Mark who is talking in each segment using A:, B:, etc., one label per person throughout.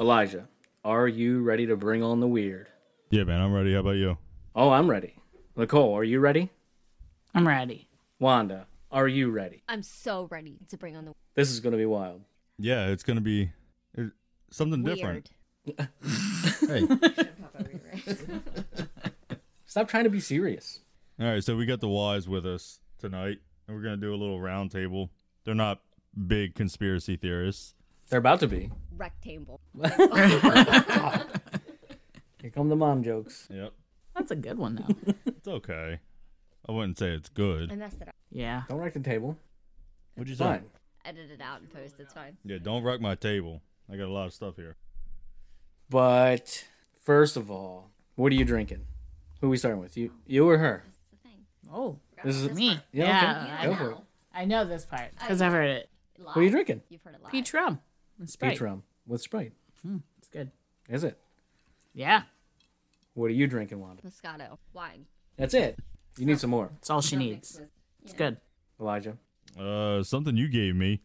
A: Elijah, are you ready to bring on the weird?
B: Yeah, man, I'm ready. How about you?
A: Oh, I'm ready. Nicole, are you ready?
C: I'm ready.
A: Wanda, are you ready?
D: I'm so ready to bring on the
A: This is going to be wild.
B: Yeah, it's gonna be it, something
D: weird.
B: different. Hey, all
A: Stop trying to be serious.
B: right. So we got the wise with us tonight, and we're gonna do a little round table. They're not big conspiracy theorists.
A: They're about to be.
D: Rectangle.
A: Here come the mom jokes.
B: Yep,
C: That's a good one though.
B: it's okay. I wouldn't say it's good.
D: I messed it up.
C: yeah.
A: Don't wreck the table.
B: What'd you say?
A: Fine.
D: Edit it out and post. It's fine.
B: Yeah, don't wreck my table. I got a lot of stuff here.
A: But first of all, what are you drinking? Who are we starting with? You, you or her?
D: That's the thing.
C: Oh,
A: This is
C: me.
A: Yeah,
C: Yeah,
A: okay.
C: I,
A: Go
C: know.
A: for it.
C: I know this part because I've heard it.
A: What are you drinking?
D: You've heard it live.
C: Peach rum. and Sprite.
A: Peach rum with Sprite.
C: It's good.
A: Is it?
C: Yeah,
A: What are you drinking, Wanda?
D: Moscato. Wine.
A: That's it. You need some more,
C: it's all she needs. It's good.
A: Elijah.
B: Uh, something you gave me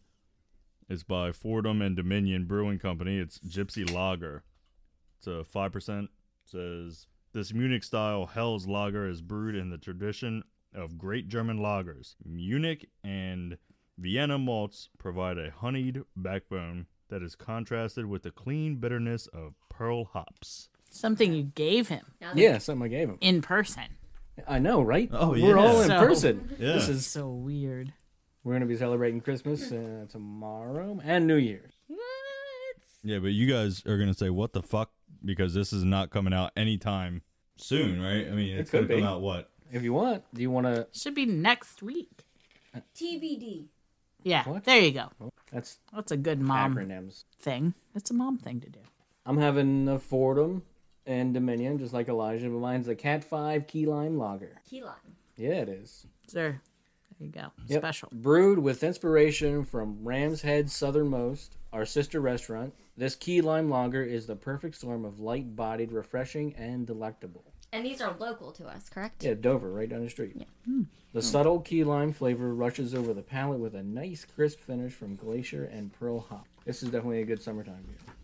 B: is by Fordham and Dominion Brewing Company. It's Gypsy Lager. It's a five percent. Says this Munich style Hell's Lager is brewed in the tradition of great German lagers. Munich and Vienna malts provide a honeyed backbone that is contrasted with the clean bitterness of pearl hops.
C: Something you gave him
D: Now that-
A: Yeah, something I gave him.
C: in person.
A: I know, right?
B: Oh,
A: We're
B: yeah.
A: all in
C: So-
A: person.
B: Yeah.
A: This is
C: So weird.
A: we're gonna be celebrating Christmas uh, tomorrow and New Year's.
D: What?
B: Yeah, but you guys are gonna say what the fuck because this is not coming out anytime soon, right? I mean, it's
A: could
B: gonna come
A: be.
B: out what?
A: If you want, do you want to?
C: Should be next week.
D: TBD.
C: Yeah.
A: What?
C: There you go.
A: That's
C: That's a good mom
A: acronyms.
C: thing. That's a mom thing to do.
A: I'm having a Fordham and Dominion, just like Elijah, but mine's the Cat Five Key Lime Lager.
D: Key lime.
A: Yeah, it is.
C: Sir. There you go.
A: Yep.
C: Special.
A: Brewed with inspiration from Ram's Head Southernmost, our sister restaurant, this key lime lager is the perfect storm of light bodied, refreshing, and delectable.
D: And these are local to us, correct?
A: Yeah, Hmm. Dover, right down the street.
D: Hmm.
A: The subtle key lime flavor rushes over the palate with a nice crisp finish from Glacier and Pearl Hop. This is definitely a good summertime beer.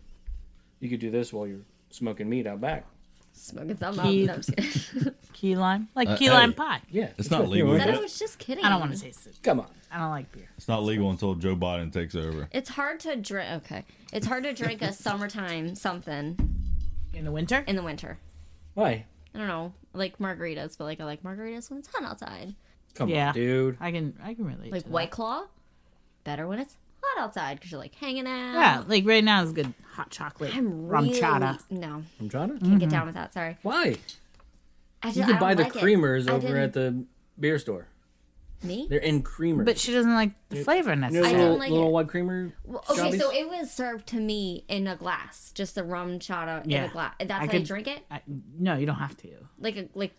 A: You could do this while you're smoking meat out back.
D: Smoking some out.
C: Key-
D: No, I'm just kidding.
C: Key lime. Like
B: Uh,
C: key lime
B: hey.
C: pie.
A: Yeah.
B: It's not
A: good.
B: legal,
A: You
B: is
D: Said
A: know,
D: I was just kidding.
C: I don't want to taste it.
A: Come on.
C: I don't like beer.
B: It's not legal until Joe Biden takes over.
D: It's hard to drink. Okay. It's hard to drink a summertime something
C: In the winter?
D: in the winter.
A: Why?
D: I don't know, like margaritas, but like I like margaritas when it's hot outside.
A: Come
C: Yeah.
A: on, dude.
C: I can I can relate.
D: Like
C: to
D: White Claw, better when it's hot outside because you're like hanging
C: that.
D: out.
C: Yeah, like right now is good hot chocolate.
D: I'm
C: rum
D: really
C: chata.
D: no,
A: I'm trying to.
D: can't
C: Mm-hmm.
D: get down with that. Sorry,
A: Why?
D: I just
A: You
D: I
A: Mm. can buy
D: don't
A: the
D: like it.
A: creamers
D: I
A: over
D: didn't-
A: at the beer store.
D: me.
A: They're in creamers.
C: But she doesn't like the flavor
A: You know,
C: necessarily.
D: I
A: little,
D: don't like
A: little
D: it.
A: white creamer.
D: Well, okay,
A: jobbies?
D: so it was served to me in a glass, just the rum chata in
C: Yeah.
D: a glass. That's
C: I
D: how you
C: could-
D: drink it,
C: I, no, you don't have to.
D: like a like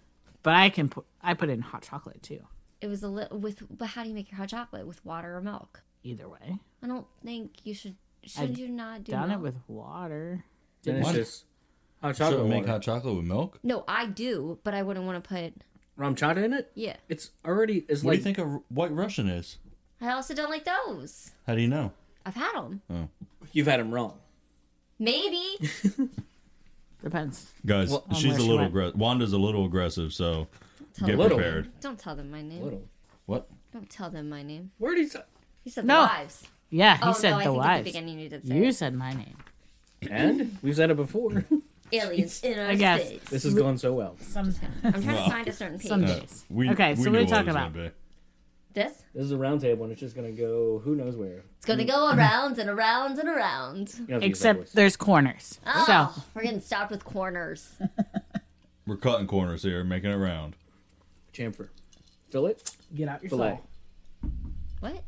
C: But I can put I put in hot chocolate too.
D: it was a little with. But how do you make your hot chocolate with water or milk?
C: Either way,
D: I don't think you should. Should
C: I've
D: you not do
C: done
D: milk?
C: it with water.
A: Then it's
B: What?
A: just hot chocolate water.
B: chocolate with milk?
D: No, I do, but I wouldn't want to put.
A: Rum chata in it.
D: Yeah,
A: It's already. It's like
B: think a white Russian is?
D: I also don't like those.
B: How do you know?
D: I've had them.
A: you've had them wrong.
D: Maybe.
C: Depends.
B: Guys,
A: Well,
B: she's
C: unless
B: a
C: you
B: little
C: went-
B: aggressive. Wanda's a little aggressive, so
D: Tell
B: get
D: them.
A: Little.
B: prepared.
D: Don't tell them my name.
A: Little.
B: What?
D: Don't tell them my name.
A: Where did he? Say?
D: He said
C: No.
D: the wives.
C: Yeah, he
D: oh
C: said
D: no,
C: the
D: I think at the
C: wives.
D: beginning you did say
C: You said my name.
A: And we've said it before.
D: it. aliens in our
C: I guess.
D: space.
A: This has gone so well.
C: Some
D: I'm trying
B: Wow.
D: to find a certain page.
C: some
B: Uh,
C: days.
B: we,
C: okay,
B: we
C: so
B: knew
C: what are you
B: what
C: talking
B: it was
C: about?
B: gonna
D: This
A: This is a round table, and it's just gonna go who knows where.
D: it's gonna go around and around and around.
A: You know,
C: Except there's corners.
D: Oh,
C: So
D: we're getting stopped with corners.
B: be. We're cutting corners here, making it round.
A: chamfer, fillet,
C: get out your
A: fillet.
D: What?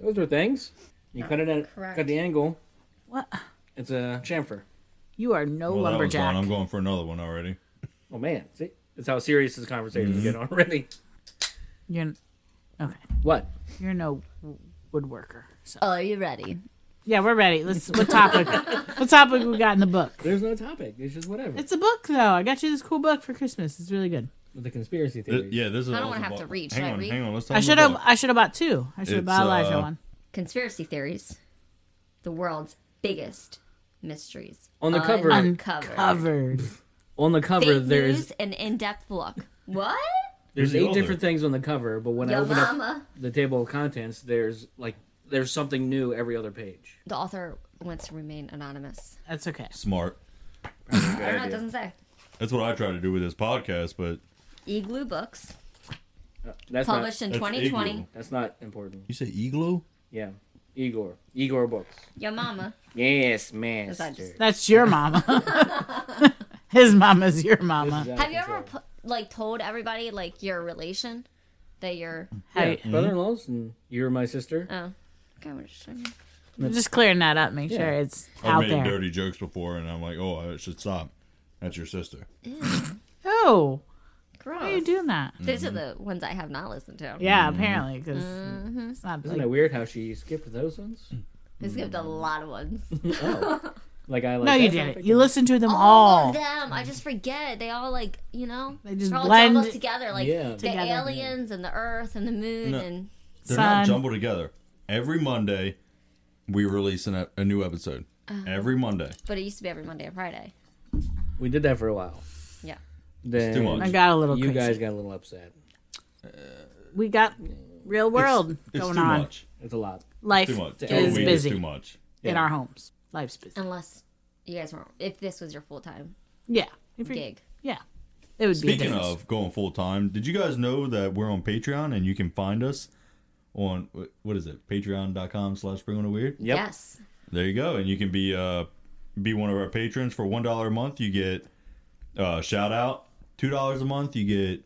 A: Those are things. You cut it at
D: correct.
A: cut the angle.
C: What?
A: It's a chamfer.
C: You are no
B: Well, that one's
C: lumberjack.
B: gone. I'm going for another one already.
A: Oh man, see, that's how serious this conversation is getting already.
C: You're n- okay.
A: What?
C: You're no w- woodworker. So
D: Oh, are you ready?
C: yeah, we're ready. Let's. What topic? what topic we got in the book?
A: There's no topic. It's just whatever.
C: It's a book though. I got you this cool book for Christmas. It's really good.
A: the conspiracy
B: Th-
A: theory.
B: yeah, this is.
D: I don't
B: also
D: wanna have
B: about-
D: to read. Should
B: Hang
D: I
B: on,
D: read?
B: hang on. Let's talk
C: I should have. uh,
B: about
C: I should have bought two. I should have
B: It's,
C: bought Elijah
B: uh,
C: one.
D: Conspiracy theories. The world's biggest mysteries.
A: On the cover-
D: Uncovered.
C: Covered.
A: On the cover,
D: Fake
A: there's
D: news, an in-depth look. What?
A: there's
B: Here's the
A: eight
B: older.
A: different things on the cover, but when I
D: Yo
A: open up
D: mama.
A: the table of contents, there's like there's something new every other page.
D: The author wants to remain anonymous.
C: That's okay.
B: Smart.
D: I don't know. It doesn't say.
B: That's what I try to do with this podcast, but
D: Igloo Books,
A: That's
D: published
A: not
D: in
B: that's
D: 2020.
B: Igloo.
A: that's not important.
B: You say igloo?
A: Yeah, Igor, Igor books.
D: Yo mama.
A: Yes, man.
D: that just-
C: That's your mama. His mama's your mama.
D: Have you ever put, like told everybody like your relation that you're?
A: Yeah,
C: Hey,
A: brother-in-laws and you're my sister.
D: Oh, okay, I'm just trying to-
C: just clearing that up. Make sure
A: Yeah.
C: it's
B: I've
C: out
B: made
C: there.
B: dirty jokes before, and I'm like, oh, I should stop. That's your sister.
C: Oh,
D: Gross.
C: why are you doing that?
D: These are the ones I have not listened to.
C: Yeah,
B: Mm-hmm.
C: apparently, because
D: Mm-hmm.
C: it's not
A: Isn't
C: like,
A: it weird how she skipped those ones?
D: I skipped a lot of ones.
A: Oh, like I like.
C: no, you
A: that
C: didn't.
A: topic.
C: You listened to them
D: All
C: all.
D: of them. I just forget. They all like you know.
C: Oh. They just
D: they're all
C: blend-
D: jumbled together, like
A: Yeah.
D: the
C: Together.
D: aliens and the Earth and the Moon
B: No.
D: and
B: They're
C: Son.
B: not jumbled together. Every Monday, we release an, e, a new episode. Every Monday.
D: But it used to be every Monday and Friday.
A: We did that for a while.
D: Yeah.
A: Then
B: too much.
C: I got a little
A: you
C: crazy.
A: guys got a little upset.
C: we got real world
B: It's
C: going
B: too
C: on.
B: much.
A: It's a lot.
C: Life
B: Too much. Doing
C: is
B: weed
C: busy
B: too much.
C: in
A: Yeah.
C: our homes. Life's busy.
D: Unless you guys weren't. If this was your full time
C: Yeah. If you're-
D: gig.
C: Yeah. It would be a
B: Speaking
C: difference.
B: of going full time, did you guys know that we're on Patreon and you can find us on wh- what is it? Patreon.com slash bring on a weird.
A: Yep.
D: Yes.
B: There you go, and you can be uh be one of our patrons for one dollar a month. You get uh shout out. Two dollars a month, you get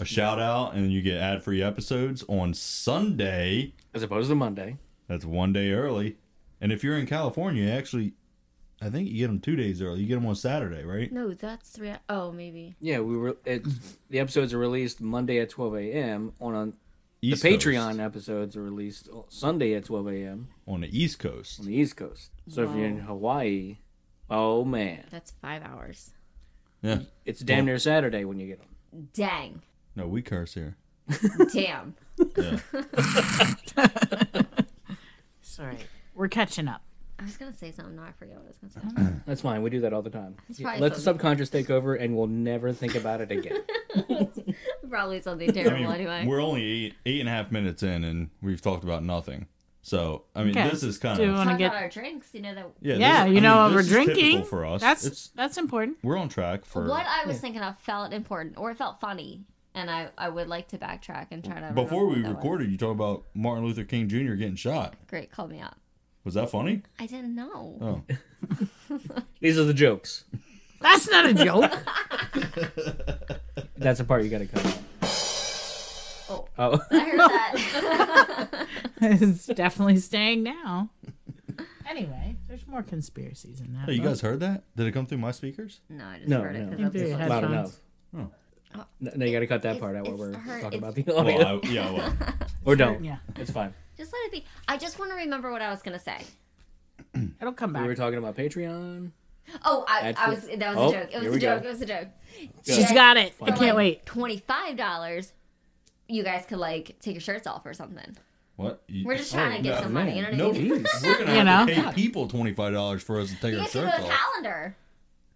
B: a shout out, and you get ad free episodes on Sunday.
A: As opposed to Monday.
B: That's one day early, and if you're in California, actually, I think you get them two days early. You get them on Saturday, right?
D: No, that's three. Oh, maybe.
A: Yeah, we were. It, the episodes are released Monday at 12 a.m. on a, the
B: East
A: Patreon
B: Coast.
A: episodes are released Sunday at 12 a.m.
B: on the East Coast.
A: on the East Coast. So if you're in Hawaii, oh man,
D: That's five hours.
B: Yeah.
A: it's damn near Saturday when you get them.
D: Dang.
B: No, we curse here.
D: Damn.
C: Sorry. We're catching up.
D: I was going to say something. No, I forget what I was going to say.
A: That's fine. We do that all the time.
D: probably
A: Let the
D: something-
A: subconscious take over, and we'll never think about it again.
D: Probably something terrible anyway.
B: We're only eight eight and a half minutes in, and we've talked about nothing. So I mean,
C: Okay.
B: this is kind
C: Do you
B: of
C: want to
D: Talk
C: get?
D: about our drinks. You know that.
B: yeah. this-
C: yeah,
B: I
C: you
B: mean,
C: know what
B: this
C: we're
B: is typical
C: drinking.
B: for us.
C: That's
B: It's-
C: that's important.
B: we're on track for
D: What I was thinking of felt important or it felt funny. And I, I would like to backtrack and try to.
B: before
D: remember
B: we
D: what that was.
B: recorded. You talked about Martin Luther King Jr. getting shot.
D: Great. Called me out.
B: Was that funny?
D: I didn't know.
B: Oh,
A: These are the jokes.
C: That's not a joke.
A: That's the part you gotta cut.
D: Oh.
A: Oh,
D: I heard that.
C: it's definitely staying now. Anyway, there's more conspiracies in that.
B: Hey, you
C: book.
B: guys heard that? Did it come through my speakers?
D: no, I just
A: No,
D: heard
A: no.
D: it
A: Think
C: through your
D: because
C: head.
A: loud enough.
C: Headphones.
B: Oh.
A: No, no, you gotta cut that
D: It's-
A: part out while
D: it's
A: we're
D: hurt.
A: talking
D: It's-
A: about the audio.
B: Well, I, yeah, well,
A: or don't.
C: Yeah,
A: It's fine.
D: Just let it be. I just want to remember what I was gonna say.
C: it'll come
A: We were
C: back.
A: talking about Patreon.
D: Oh, I,
A: That's
D: I
A: it.
D: was. That was
A: Oh,
D: a joke. It
A: here
D: was
A: we
D: a
A: go.
D: joke. It was a joke.
C: She's got it. I can't wait.
D: Twenty five dollars. You guys could like take your shirts off or something.
B: what? You-
D: We're just trying to get
B: no,
D: some
B: no,
D: money. You know what
B: Oh, No,
D: I mean?
B: we're gonna
C: You
B: have
C: know?
B: to pay people twenty five dollars for us to take
D: You
B: our
D: guys could do
B: shirts
D: a
B: off.
D: calendar.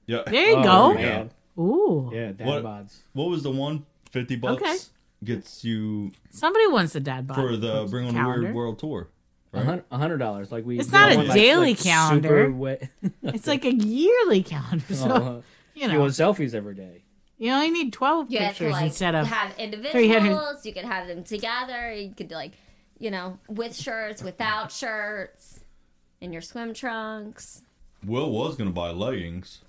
B: Yeah.
C: There you
A: Oh,
C: go.
A: yeah.
C: Ooh,
A: Yeah, dad
B: What-
A: bods.
B: What was the one? Fifty bucks
C: Okay.
B: gets you
C: somebody wants a dad bod
B: for the Bring on the
C: calendar.
B: Weird World tour.
A: A
B: Right?
A: hun- A hundred dollars, like we.
C: It's
A: we
C: not
A: all
B: a
A: want,
C: daily
A: super
C: calendar.
A: wet-
C: It's like a yearly calendar. So
A: Oh,
C: you
A: uh,
C: know,
A: you want selfies every day.
C: you only need twelve
D: You guys could
C: pictures
D: like
C: instead of
D: have individuals. You could have them together. You could like, you know, with shirts, without shirts, in your swim trunks.
B: Will was gonna buy leggings.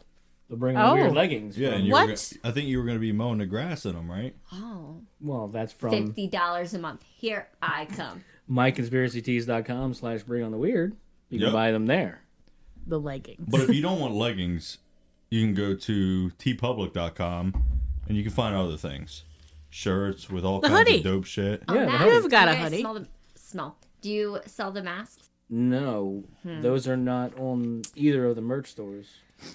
A: They'll bring
C: Oh.
A: on weird leggings.
B: Yeah,
A: from-
B: and you Were,
C: What?
B: go- I think you were gonna be mowing the grass in them, right?
D: Oh.
A: well, that's from
D: Fifty dollars a month. Here I come.
A: myconspiracytees.com slash bring on the weird. You can
B: Yep.
A: buy them there.
C: the leggings.
B: But if you don't want leggings, you can go to tpublic.com and you can find other things. Shirts with all kinds
C: hoodie. Oh.
B: of dope shit.
A: Yeah, the
D: masks.
A: hoodie.
C: You've got
D: Do
C: a
D: you guys
C: hoodie.
D: Smell, the, smell. Do you sell the masks?
A: No, those are not on either of the merch stores.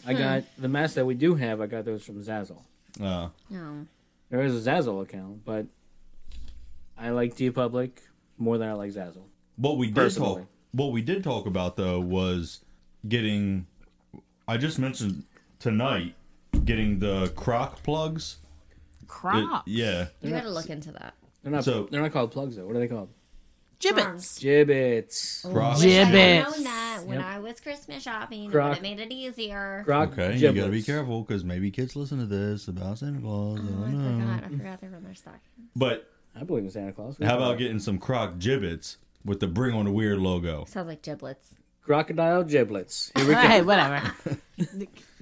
A: I got the masks that we do have. I got those from Zazzle.
B: Uh,
D: No.
A: There is a Zazzle account, but I like T Public more than I like Zazzle.
B: what we did
A: Personally.
B: talk what we did talk about though was getting I just mentioned tonight getting the crock plugs. It-
C: Crop.
B: yeah.
D: You gotta look into that.
A: They're not.
B: So-
A: they're not called plugs though. What are they called?
C: Gibbets.
A: Gibbets.
B: Crock.
D: Wish I had
C: Gibbets.
D: known that when
A: Yep.
D: I was Christmas shopping,
A: Croc-
D: Croc. it made it easier.
A: Croc
B: Okay, you
A: giblets.
B: gotta be careful because maybe kids listen to this about Santa Claus. I
D: Oh, I
B: don't know.
D: forgot. I forgot they were in their stocking.
B: But
A: I believe in Santa Claus.
B: how about getting some crock gibbets with the Bring on the Weird logo?
D: Sounds like giblets.
A: crocodile giblets? Here we go.
C: Hey, whatever.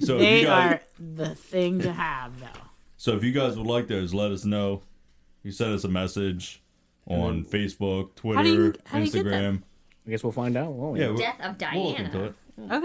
B: So if
C: They
B: you guys,
C: are the thing to have, though.
B: so if you guys would like those, let us know. You send us a message on Facebook, Twitter,
C: do you- how do you get
B: Instagram.
C: them?
A: I guess we'll find out. Won't we?
B: Yeah, we-
D: Death of
B: we'll look into
D: Diana.
B: it.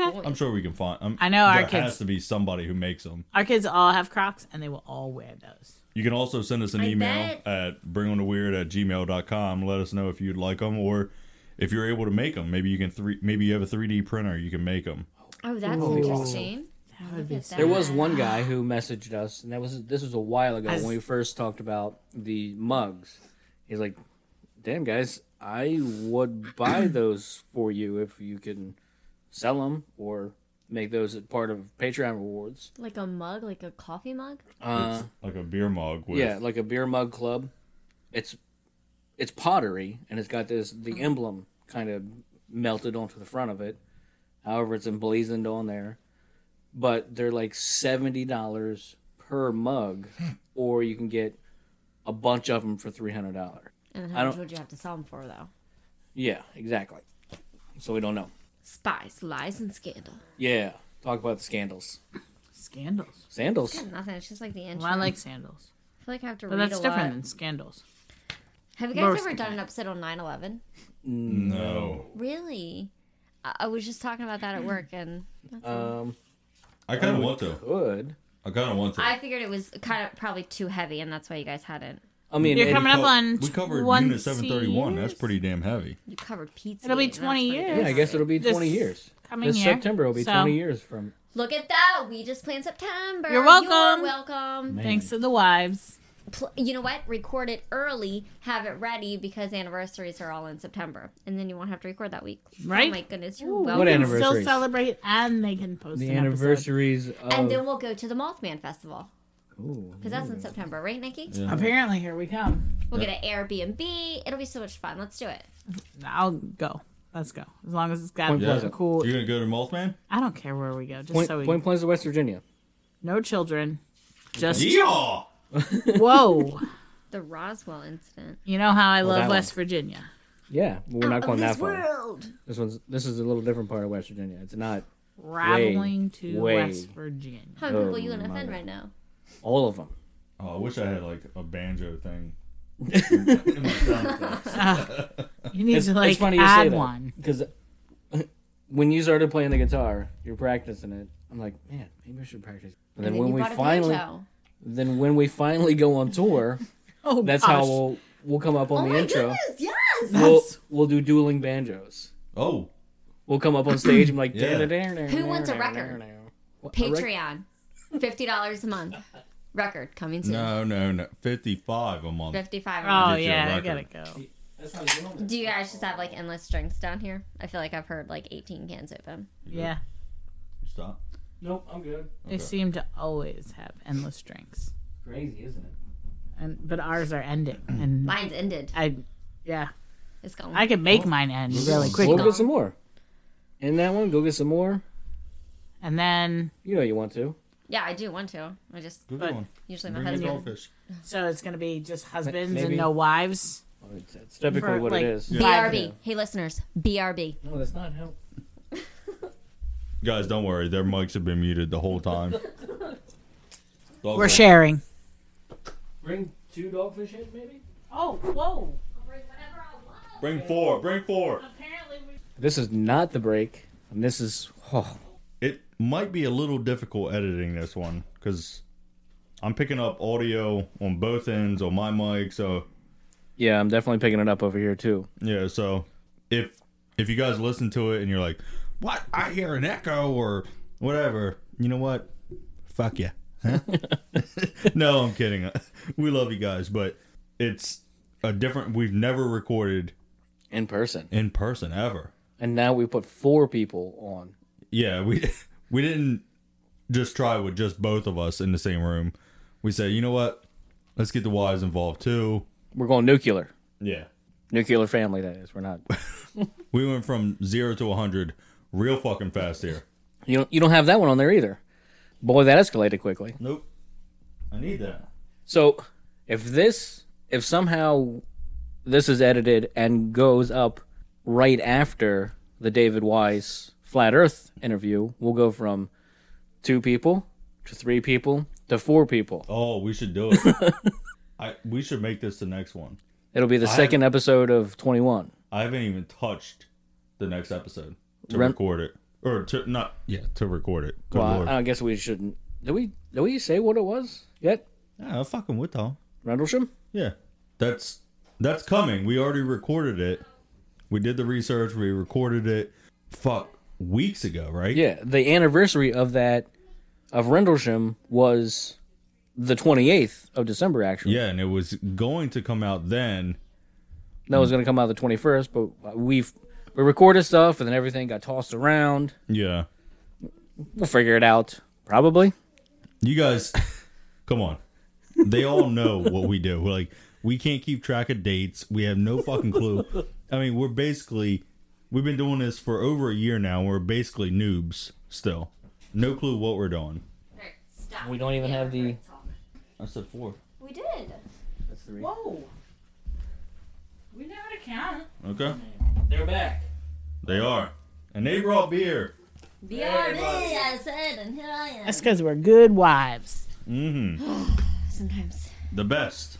C: Okay.
B: I'm sure we can find. I'm,
C: I know our
B: there has
C: kids-
B: to be somebody who makes them.
C: Our kids all have Crocs, and they will all wear those.
B: You can also send us an
D: I
B: email
D: bet.
B: at bringontheweird at gmail.com. Let us know if you'd like them or if you're able to make them. Maybe you can three. Maybe you have a 3D printer. You can make them.
D: Oh, that's
A: Ooh.
D: interesting.
C: That would
D: Look
C: be
D: at
C: so.
A: There was one guy who messaged us, and that was this was a while ago
C: I s-
A: when we first talked about the mugs. He's like, "Damn guys, I would buy those for you if you can sell them or make those a part of Patreon rewards."
D: Like a mug, like a coffee mug.
A: Uh,
B: It's like a beer mug with
A: yeah, like a beer mug club. It's it's pottery, and it's got this the
C: Hmm.
A: emblem kind of melted onto the front of it. However, it's emblazoned on there. But they're like seventy dollars per mug,
C: Hmm.
A: or you can get a bunch of them for three hundred dollars.
D: And
A: I
D: how much
A: don't-
D: would you have to sell them for, though?
A: Yeah, exactly. So we don't know.
D: Spies, lies, and scandal.
A: Yeah, talk about the scandals.
C: Scandals.
A: Sandals.
D: Got nothing. It's just like the intro.
C: Well, I like sandals,
D: I feel like I have to
C: but
D: read
C: that's
D: a
C: different
D: lot.
C: than scandals.
D: Have you guys
C: Laura's
D: ever
C: gonna-
D: done an episode on 9/11?
B: No.
D: Really? I, I was just talking about that at work, and
A: Um,
B: I kind of want to.
A: good.
B: I kind of want to.
D: I figured it was kind of probably too heavy, and that's why you guys hadn't.
A: I mean,
C: You're
A: it-
C: coming up
B: Co-
C: on
B: we covered
C: 20
B: unit 731. That's
C: years?
B: pretty damn heavy.
D: You covered pizza.
C: It'll be
D: and that's
C: 20
D: pretty
C: years.
D: good.
A: yeah, I guess it'll be
C: This
A: twenty years.
C: coming
A: This
C: here.
A: September will be
C: So,
A: twenty years from
D: Look at that. We just planned September.
C: You're welcome.
D: You're welcome.
A: Man.
C: Thanks to the wives.
D: Pl- you know what? Record it early. Have it ready because anniversaries are all in September, and then you won't have to record that week.
C: Right.
D: Oh my goodness, you're
C: Ooh,
D: welcome.
A: What
C: we can
A: anniversary?
C: still
A: anniversaries?
C: celebrate, and they can post
A: the
C: an anniversary.
A: anniversaries of.
D: And then we'll go to the Mothman Festival
A: oh. Ooh.
D: because that's in September, right, Nikki?
C: Apparently, here we come.
D: We'll get an Airbnb. It'll be so much fun. Let's do it.
C: I'll go. Let's go. As long as it's got
A: Point
C: a
A: Pleasant.
C: cool.
B: You're gonna go to Mothman?
C: I don't care where we go. Just
A: Point,
C: so we
A: Point Pleasant, West Virginia.
C: no children. Just
B: Yeah.
C: whoa.
D: The Roswell incident.
C: You know how I
A: that
C: love
A: one.
C: West Virginia.
A: Yeah, well, we're not
D: Out of
A: going that
D: this
A: far.
D: world.
A: This one's this is a little different part of West Virginia. It's not
C: Traveling to
A: way.
C: West Virginia.
D: How many
A: Oh,
D: people you gonna offend
A: my.
D: right now?
A: all of them.
B: Oh, I wish I had like a banjo thing. in my sound effects.
C: You need
A: It's,
C: to like
A: it's funny you
C: add
A: say that
C: one.
A: because when you started playing the guitar, you're practicing it. I'm like, man, maybe I should practice. And then,
D: And then
A: when
D: you
A: we
D: bought a
A: finally,
D: banjo.
A: then when we finally go on tour,
C: Oh,
A: that's how
C: gosh.
A: we'll we'll come up on
D: oh
A: the
D: my
A: intro.
D: goodness, yes.
A: We'll
C: That's-
A: we'll do dueling banjos.
B: Oh,
A: We'll come up on stage. I'm like,
B: Yeah.
A: who
D: Who wants a record? Patreon, fifty dollars a month. Record coming soon.
B: no, no, no. 55 a month.
D: Fifty-five. a month.
C: Oh
B: Get you a
C: yeah, I
B: record.
C: gotta go.
A: That's how you
D: Do you guys just have like endless drinks down here? I feel like I've heard like eighteen cans open.
C: Yeah,
B: Stop.
A: Nope, I'm good.
C: they seem to always have endless drinks,
A: Crazy, isn't it?
C: and but ours are ending. And
D: Mine's ended.
C: I, yeah,
D: It's gone.
C: I can make mine end really
A: Go
C: quick.
A: get some more. In that one, go get some more.
C: And then
A: You know you want to.
D: yeah, I do want to. I just
B: Good
C: But-
B: one.
D: usually my
B: Bring the
D: husband.
B: goldfish.
C: so it's gonna be just husbands
A: maybe.
C: and no wives.
A: Oh, It's, it's typically
C: For,
A: what
C: like,
A: it is.
C: Yeah.
D: BRB. Hey listeners, BRB.
A: No, that's not how.
B: Guys, don't worry. Their mics have been muted the whole time. Dog
C: We're
B: fight.
C: sharing.
A: Bring two dogfish in, maybe.
C: Oh whoa!
B: Bring four. Bring four.
C: Apparently
A: This is not the break, and this is. Oh,
B: It might be a little difficult editing this one because I'm picking up audio on both ends on my mic. So
A: yeah, I'm definitely picking it up over here too.
B: yeah, so if if you guys listen to it and you're like, "What? I hear an echo or whatever," you know what? Fuck yeah. Huh? no, I'm kidding. We love you guys, but it's a different. We've never recorded
A: In person,
B: in person ever.
A: and now we put four people on.
B: Yeah, we we didn't just try with just both of us in the same room. We say, you know what? Let's get the wives involved too.
A: We're going nuclear.
B: Yeah.
A: Nuclear family, that is. We're not.
B: We went from zero to 100 real fucking fast here.
A: You don't, you don't have that one on there either. Boy, that escalated quickly.
B: Nope. I need that.
A: So, if this, if somehow this is edited and goes up right after the David Wise Flat Earth interview, we'll go from two people to three people to four people.
B: Oh, we should do it. I we should make this the next one.
A: It'll be the
B: I-
A: second episode of 21.
B: I haven't even touched the next episode to
A: Ren-
B: record it or to not yeah to record it. Good
A: Well,
B: lord.
A: I, I guess we shouldn't. Did we, did we say what it was yet?
B: yeah, I fucking would though.
A: Rendlesham?
B: Yeah, that's that's coming. We already recorded it. We did the research. We recorded it. Fuck, weeks ago, right?
A: Yeah, the anniversary of that of Rendlesham was the 28th of December. Actually,
B: Yeah, and it was going to come out then.
A: no, it was going to come out the 21st, but uh, we we recorded stuff and then everything got tossed around.
B: Yeah,
A: We'll figure it out probably.
B: you guys, come on. They all know what we do. We're like, we can't keep track of dates. We have no fucking clue. I mean, we're basically we've been doing this for over a year now. We're basically noobs still. No clue what we're doing.
D: Alright, stop.
A: We don't even
D: Yeah,
A: have the-
B: I said four.
D: We did.
C: Whoa. We know how to count.
B: Okay.
A: They're back.
B: They are. And they brought beer.
D: BRB, I said, and here I am.
C: That's because we're good wives.
B: Mm-hmm.
D: Sometimes,
B: The best.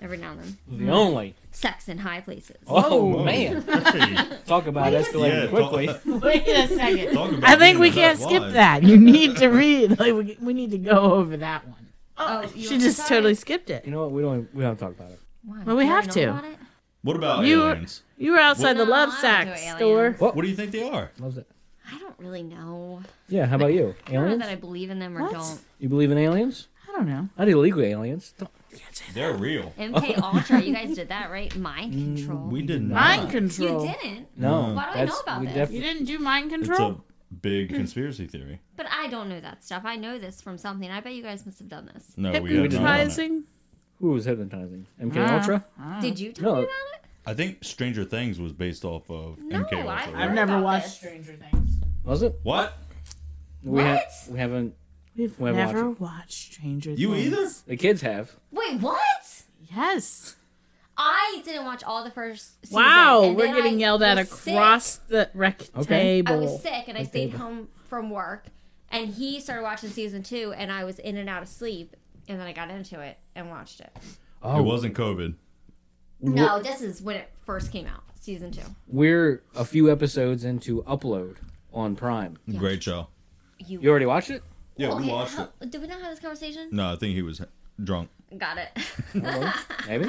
D: every now and then,
A: The only.
D: sex in high places.
A: Oh,
B: whoa.
A: man,
B: Hey.
A: talk about escalating
B: Yeah,
A: quickly.
B: talk-
C: Wait a second.
B: talk about
C: I think
B: being
C: we
B: the
C: can't
B: best
C: skip
B: wives.
C: that. You need to read. Like we, we need to go over that one.
D: Oh, you
C: She
D: want
C: just
D: to
C: totally
D: start?
C: skipped it.
A: You know what? We don't we don't talk about it.
D: Why?
C: Well, we
D: You
C: have
D: already know
C: to.
D: about it?
B: What about
C: You-
B: aliens?
C: You were outside
D: No,
C: the love
D: I don't
C: sack
D: do
C: store.
D: aliens.
B: What do you think they are?
A: Loves it.
D: I don't really know.
A: Yeah. How about you?
D: I don't know
A: Aliens?
D: that I believe in them or
C: What?
D: don't.
A: You believe in aliens?
C: I don't know.
A: Not illegal aliens. Don't-
B: They're real.
D: MK Ultra, you guys did that, right? Mind control.
B: We did not.
C: Mind Mm, control.
D: you didn't,
A: No.
D: Why do I
A: that's,
D: know about
A: we
D: this?
A: def-
C: You didn't do mind
B: It's a
C: control.
B: big conspiracy theory.
D: but I don't know that stuff. I know this from something. I bet you guys must have done this.
B: No, we have not. done it.
C: Hypnotizing.
A: Who was hypnotizing? MK
C: Ah.
A: Ultra.
D: Did you tell
A: No.
D: me about it?
B: I think Stranger Things was based off of
D: No,
B: MK Ultra.
D: I- I've
B: right?
D: heard about this.
C: Stranger Things.
A: Was it?
B: What?
A: We, ha-
D: What?
A: we haven't.
C: We've
A: We haven't
C: never watched Stranger
B: You
A: Mm.
C: Things.
B: either?
A: The kids have.
D: Wait, what?
C: Yes.
D: I didn't watch all the first. Season,
C: Wow,
D: and
C: we're
D: then
C: getting
D: I
C: yelled at
D: was
C: across
D: Sick.
C: the rec
A: Okay.
D: I
C: table.
D: was sick and I stayed
A: table.
D: home from work, and he started watching season two, and I was in and out of sleep, and then I got into it and watched it.
A: Oh,
B: It wasn't COVID.
D: No, this is when it first came out, season two.
A: we're a few episodes into upload on Prime.
B: Great show.
D: You,
A: You already watched it?
B: Yeah, we
D: Okay,
B: watched
D: how-
B: it.
D: Did we not have this conversation?
B: No, I think he was drunk.
C: Mm.
D: Got it.
A: Maybe.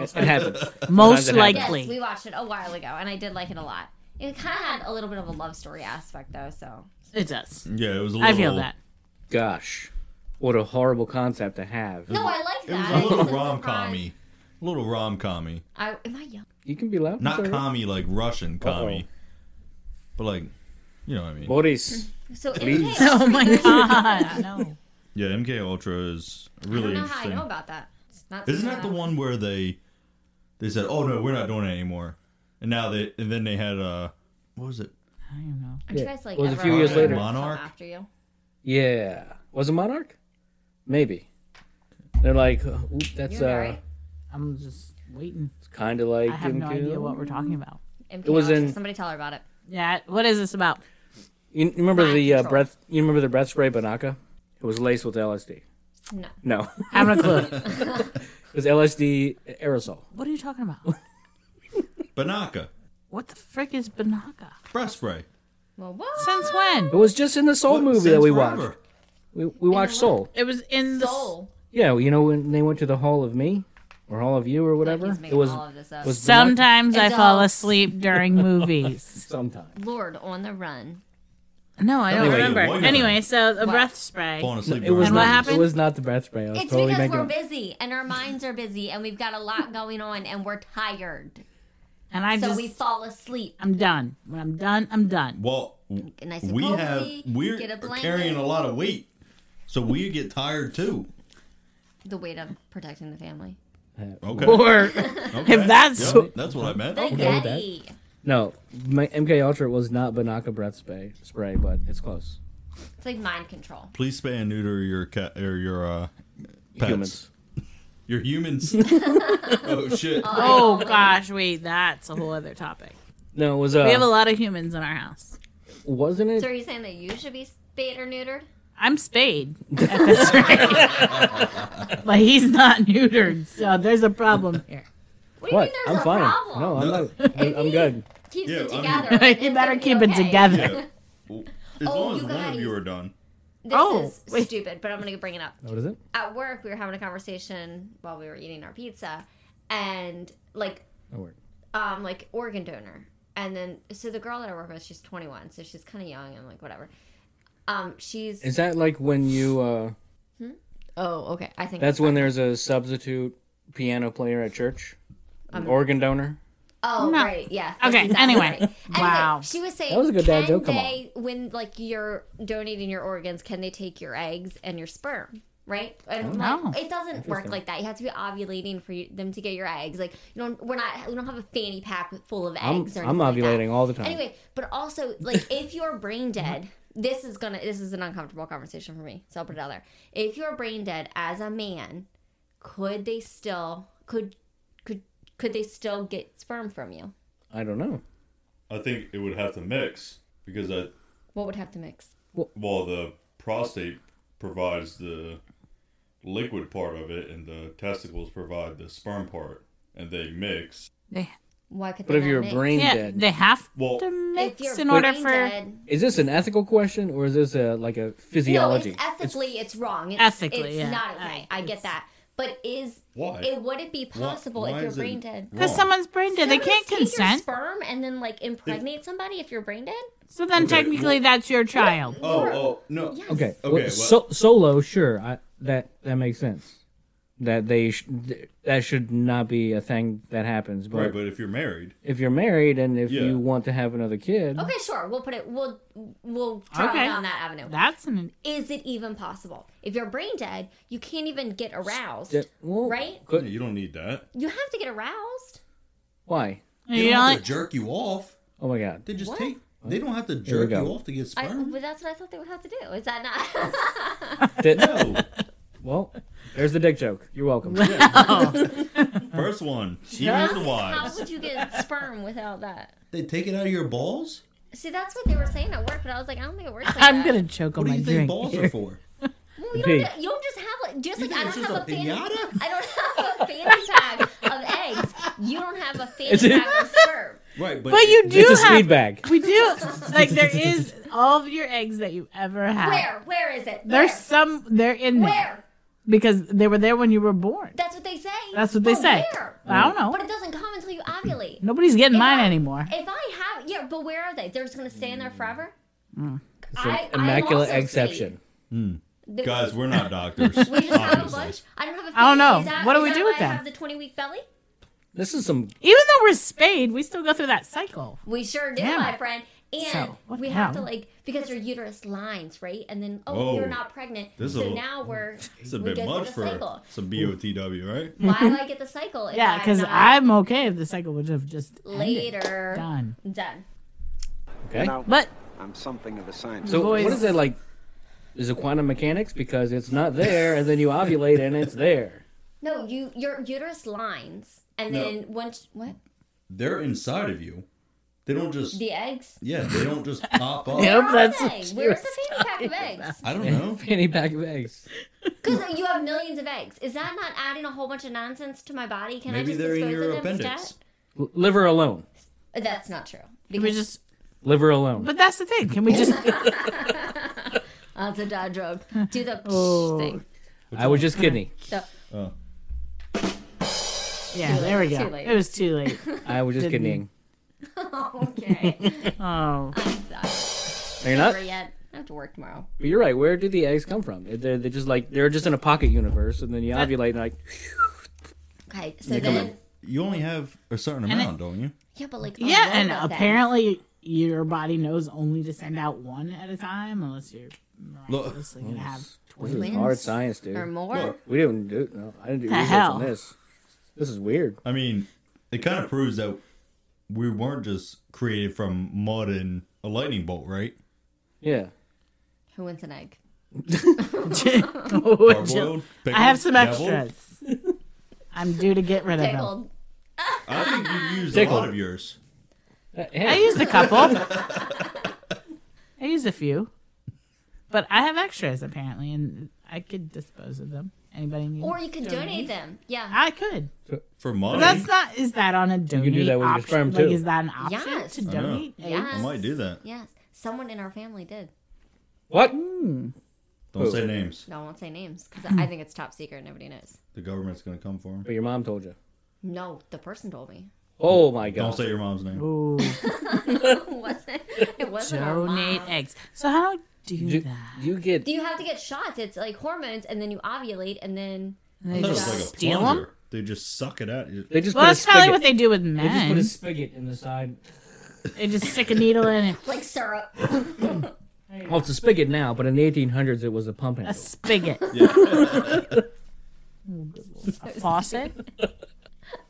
A: it, it happens. Sometimes
C: Most
A: it happens.
C: likely.
D: yes, we watched it a while ago, and I did like it a lot. It kind of had a little bit of a love story aspect, though. So
C: It does.
B: Yeah, it was a little.
C: I feel that.
A: Gosh, what a horrible concept to have.
D: no, I like
B: It was
D: that.
B: a little
D: wasn't
B: rom
D: surprised.
B: commy. Little rom commy.
D: I am I young?
A: You can be loud.
B: Not
A: sorry.
B: commie like Russian commie, but like, you know what I mean.
A: Boris.
D: So
A: Please.
D: MK,
C: Oh my god. I know.
B: Yeah, MK Ultra is
D: I
B: really
D: don't know how I
B: interesting.
D: know about that. It's not
B: Isn't
D: something
B: that the
D: I-
B: one where they they said, "Oh no, we're not doing it anymore," and now they and then they had uh, what was it?
C: I don't know.
D: Aren't you
A: Yeah.
D: guys, like,
A: It was a
D: ever
A: few years
D: on-
A: later.
B: Monarch?
D: After you.
A: Yeah. Was it Monarch? Maybe. They're like, oh, oop, that's
D: You're
A: uh,
D: right.
C: I'm just waiting.
A: kind of like.
C: I have no
A: MK.
C: idea what we're talking about.
D: MK
A: It was
D: Ultra.
A: in-
D: Somebody tell her about it.
C: Yeah. What is this about?
A: You you remember
D: Mind
A: the uh,
D: control.
A: breath? You remember the breath spray Banaka? It was laced with LSD.
D: No.
A: No,
C: Having a clue.
A: it was LSD aerosol.
C: what are you talking about?
B: Banaka
C: What the frick is Banaka?
B: breast spray.
D: Well, what?
C: Since when?
A: It was just in the Soul
B: What?
A: movie
B: Since
A: that we
B: forever.
A: watched. We, we watched Soul.
C: It was in the.
D: Soul.
A: Yeah, well, you know when they went to the Hall of Me or Hall of You or whatever.
D: He's
A: it
D: making
A: was
D: all of this up.
A: was Banaka-
C: Sometimes I fall
D: Adults.
C: asleep during movies.
A: sometime.
D: Lord on the run.
C: No, I don't
B: Anyway,
C: remember.
B: what-
C: Anyway, so a
D: What?
C: breath spray.
B: Falling asleep.
A: It was
C: And
A: not.
C: what happened?
A: It was not the breath spray. I was
D: It's
A: totally
D: because
A: making
D: we're
A: up.
D: busy and our minds are busy and we've got a lot going on and we're tired.
C: And I
D: so
C: just,
D: we fall asleep.
C: I'm done. When I'm done, I'm done.
B: Well, w-
D: Get nice and
B: we
D: cozy,
B: have we're
D: get a blanket.
B: carrying a lot of weight, so we get tired too.
D: The weight of protecting the family.
B: Okay,
C: Or
B: Okay.
C: if that's-
B: Yep, that's what I meant.
D: The
B: Okay.
E: with that.
D: Yeti.
A: No, my MK Ultra was not Banaka breath spray, spray, but it's close.
D: It's like mind control.
B: Please spay and neuter your cat or your uh, pets.
A: Humans.
B: Your humans. oh shit!
D: Uh,
C: oh gosh, wait, that's a whole other topic.
A: No, it was uh,
C: We have a lot of humans in our house.
A: wasn't
D: So are
A: it?
D: you saying that you should be spayed or neutered?
C: I'm spayed at this rate, but he's not neutered, so there's a problem here.
D: What? Do
A: What?
D: you mean there's
A: I'm
D: a
A: fine.
D: Problem?
A: No, I'm
B: No.
A: not. I'm, I'm good.
D: Keeps
B: Yeah,
D: it
B: I mean-
D: together. It's
C: you better
D: gonna be
C: keep it
D: okay.
C: together.
B: Yeah. Well, As
D: Oh,
B: long as
D: you
B: one of you
D: guys.
B: are done.
D: This
C: Oh,
D: is
C: wait.
D: stupid, but I'm gonna bring it up.
A: What is it?
D: At work, we were having a conversation while we were eating our pizza, and like
A: I work.
D: um, like organ donor. And then, so the girl that I work with, she's 21, so she's kind of young. I'm like, whatever. Um, she's
A: Is that like when you? uh
D: oh, okay. I think
A: That's when there's a substitute piano player at church,
D: Um,
A: an organ donor.
D: Oh,
C: No.
D: right, yeah. that's
C: Okay,
D: exactly
C: anyway.
D: right. Anyway,
C: Wow.
D: She was saying,
A: That was a good dad
D: can
A: joke, come on.
D: they, when like you're donating your organs, can they take your eggs and your sperm? Right? And I'm
C: Oh.
D: like, it doesn't work like that. You have to be ovulating for you, them to get your eggs. Like you don't, we're not, we don't have a fanny pack full of
A: I'm
D: eggs. Or
A: I'm
D: anything like that.
A: ovulating all the time.
D: Anyway, but also like if you're brain dead, this is gonna this is an uncomfortable conversation for me, so I'll put it out there. If you're brain dead as a man, could they still could could could they still get sperm from you?
A: I don't know.
F: I think it would have to mix because I
D: What would have to mix?
F: well the prostate provides the liquid part of it and the testicles provide the sperm part and they mix.
C: They
D: Why could
A: But
D: they
A: if
D: not
A: you're
D: mix?
A: brain
C: yeah,
A: dead,
C: they have
F: Well-
C: to
D: If
C: mix
D: you're
C: in order
D: brain
C: for
D: dead-
A: is this an ethical question or is this a like a
D: no,
A: physiology?
D: it's ethically it's, wrong. It's,
C: Ethically,
D: it's
C: yeah,
D: not okay. I,
C: I-
D: get that. But is
B: Why?
D: it would it be possible
B: why
D: if you're
B: is it
D: brain dead?
B: wrong?
C: because someone's brain dead. They
D: Somebody
C: can't
D: take your
C: consent.
D: sperm and then like impregnate somebody if you're brain dead.
C: So then
B: Okay,
C: technically
B: well-
C: that's your child.
B: Oh, oh no.
D: Yes.
A: Okay.
B: Okay,
A: well,
B: well-
A: so, solo, sure. I, that that makes sense. That they sh- th- that should not be a thing that happens. But,
B: Right, but if you're married,
A: if you're married and if
B: Yeah.
A: you want to have another kid,
D: Okay, sure. We'll put it. We'll we'll try
C: Okay.
D: down that avenue. Is
C: That's an
D: it even possible? If you're brain dead, you can't even get aroused.
A: that- well,
D: Right?
A: could-
B: you don't need that.
D: You have to get aroused.
A: why?
B: They
C: you
B: don't
C: know,
B: have to jerk you off.
A: Oh my god.
B: They just
D: What?
B: take. They don't have to
A: we
B: jerk you
A: go.
B: off to get
D: I,
B: sperm.
D: but that's what I thought they would have to do. Is that not?
A: That-
B: no.
A: well, there's the dick joke. You're welcome.
F: First one, even the
D: How
F: wives.
D: would you get sperm without that?
B: They take it out of your balls.
D: See, that's what they were saying at work, but I was like, I don't think it works. Like
C: I'm
D: that.
C: gonna choke on
B: What do
C: my
B: you think
C: drink.
B: balls
C: here.
B: are for?
D: Well, you,
A: Okay.
D: don't, you don't just have like just
B: You
D: like I
B: think it's
D: don't have a,
B: just a
D: fanny.
B: pinata?
D: I don't have a fanny pack of eggs. You don't have a
A: It's
D: fanny
A: a-
D: pack of sperm.
B: Right,
C: But you do
A: it's a
C: have
A: speed bag.
C: we do like there is all of your eggs that you ever had.
D: Where? Where is it?
C: There's
D: Where?
C: some they're in there
D: Where?
C: because they were there when you were born.
D: That's what they say.
C: That's what they
D: But
C: say.
D: Where?
C: I don't know.
D: But it doesn't come until you ovulate.
C: Nobody's getting mine
D: I-
C: anymore.
D: If I have, yeah, but where are they? They're just gonna stay in there forever.
C: Mm.
A: It's an immaculate exception.
B: guys, we're not doctors.
D: We just have a
B: obviously.
D: bunch. I don't have a.
C: I don't
D: fanny.
C: know.
D: Is that-
C: What do
D: is
C: we
D: that
C: do
D: why
C: with
D: I
C: that?
D: Have the twenty-week belly?
A: This is some.
C: Even though we're spayed, we still go through that cycle.
D: We sure do,
C: Damn
D: my
C: it.
D: friend. And
C: So, what
D: we
C: the
D: have to
C: hell?
D: like because your uterus lines, right? And then oh,
B: Whoa.
D: you're not pregnant.
B: This is
D: so
B: a-
D: now we're
B: It's a
D: we
B: bit
D: go through
B: much
D: the
B: for
D: cycle.
B: some BOTW, right?
D: Why do I get the cycle? If
C: Yeah,
D: I'm
C: because
D: not
C: I'm okay if the cycle would have just ended.
D: later
C: done.
D: done.
A: Okay.
G: Now,
C: But
G: I'm something of a scientist.
A: So
C: Boys.
A: what is it like? Is it quantum mechanics because it's not there and then you ovulate and it's there?
D: No, you your uterus lines, and
B: No.
D: then once what
B: They're inside of you. They don't just.
D: the eggs.
B: yeah, they don't just pop up.
C: Yep.
D: Where
C: Nope,
D: are
C: that's
D: they?
C: what she
D: Where's the
C: was
D: fanny pack of eggs?
B: I don't know.
A: Fanny pack of eggs.
D: Because you have millions of eggs. Is that not adding a whole bunch of nonsense to my body? Can I
B: Maybe
D: just
B: they're in
D: dispose
B: your
D: of them
B: appendix.
A: L- liver alone.
D: stat? That's not true.
C: can we just?
A: Liver alone.
C: But that's the thing. Can we just?
D: that's a dad joke. Do the
C: Oh.
D: thing.
A: I was just kidding.
D: So,
B: Oh.
C: Yeah, there we go.
D: Too late.
C: It was too late.
A: I was just
C: Didn't-
A: kidding.
D: okay.
C: Oh,
D: I'm
A: No,
D: sorry.
A: You're not.
D: Over yet. I have to work tomorrow.
A: But you're right. Where do the eggs come from? They're, they're just like they're just in a pocket universe, and then you ovulate and like
D: Okay, so
A: come
D: then
A: in.
B: you only have a certain
C: And it-
B: amount, don't you?
D: Yeah, but like
C: Yeah,
D: alone
C: and
D: with that.
C: apparently your body knows only to send out one at a time, unless you're miraculously gonna have
A: This
C: twins.
A: is hmm, hard science, dude.
D: or more.
B: Look.
A: We didn't do no. I didn't do
C: The
A: research
C: hell?
A: on this. This is weird.
B: I mean, it kind of proves that we weren't just created from mud and a lightning bolt, right?
A: Yeah.
D: Who wants an egg?
C: Oh,
B: Gargoyled,
C: I have
B: pickled,
C: some
B: deviled.
C: extras. I'm due to get rid of them.
D: Pickled.
B: I think you used a
A: Tickled.
B: lot of yours.
A: Uh,
C: I
A: yeah.
C: used a couple. I used a few, but I have extras apparently, and I could dispose of them. Anybody need?
D: Or you could donate them. Yeah.
C: I could.
B: For
C: But
B: money,
C: that's not. Is that on a donate
A: can do that with your
C: option?
A: sperm,
C: Like,
A: too.
C: is that an option
D: Yes.
C: to
D: I
B: know.
C: donate? eggs?
D: Yes.
B: I might do that.
D: Yes. Someone in our family did.
A: What?
B: Don't
A: Who?
B: say names.
D: No, I won't say names
C: Hmm.
D: because I think it's top secret and nobody knows.
B: The government's gonna come for him.
A: But your mom told you.
D: No, the person told me.
A: Oh my
B: Don't
A: god.
B: say your mom's name.
C: Ooh,
D: It wasn't. It wasn't our
C: donate
D: mom.
C: eggs. So how do I do
A: You,
C: that?
A: you get
D: You have to get shots. It's like hormones, and then you ovulate, and then
C: They
B: I thought it
C: just
B: was like a
C: steal them.
B: plunger. They just suck it out.
A: they just
C: Well,
A: put a
C: that's probably
A: spigot.
C: what they do with
A: they just
C: men.
A: put a spigot in the side.
C: They just stick a needle in it.
D: like syrup.
A: Well, it's a spigot now, but in the 1800s it was a pump
C: A
A: handle.
C: spigot. a faucet.
D: A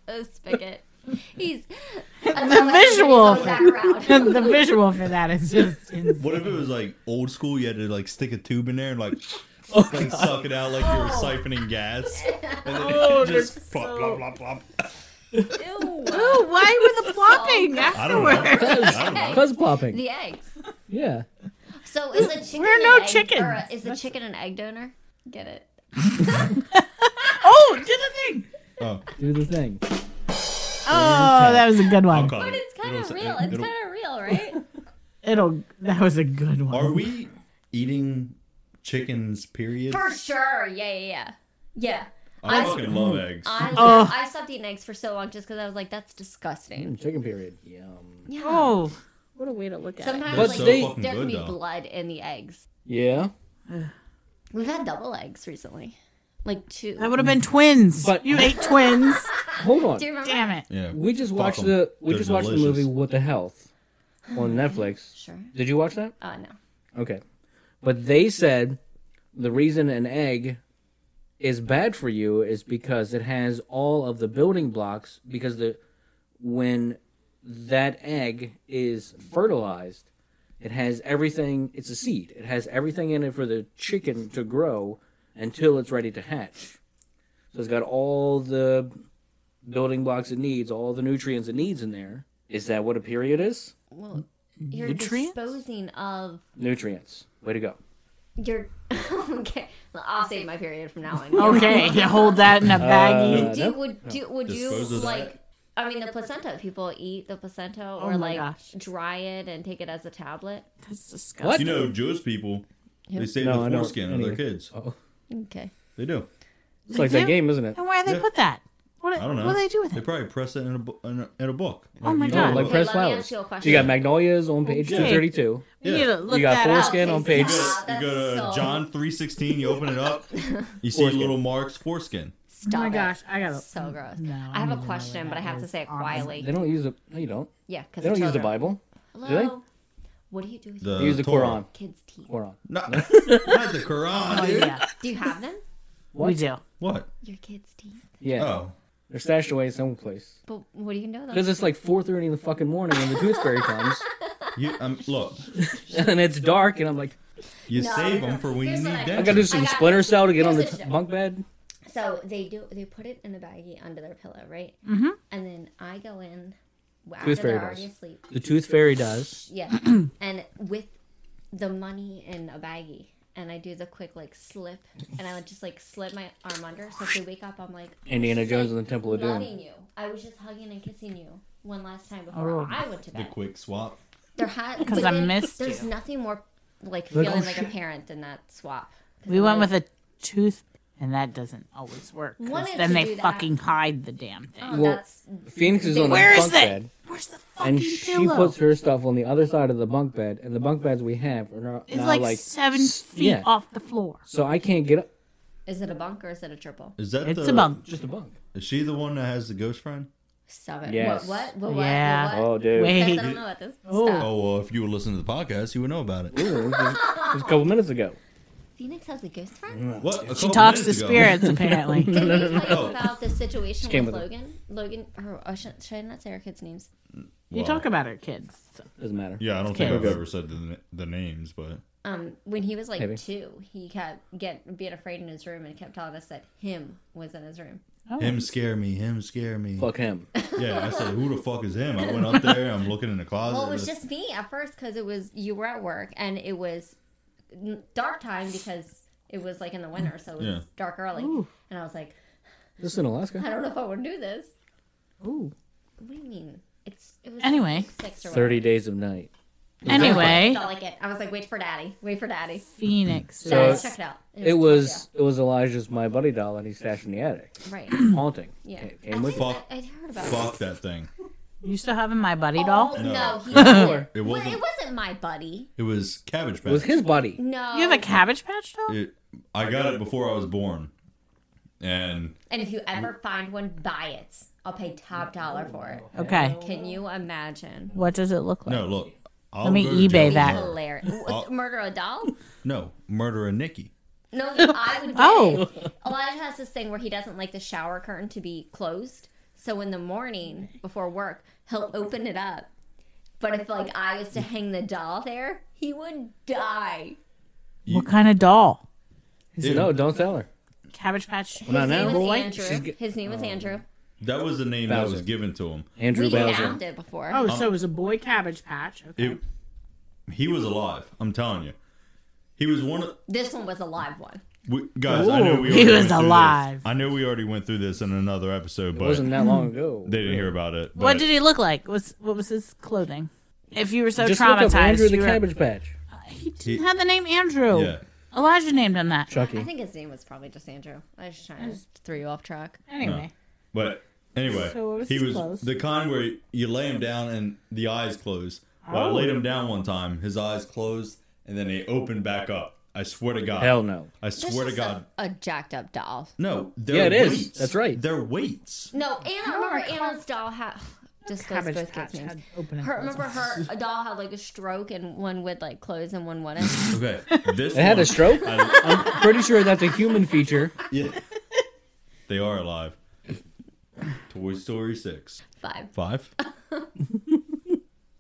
D: Oh, spigot. He's the
C: The visual.
D: Back around.
C: the visual for that is just insane.
B: What if it was like old school? You had to like stick a tube in there and like, like suck it out like you were siphoning gas, and then
C: Oh,
B: it just plop, plop, plop, plop.
D: Ew.
C: Ooh, Oh, why were the flopping
B: I don't know.
C: afterward?
B: I don't know.
A: Fuzz popping.
D: The eggs.
A: Yeah.
D: So is the chicken?
C: We're
D: an
C: no
D: egg,
C: chickens.
D: Or is the chicken an egg donor? Get it?
C: Oh, do the thing.
B: Oh,
A: Do the thing.
C: Oh, that was a good
B: I'll
C: one.
B: cut
D: But
B: it.
D: it's kind
B: Uh, It'll
D: of
B: say-
D: real. It's
B: it'll-
D: kind of real, right?
C: It'll. That was a good one.
B: Are we eating chickens? Period.
D: For sure. Yeah, yeah, yeah. Yeah.
B: I
D: I-
B: fucking love eggs.
D: I,
C: Oh.
D: I stopped eating eggs for so long just because I was like, that's disgusting.
A: Mm, Chicken period. Yum.
D: Yeah.
C: Oh, what a way to look at
D: Sometimes
B: But
D: like
B: they-
D: there can be
B: Good, though.
D: blood in the eggs.
A: Yeah.
D: We've had double eggs recently, like two.
C: That would have been twins.
A: But-
C: you ate twins.
A: Hold on.
D: Do you remember?
C: Damn it.
B: Yeah.
A: We just
B: Fuck
A: watched
B: 'em.
A: the we
B: They're
A: just watched
B: delicious.
A: the movie What the Health on Netflix.
D: Sure.
A: Did you watch that?
D: Oh no.
A: Okay. But they said the reason an egg is bad for you is because it has all of the building blocks because the when that egg is fertilized it has everything it's a seed it has everything in it for the chicken to grow until it's ready to hatch so it's got all the building blocks it needs all the nutrients it needs in there is that what a period is
D: Well, you're
C: Nutrients?
D: disposing of
A: nutrients way to go
D: your. okay, well, I'll save my period from now on.
C: Okay, you hold that in a baggie.
A: Uh,
D: Do you,
A: Nope.
D: would do, would you
B: Dispose of that.
D: like? I mean, the placenta. People eat the placenta or
C: Oh my
D: like
C: gosh.
D: dry it and take it as a tablet.
C: That's
B: You
C: disgusting.
B: know, Jewish people, they save
A: No, I
B: the
A: don't-
B: foreskin of their
A: anyway.
B: kids.
D: Okay.
B: They do.
A: it's like
C: do?
A: that game isn't it
C: And why do they
B: Yeah.
C: put that? What,
B: I don't know.
C: what do they do with
B: They
C: it?
B: probably press it in a, bu- in a, in a book.
C: Oh my
B: you
C: God.
B: know,
A: Like
D: Okay,
A: press
D: let me
A: flowers.
D: ask you a question.
A: You got magnolias on page
B: Okay.
A: 232.
C: You need to look
A: You got
C: that up.
A: foreskin on page.
D: Wow,
B: you
D: Ah, that's
B: go to
D: so-
B: John three sixteen. You open it up, you see
A: Foreskin.
B: little marks foreskin.
D: Stop
C: Oh my
D: it.
C: gosh, I gotta.
D: So gross.
C: No,
D: I
C: need
D: have
C: to
D: a
C: know what
D: question, but I
C: that
D: have to
C: is.
D: say it
C: Honestly.
D: quietly.
A: They don't use the. No, you don't.
D: Yeah, because
A: They don't use the Bible.
D: Hello.
A: they?
D: What do you do with
B: The
D: your
A: They use the
B: Uh, Torah.
A: Quran.
D: kids' teeth?
A: Quran.
B: No, not the Quran.
C: Oh,
B: dude.
C: yeah,
D: Do you have them?
C: we do.
B: What?
D: Your kids' teeth.
A: Yeah,
B: Oh,
A: they're stashed away someplace.
D: But what do you know
A: Because
D: them?
A: it's like 4:30 in the fucking morning when the tooth fairy comes,
B: you um, look.
A: and it's dark, and I'm like,
B: You
D: No,
B: save
D: no.
B: them for when you
D: Here's
B: need
D: what I-
B: dentures.
A: I gotta do some
D: I got-
A: splinter cell to get on the
D: here's the
A: t-
D: show.
A: bunk bed.
D: So they do. They put it in a baggie under their pillow, right?
C: Mm-hmm.
D: And then I go in after
A: Tooth fairy
D: they're already
A: does.
D: asleep.
A: The tooth fairy does.
D: Yeah, and with the money in a baggie, and I do the quick like slip, and I would just like slip my arm under. So if they wake up, I'm like
A: Indiana Jones and the Temple of Doom.
D: loving you. I was just hugging and kissing you one last time before
C: Oh.
D: I went to bed.
B: the quick swap.
D: There has
C: 'Cause I missed
D: There's
C: you.
D: nothing more like
A: Like,
D: feeling
A: oh,
D: like a
A: shit.
D: parent than that swap.
C: We went with a tooth, and that doesn't always work. 'cause
D: Wanted
C: Then
D: to
C: they
D: do that.
C: fucking hide the damn thing.
D: Oh,
A: Well,
D: that's
A: Phoenix is on the
C: Where is
A: bunk
C: that?
A: bed,
C: Where's the fucking
A: and she
C: pillow?
A: puts her stuff on the other side of the bunk bed, and the bunk beds we have are now,
C: it's
A: now
C: like,
A: like
C: seven
A: s-
C: feet
A: yeah.
C: off the floor.
A: So I can't get up.
D: is it a bunk or is it a triple?
B: Is that
C: It's
B: the,
C: a bunk.
A: Just a bunk.
B: Is she the one that has the ghost friend?
D: Stop it.
A: Yes.
D: What? What? What? What?
C: Yeah.
D: what, what?
A: Oh, dude.
C: Wait.
D: Guys, I don't know about this.
C: Oh.
D: Stop.
B: Oh, well, if you were listening to the podcast, you would know about it.
A: Ooh, it was just- it was a couple minutes ago.
D: Phoenix has a ghost friend.
B: What? A
C: She
B: couple
C: talks to
B: minutes ago.
C: spirits, apparently.
D: Did we tell you
B: Oh.
D: about the situation
A: came
D: with,
A: with it.
D: Logan? Logan, or oh, should, should I not say our kids' names?
C: you talk about her kids. so-
A: Doesn't matter.
B: Yeah, I don't think I've
C: Kids.
B: ever said the, the names, but
D: Um, when he was like
A: Maybe.
D: two, he kept get being afraid in his room and kept telling us that him was in his room.
C: Oh.
B: him scare me, him scare me.
A: Fuck him.
B: Yeah, I said, who the fuck is him? I went up there, I'm looking in the closet.
D: Well, it was
B: and-
D: just me at first because it was you were at work and it was n- dark time because it was like in the winter, so it was
B: Yeah.
D: dark early. And I was like,
A: This is in Alaska.
D: I don't know if I want to do this.
C: Ooh.
D: What do you mean? It's it was
C: Anyway.
D: six or
A: Thirty days of night.
D: whatever.
C: Anyway,
D: Felt like it. I was like, wait for daddy, wait for daddy.
C: Phoenix.
D: So
C: is-
D: let's check it out.
A: It was it was Elijah's my buddy doll that he stashed in the attic.
D: yeah. right.
A: Haunting.
D: Yeah.
A: It came with it.
B: Fuck,
D: I, I heard about it.
B: fuck that thing.
C: you still having my buddy
D: Oh
C: doll?
D: no, he
B: It
D: it, wasn't.
B: wasn't-
D: Well, it wasn't my buddy.
B: It was Cabbage Patch.
A: It was his buddy.
D: No,
C: You have a Cabbage Patch doll?
B: It- I got it before I was born. And
D: And if you ever find one, buy it. I'll pay top dollar for it.
C: Okay.
D: Can you imagine?
C: What does it look like?
B: no, look. I'll
C: me
B: go to jail
C: eBay
B: for
C: that.
B: her.
D: Hilarious. W- Murder a doll?
B: No, murder a Nikki.
D: No, I would.
C: Oh.
D: It. Elijah has this thing where he doesn't like the shower curtain to be closed. So in the morning before work, he'll open it up. But if like I was to hang the doll there, he would die.
C: What kind of doll?
A: He said, no, don't tell her.
C: Cabbage Patch.
A: Not
D: His
A: now.
D: name
A: Boy,
D: was
A: she's
D: Andrew.
A: get-
D: His name was Andrew.
B: That was the name that
A: Bowser.
B: was given to him.
A: Andrew
D: We
A: Bowser.
D: found it before.
C: Oh, so it was a boy Cabbage Patch. Okay.
B: Um, It, he was alive. I'm telling you. He was one of
D: This one was a live one.
B: we, guys. I know we
C: Ooh.
B: already
C: He was
B: went through this.
C: alive.
B: I know we already went through this in another episode,
A: It
B: but
A: wasn't that long ago.
B: they didn't hear about it.
C: what
B: but-
C: did he look like? Was what was his clothing? If you were so
A: Just look
C: traumatized,
A: up Andrew the
C: you were-
A: Cabbage Patch.
C: he didn't have the name Andrew.
B: Yeah.
C: Elijah named him that.
D: I
A: Chucky.
D: think his name was probably just Andrew. I was just trying to throw you off track.
C: Anyway,
B: But anyway,
C: So what was
B: he
C: his
B: was
C: clothes?
B: the kind where you lay him down and the eyes close. Well, I laid
C: Oh.
B: him down one time. His eyes closed and then they opened back up. I swear to God.
A: Hell no.
B: I
D: This
B: swear to
D: is
B: God.
D: A, a jacked up doll.
B: No, they're
A: Yeah, it is.
B: weights.
A: That's right.
B: They're weights.
D: No, Anna. remember Anna's doll had just goes
C: Cabbage
D: both
C: Patch
D: kids' names.
C: had open and
D: Her,
C: close
D: remember her a doll had like a stroke and one would like close and one wouldn't.
B: Okay. This
A: It had
B: one-
A: a stroke.
B: I-
A: I'm pretty sure that's a human feature.
B: yeah. They are alive. Toy Story 6.
D: Five.
B: 5.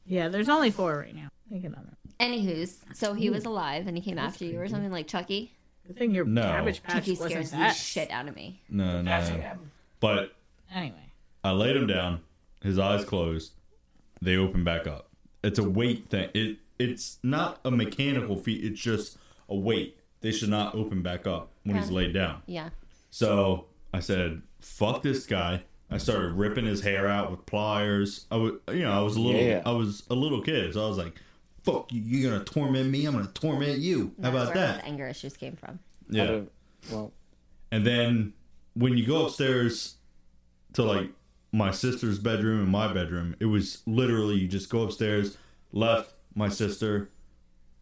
C: yeah, there's only four right now. Think another.
D: Anywho's, so he was alive and he came after you or something like Chucky.
C: Good thing your
B: No.
C: Cabbage Patch
D: Chucky
C: wasn't
D: scares the
C: that.
D: shit out of me.
B: No, no. But
C: Anyway,
B: I laid him down. His eyes closed. They open back up. It's a weight thing. It it's not a mechanical feat. It's just a weight. They should not open back up when he's laid down.
D: Yeah.
B: So I said, "Fuck this guy." I started ripping his hair out with pliers. I was, you know, I was a little,
A: Yeah.
B: I was a little kid, so I was like, "Fuck you! You're gonna torment me. I'm gonna torment you." How
D: That's
B: about
D: where His
B: that?
D: anger issues came from.
B: Yeah.
A: Well,
B: And then when you go upstairs to like my sister's bedroom and my bedroom, it was literally you just go upstairs, left my sister,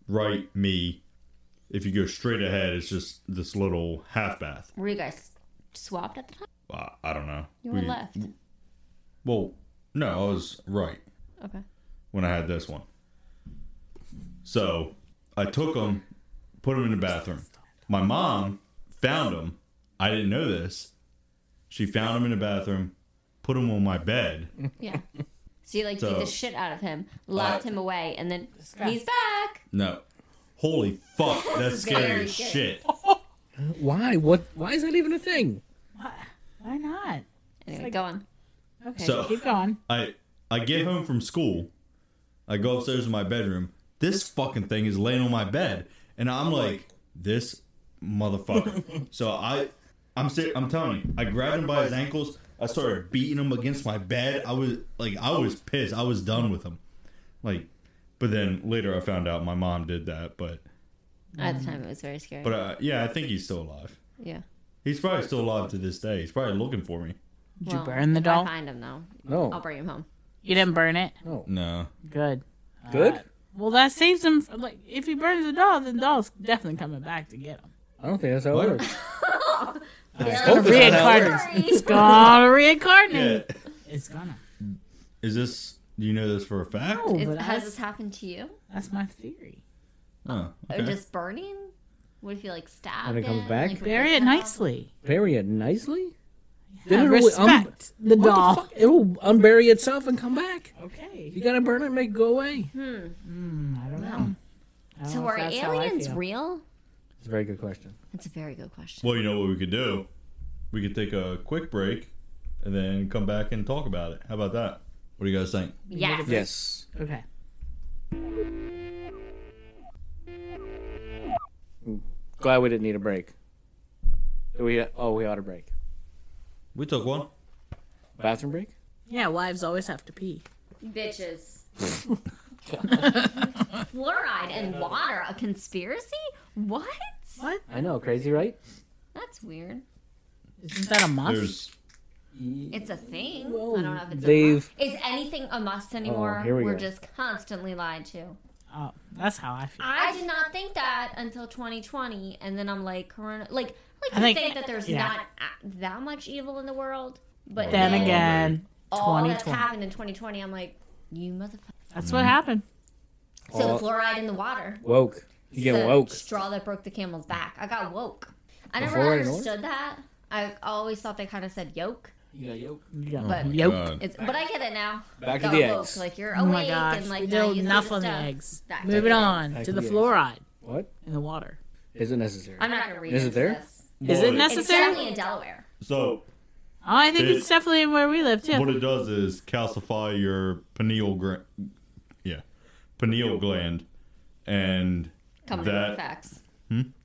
B: right me. If you go straight ahead, it's just this little half bath.
D: Were you guys swapped at the time?
B: I, I don't know.
D: You were
B: We-
D: left.
B: Well, no, I was right
D: Okay.
B: when I had this one. So I took him, put him in the bathroom. My mom found him. I didn't know this. She found him in the bathroom, put him on my bed.
D: Yeah. So you like
B: So-
D: beat the shit out of him, locked him away, and then he's back.
B: No. Holy fuck, that's scary
D: Very
B: as
D: good.
B: shit.
A: why? What? Why is that even a thing?
C: why not?
D: Anyway, go on.
C: Okay,
B: So-
C: keep going.
B: I I get home from school. I go upstairs to my bedroom. This fucking thing is laying on my bed, and I'm like, this motherfucker. so I, I'm si- I'm telling you, I grabbed him by his ankles. I started beating him against my bed. I was like, I was pissed. I was done with him. Like, but then later I found out my mom did that. But
D: At the time, it was very scary.
B: but uh, yeah, I think he's still alive.
D: yeah.
B: He's probably still alive to this day. He's probably looking for me.
C: Did you burn the
D: if
C: doll?
D: I find him though. I'll
A: No.
D: bring him home.
C: You didn't burn it.
B: No,
C: Good.
A: Good.
C: Well, that saves him. From, like, if he burns the doll, the doll's definitely coming back to get him.
A: I don't think that's how it works.
D: Yeah.
A: hope it's not how it
C: Reincarnate. It's gonna reincarnate. It's gonna.
B: Is this? Do you know this for a fact?
C: No,
D: Is,
C: but
D: has
C: that's,
D: this happened to you?
C: that's my theory.
B: Oh,
D: Or
B: okay.
D: just burning? What if you like stabbed?
A: When it comes
D: it,
A: back?
D: like,
C: Bury it
D: yourself?
C: nicely.
A: Bury it nicely.
C: Yeah,
A: it'll really un-
C: respect um, the
A: What the
C: doll.
A: fuck? It'll unbury itself and come back. You
C: Okay.
A: gotta burn it, and make it go away.
C: Mm, I don't know. I don't
D: So
C: know if
D: are
C: that's how I
D: aliens
C: feel.
D: real?
A: It's a very good question.
D: That's a very good question.
B: well, you know what we could do? We could take a quick break and then come back and talk about it. How about that? What do you guys think?
D: Yes.
A: Yes.
C: Okay.
A: Glad we didn't need a break. We oh we ought a break.
B: We took one.
A: Bathroom break.
C: Yeah, wives always have to pee.
D: Bitches. Fluoride and water, a conspiracy? What?
C: What?
A: I know, crazy, right?
D: That's weird.
C: Isn't that a must?
B: There's
D: It's a thing. I don't know if it's a
A: They've Oh,
D: must. Is anything a must anymore?
A: here we
D: are
A: go.
D: just constantly lied to.
C: Oh, that's how I feel.
D: I did not think that until 2020, and then I'm like, Corona. Like, like
C: I
D: I like
C: think-
D: to think that there's
C: yeah.
D: not a- that much evil in the world,
B: Oh,
D: but
C: Then
D: then
C: again,
D: all that's
C: 2020.
D: happened in 2020, I'm like, you motherfucker.
C: that's what happened.
D: So
A: All-
D: the fluoride in the water.
A: woke. You get
D: the
A: woke.
D: Straw that broke the camel's back. I got woke. I
A: The
D: never
A: fluoride in the
D: understood that. I always thought they kind of said yoke,
A: You got yoke.
C: Yeah.
B: oh my
C: Yolk.
B: God.
D: it's, but I get it now.
A: Back to
D: got
A: the
D: woke.
A: eggs.
D: Like you're
C: Oh
D: awake
C: my gosh.
D: and
C: we
D: like
C: do
D: now you see
C: enough
D: the
C: on the
D: stuff.
C: eggs.
D: Back to
C: Moving
D: the
C: on
A: Back
C: to
A: to
C: the
A: the eggs.
C: fluoride
A: What?
C: in the water.
A: Is it necessary?
D: I'm not gonna read.
A: Is it
D: into
A: there?
D: This.
C: Is
B: Well,
C: it
D: It's
C: necessary?
D: definitely in Delaware.
B: So
C: Oh, I think
B: It-
C: it's definitely where we live too.
B: what it does is calcify your pineal gland. Yeah, pineal gland, and
D: Coming in
B: that.
D: with the facts.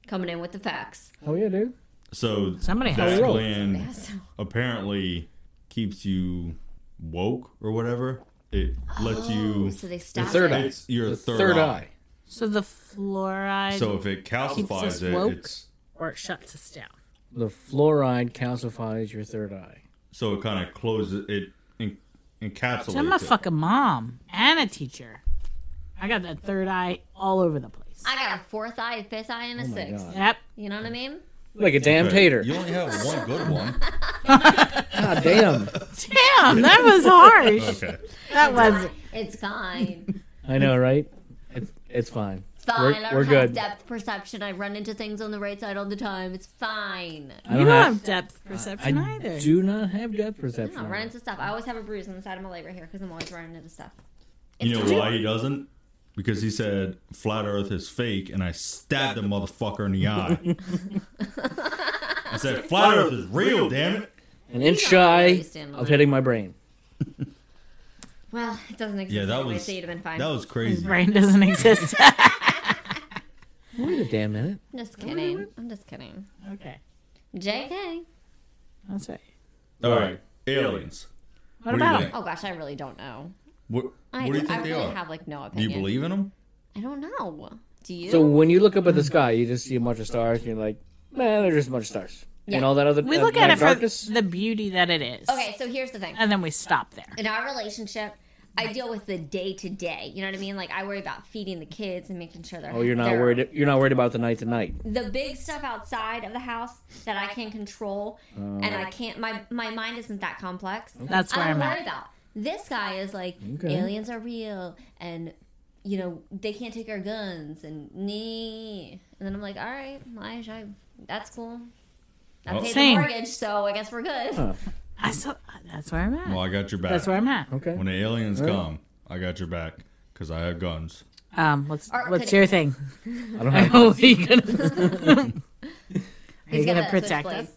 D: Coming in with the facts.
A: Oh yeah, dude.
B: So
C: Somebody has
B: that
A: to-
B: gland
D: Yes.
B: apparently keeps you woke or whatever. It
C: Oh,
B: lets you.
D: So they stopped.
A: third
D: it.
A: eye.
B: It's your
A: The
B: third,
A: third
B: eye.
A: eye.
C: So the fluoride
B: So if it
C: us
B: calcifies it,
C: woke?
B: it's
C: or it shuts us down.
A: The fluoride calcifies your third eye.
B: so it kind of closes it, en- encapsulates.
C: So I'm a
B: it.
C: fucking mom and a teacher. I got that third eye all over the place.
D: I got a fourth eye, a fifth eye, and a
A: Oh my
D: sixth.
A: god.
C: Yep.
D: You know what I mean?
A: Like a damn
B: Okay,
A: tater.
B: You only have one good one.
A: God damn.
C: Damn, that was harsh.
B: Okay.
C: That was
D: It's fine.
A: I know, right? It's it's fine.
D: It's fine. I
A: We're,
D: don't
A: we're
D: have
A: good.
D: depth perception. I run into things on the right side all the time. It's fine.
A: I
C: you
A: don't
C: don't
A: have.
C: have depth
A: I
C: perception either.
A: do not have depth
D: No,
A: perception.
D: run into stuff. I always have a bruise on the side of my leg right here because I'm always running into stuff.
B: You know why he doesn't? Because he said flat Earth is fake, and I stabbed the motherfucker in the eye. I said flat Earth is real, damn it.
A: An inch
D: He's not really
A: shy
D: standing
A: of
D: on
A: hitting my brain.
D: Well, it doesn't exist.
B: Yeah, that
D: anyway,
B: was
D: so you'd have been fine.
B: that was crazy.
C: Brain doesn't exist.
A: Wait a damn minute.
D: I'm just kidding. I'm just kidding.
C: okay.
D: JK.
C: That's right.
B: All right, aliens.
C: What,
B: What do you
C: about
B: think?
D: Oh gosh, I really don't know.
B: What,
D: I,
B: what do you think
D: I
B: they
D: really
B: are?
D: have like no
B: do you
D: opinion.
B: believe in them?
D: I don't know. Do you?
A: So when you look up at the sky, you just see a bunch of stars, and you're like, man, they're just a bunch of stars. And
D: Yeah.
A: all that other
C: We
A: uh,
C: look at
A: like
C: it
A: darkness.
C: for the beauty that it is.
D: okay, so here's the thing.
C: And then we stop there.
D: in our relationship, I deal with the day to day. You know what I mean? Like I worry about feeding the kids and making sure they're.
A: Oh, you're not
D: they're-
A: worried. You're not worried about the night tonight.
D: The big stuff outside of the house that I can control,
A: Oh.
D: and I can't. My my mind isn't that complex.
C: That's where
D: I don't
C: I'm
D: worry
C: at.
D: about. This guy is like
A: Okay.
D: aliens are real, and you know they can't take our guns, and nee. And then I'm like, all right, I, I, that's cool. I
B: Oh.
D: paid the
C: Same.
D: mortgage, so I guess we're good.
A: Huh.
C: I so, that's where I'm at.
B: Well, I got your back.
C: that's where I'm at.
A: Okay.
B: When the aliens
A: Alright.
B: come, I got your back because I have guns.
C: Um, what's
D: Or
C: what's
D: could-
C: your thing?
A: I don't
C: I
A: have.
C: hope you gonna, are you
D: He's got
C: gonna
D: that
C: protect
D: switchblade.
C: us?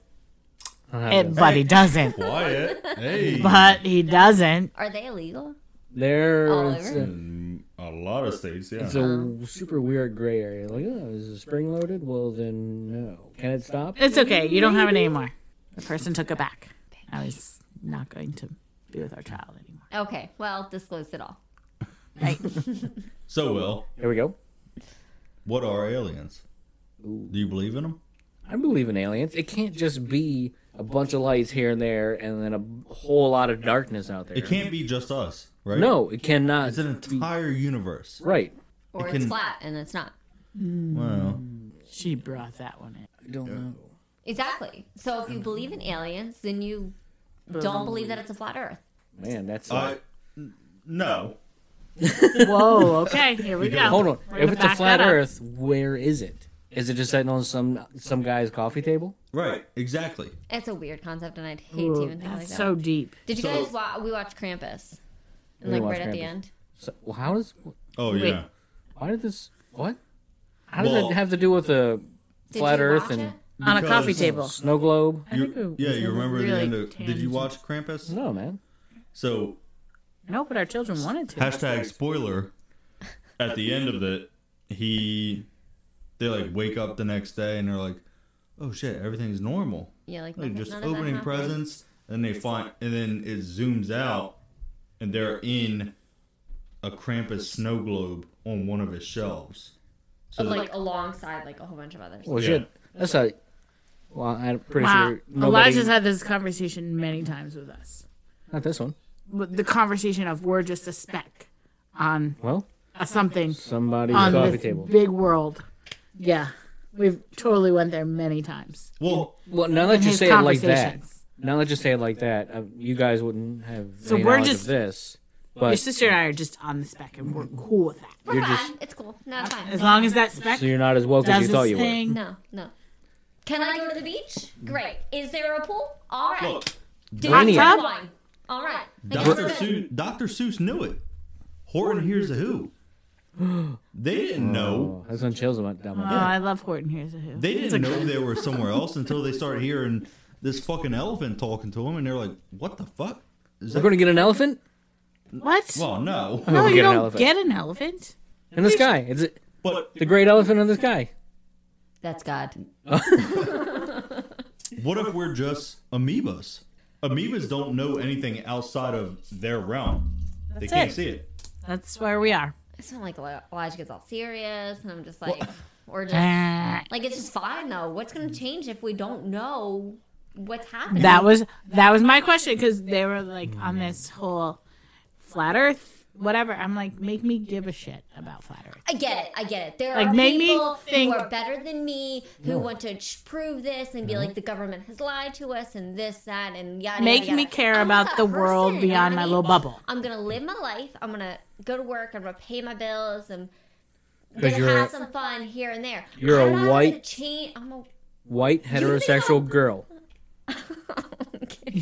A: I don't have
C: It,
A: them.
C: but he doesn't.
B: Quiet. Hey.
C: But he doesn't.
D: Are they illegal?
A: There,
D: All
A: it's
D: over?
A: a,
B: In a lot of states, yeah.
A: it's a super weird gray area. Like, oh, is it spring loaded? Well, then no. Can it stop?
C: It's okay. You don't have it anymore. The person took it back. I was not going to be with our child anymore.
D: Okay, well, disclose it all.
B: so, Will,
A: Here we go.
B: what are aliens? Do you believe in them?
A: I believe in aliens. It can't just be a bunch of lights here and there, and then a whole lot of darkness out there.
B: It can't be just us, right?
A: No, it cannot.
B: It's an entire universe.
A: right.
D: Or
B: It
D: it's
B: can-
D: flat and it's not.
B: Wow.
C: She brought that one in.
A: I don't know. Mm.
D: Exactly. So if you believe in aliens, then you don't believe that it's a flat Earth.
A: Man, that's.
B: I no.
C: Whoa. Okay. Here we go.
A: Hold on.
C: We're
A: If
C: gonna
A: it's a
C: back
A: flat
C: that up.
A: Earth, where is it? Is it just sitting on some some guy's coffee table?
B: Right. Exactly.
D: It's a weird concept, and I'd hate to
C: Ooh,
D: even think like
C: that's
D: that.
C: so deep.
D: Did you
B: So-
D: guys watch? We watched Krampus, and
A: We
D: like
A: watched
D: right at the
A: Krampus.
D: end.
A: So, well, how does
B: Oh
C: Wait.
B: yeah.
A: why did this what? How does
B: Well-
A: that have to do with the
D: Did
A: flat
D: you
A: Earth
D: watch
A: and
D: it?
C: On a coffee
B: Because-
C: table.
A: snow globe?
C: I think
B: You-
C: it
B: yeah,
C: was
B: you
C: a
B: remember the
C: really
B: end of, Did you
C: tangent.
B: watch Krampus?
A: No, man.
B: So
C: No, but our children wanted to.
B: hashtag spoiler. At the end of it, he they like wake up the next day and they're like, "Oh shit, everything's normal."
D: Yeah, like
B: Like
D: nothing-
B: just
D: none of that
B: opening
D: happened.
B: presents, and they find, and then it zooms out, and they're in a Krampus snow globe on one of his shelves. So
D: Like alongside like a whole bunch of others.
A: Well,
B: Yeah.
A: shit. That's a. Well, I'm pretty
C: Wow.
A: sure nobody.
C: Elijah's had this conversation many times with us.
A: Not this one.
C: With The conversation of we're just a speck on
A: Well,
C: a something
A: somebody's
C: on
A: coffee
C: this
A: table.
C: big world. Yeah. We've totally went there many times.
B: well,
A: Well, now that you
C: his
A: say it like that,
C: conversations.
A: now that you say it like that, uh, you guys wouldn't have
C: So
A: any
C: we're
A: knowledge
C: just-
A: of this.
C: Your
A: But
C: sister and I are just on the speck and we're cool with that.
A: you're
D: Fine,
A: just
D: it's cool. No, it's fine.
C: As long as that speck
A: so you're not as woke as
C: does
A: you thought
C: its
A: you were.
C: thing.
D: No, no. Can I go to the beach? Great. Is there a pool? All right.
B: look,
D: Do
A: Hot
D: you
C: tub?
D: wine? All right. Like,
B: Dr.
D: it's good.
B: Seuss, Dr. Seuss knew it. Horton hears a who. They didn't know.
A: Oh, that's when chills went down my
C: Oh, I love Horton Hears a Who.
B: They didn't know they were somewhere else until they started hearing this fucking elephant talking to them, and they're like, "What the fuck?" Is
A: We're going to get an elephant
C: What?
B: well, no,
C: no,
A: we
C: you
A: get an
C: don't
A: elephant.
C: get an elephant.
A: in the sky. It's a-
B: but
A: the great elephant in the sky.
D: That's God.
B: what if we're just amoebas? Amoebas don't know anything outside of their realm. they can't
C: it.
B: see it.
C: That's where we are.
D: I sound like Eli- Elijah gets all serious, and I'm just like, we're just
C: that
D: like it's just fine though. What's gonna change if we don't know what's happening?
C: was that was my question because they were like on this whole flat Earth whatever. I'm like, make me give a shit about flat Earth.
D: I get it. I get it. There
C: Like,
D: are
C: make me
D: people
C: think-
D: who are better than me who want to ch- prove this and be like the government has lied to us and this, that, and yada.
C: Make
D: yada,
C: me
D: yada.
C: care
D: I'm
C: about
D: not
C: the
D: that
C: world
D: person, you know
C: beyond
D: what I
C: my
D: mean?
C: little bubble.
D: I'm gonna live my life. I'm gonna go to work. I'm gonna pay my bills and
A: Because
D: gonna
A: you're
D: have some fun here and there.
A: you're a
D: I'm not gonna
A: white-
D: Change. I'm a.
A: white heterosexual girl.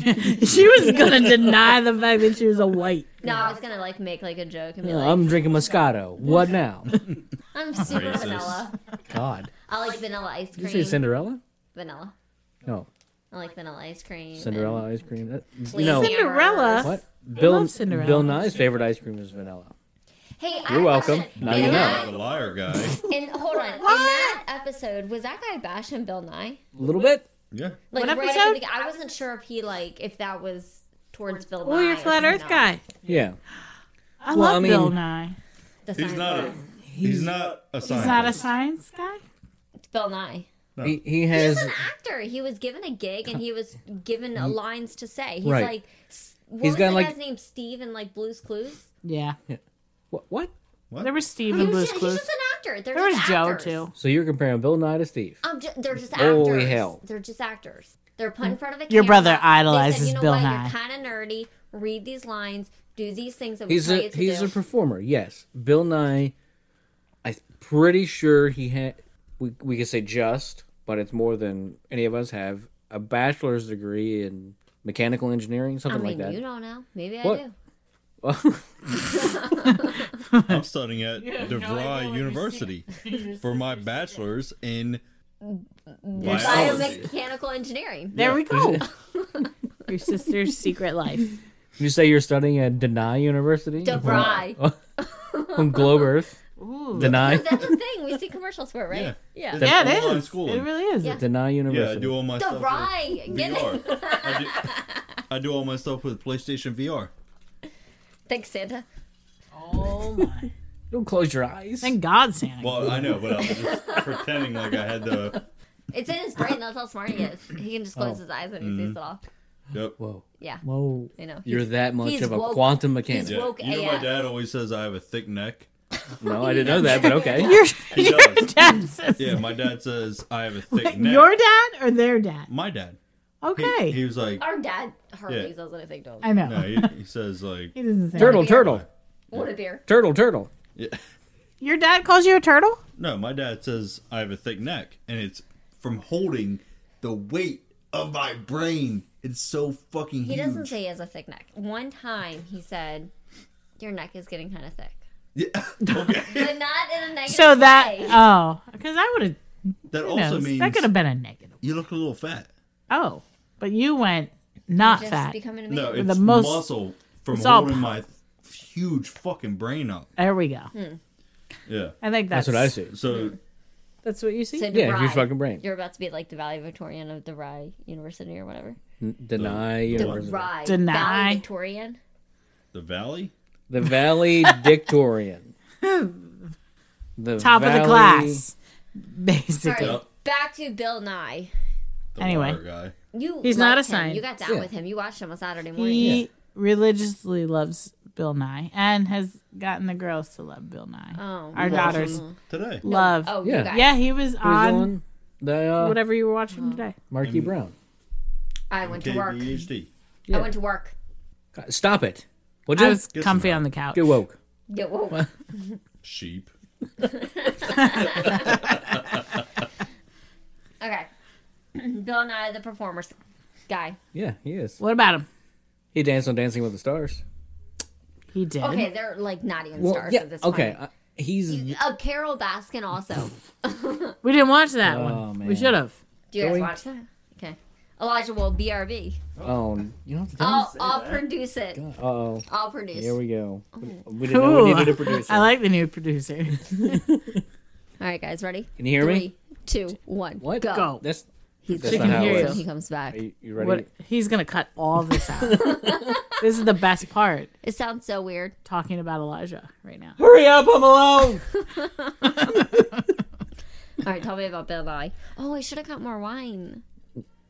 C: she was gonna deny the fact that she was a white.
D: No, I was gonna like make like a joke and be like,
A: I'm drinking Moscato. What now?
D: I'm super
B: Racist.
D: vanilla.
A: God.
D: I like vanilla ice
A: Did you say
D: cream.
A: Cinderella?
D: vanilla.
A: No.
D: I like vanilla ice cream.
A: Cinderella ice cream. That,
D: Please.
A: no.
D: Cinderella.
C: Cinderella.
A: What? Bill,
C: love Cinderella.
A: Bill Nye's favorite ice cream is vanilla.
D: and- Hey, I
A: You're
D: have a
A: welcome.
D: question.
A: Now
D: In
A: you
B: Not
A: know.
D: that-
B: the liar guy.
D: And hold on, in that episode, was that guy bashing Bill Nye?
A: A little bit?
B: Yeah.
D: Like
C: What
D: right at the
C: episode?
D: begin- I wasn't sure if he like if that was towards Bill Nye.
C: Oh, you're
D: or
C: flat
D: something
C: Earth
D: else.
C: guy.
A: Yeah.
C: I
A: Well,
C: love
A: I mean-
C: Bill Nye.
D: The
B: He's
D: science
B: not
D: guy.
B: a he's not a scientist.
C: He's not a science guy.
D: Bill Nye.
A: He, he
D: He's
A: has.
D: an actor. He was given a gig and he was given uh, lines to say. He's
A: Right.
D: like, s- what
A: He's
D: was
A: got,
D: the
A: like-
D: guy's name? Steve and like Blue's Clues.
C: Yeah,
A: What? what?
C: there was Steve
D: He
C: and
D: was
C: Blue's
D: ju-
C: Clues.
D: He's just an actor. They're
C: There was
D: just
C: Joe
D: actors.
C: too.
A: So you're comparing Bill Nye to Steve.
D: I'm ju- they're just actors.
A: Holy hell.
D: They're just actors. They're put in front of a
C: Mm. Your
D: camera.
C: brother
D: They said,
C: idolizes
D: you know
C: Bill
D: what?
C: Nye."
D: You're kind of nerdy. Read these lines. Do these things that we
A: He's
D: tell
A: a
D: you to
A: he's
D: do.
A: a performer. Yes, Bill Nye. I'm pretty sure he had. We we could say just, but it's more than any of us have a bachelor's degree in mechanical engineering,
D: I
A: something
D: mean,
A: like
D: you
A: that.
D: don't know. Maybe
A: What?
D: I do.
B: I'm studying at DeVry University for my bachelor's in biology.
D: Biomechanical engineering.
C: There we go. Your sister's secret life.
A: you say you're studying at Denai University
D: DeVry.
A: on Globe Earth.
C: Ooh.
A: Denai,
D: That's a thing. We see commercials for it, right? Yeah.
B: It's
C: yeah, it
B: online
C: is.
B: schooling.
C: It really is.
D: Yeah.
A: Denai
B: Yeah, I
A: University.
B: do all my stuff. with
D: DeVry. Get it?
B: VR. I do, I do all my stuff with PlayStation VR.
D: Thanks, Santa.
C: Oh my.
A: Don't close your eyes.
C: Thank God, Santa.
B: Well, I know, but I was just pretending like I had the.
D: It's in his brain. That's how smart he is. He can just
A: Oh.
D: close his eyes and he sees it all.
B: Yep.
A: Whoa,
D: Yeah.
A: whoa!
D: You know.
A: Mm-hmm. You're that much
D: he's
A: of a
D: woke.
A: quantum
D: He's
A: mechanic.
B: Yeah.
D: Woke
B: You know, my
D: AF.
B: dad always says I have a thick neck.
A: No, I didn't know that, but okay.
C: your,
B: He
C: your
B: does.
C: dad says,
B: Yeah, my dad says I have a thick neck.
C: your dad or their dad?
B: My dad.
C: Okay.
B: He, he was like,
D: Our dad hardly
B: Yeah.
D: does anything to him.
C: I know.
B: no, he, he says like,
C: he doesn't say
A: Turtle,
D: Yeah.
A: turtle,
D: What a beer.
A: turtle, turtle.
B: yeah.
C: Your dad calls you a turtle?
B: no, my dad says I have a thick neck, and it's from holding the weight of my brain. It's so fucking
D: He
B: huge.
D: doesn't say he has a thick neck. One time he said, Your neck is getting kind of thick.
B: Yeah. okay.
D: But not in a negative
C: So that
D: way.
C: oh, because I would have
B: That
C: you
B: also
C: know,
B: means
C: that could have been a negative.
B: you look a little fat.
C: Oh, but you went
A: Ah,
C: not
D: Just
C: fat.
D: becoming a man.
B: No, it's
C: the most-
B: muscle from
C: it's all
B: holding my huge fucking brain up.
C: There we go.
D: Hmm.
B: Yeah.
C: I think that's
A: That's what I see.
B: So
C: That's what you see.
D: So
A: Yeah,
D: DeVry.
A: huge fucking brain.
D: You're about to be like the valedictorian of DeVry University or whatever.
A: Deny university.
D: DeVry.
C: Deny.
D: Valedictorian.
B: the valley.
A: The Valley Dictorian. The
C: Top of the
A: Valley-
C: class,
D: All
C: basically.
D: right,
B: Yep.
D: back to Bill Nye.
B: The
C: Anyway.
B: water guy.
D: You
C: He's
D: liked
C: not a
D: him.
C: sign.
D: You got down
A: Yeah.
D: with him. You watched him on Saturday morning.
C: He religiously loves Bill Nye and has gotten the girls to love Bill Nye.
D: Oh.
C: Our daughters
B: Today.
C: love.
D: Oh,
A: Yeah.
D: you guys. Oh.
C: Yeah, he was
A: Who's
C: on,
A: on the uh,
C: whatever you were watching today.
A: Marky Brown.
D: I went to work.
B: KBHD.
D: I went to work.
A: God, Stop it. Would
C: I
A: you
C: was comfy on the couch.
A: get woke?
D: Yeah, whoa.
B: Sheep.
D: Okay. Bill Nye, the performers guy.
A: Yeah, he is.
C: What about him?
A: He danced on Dancing with the Stars.
C: He did.
D: Okay, they're like not even
A: Well,
D: stars
A: yeah.
D: at this
A: Okay, um,
D: point.
A: uh, he's.
D: Uh, Carol Baskin also.
C: We didn't watch that
A: Oh,
C: one. We
A: man.
C: should have.
D: Do you guys
A: Going-
D: watch that? Okay. Elijah will BRB.
A: Oh, you don't have to
D: I'll,
A: tell
D: I'll produce it.
A: us. Uh oh.
D: I'll produce.
A: Here we go. We didn't know
C: Cool.
A: we needed a producer.
C: I like the new producer.
D: All right, guys, ready?
A: Can you hear me?
D: Three, two, one.
A: What?
D: Go.
C: Go.
A: That's.
D: He's
A: That's
D: gonna
A: not how
D: do
A: it
D: it
A: works.
D: when he comes back.
A: Are you, you ready?
C: What he's gonna cut all this out. this is the best part.
D: It sounds so weird.
C: Talking about Elijah right now.
A: Hurry up! I'm alone.
D: All right, tell me about Bill Nye. Oh, I should have got more wine.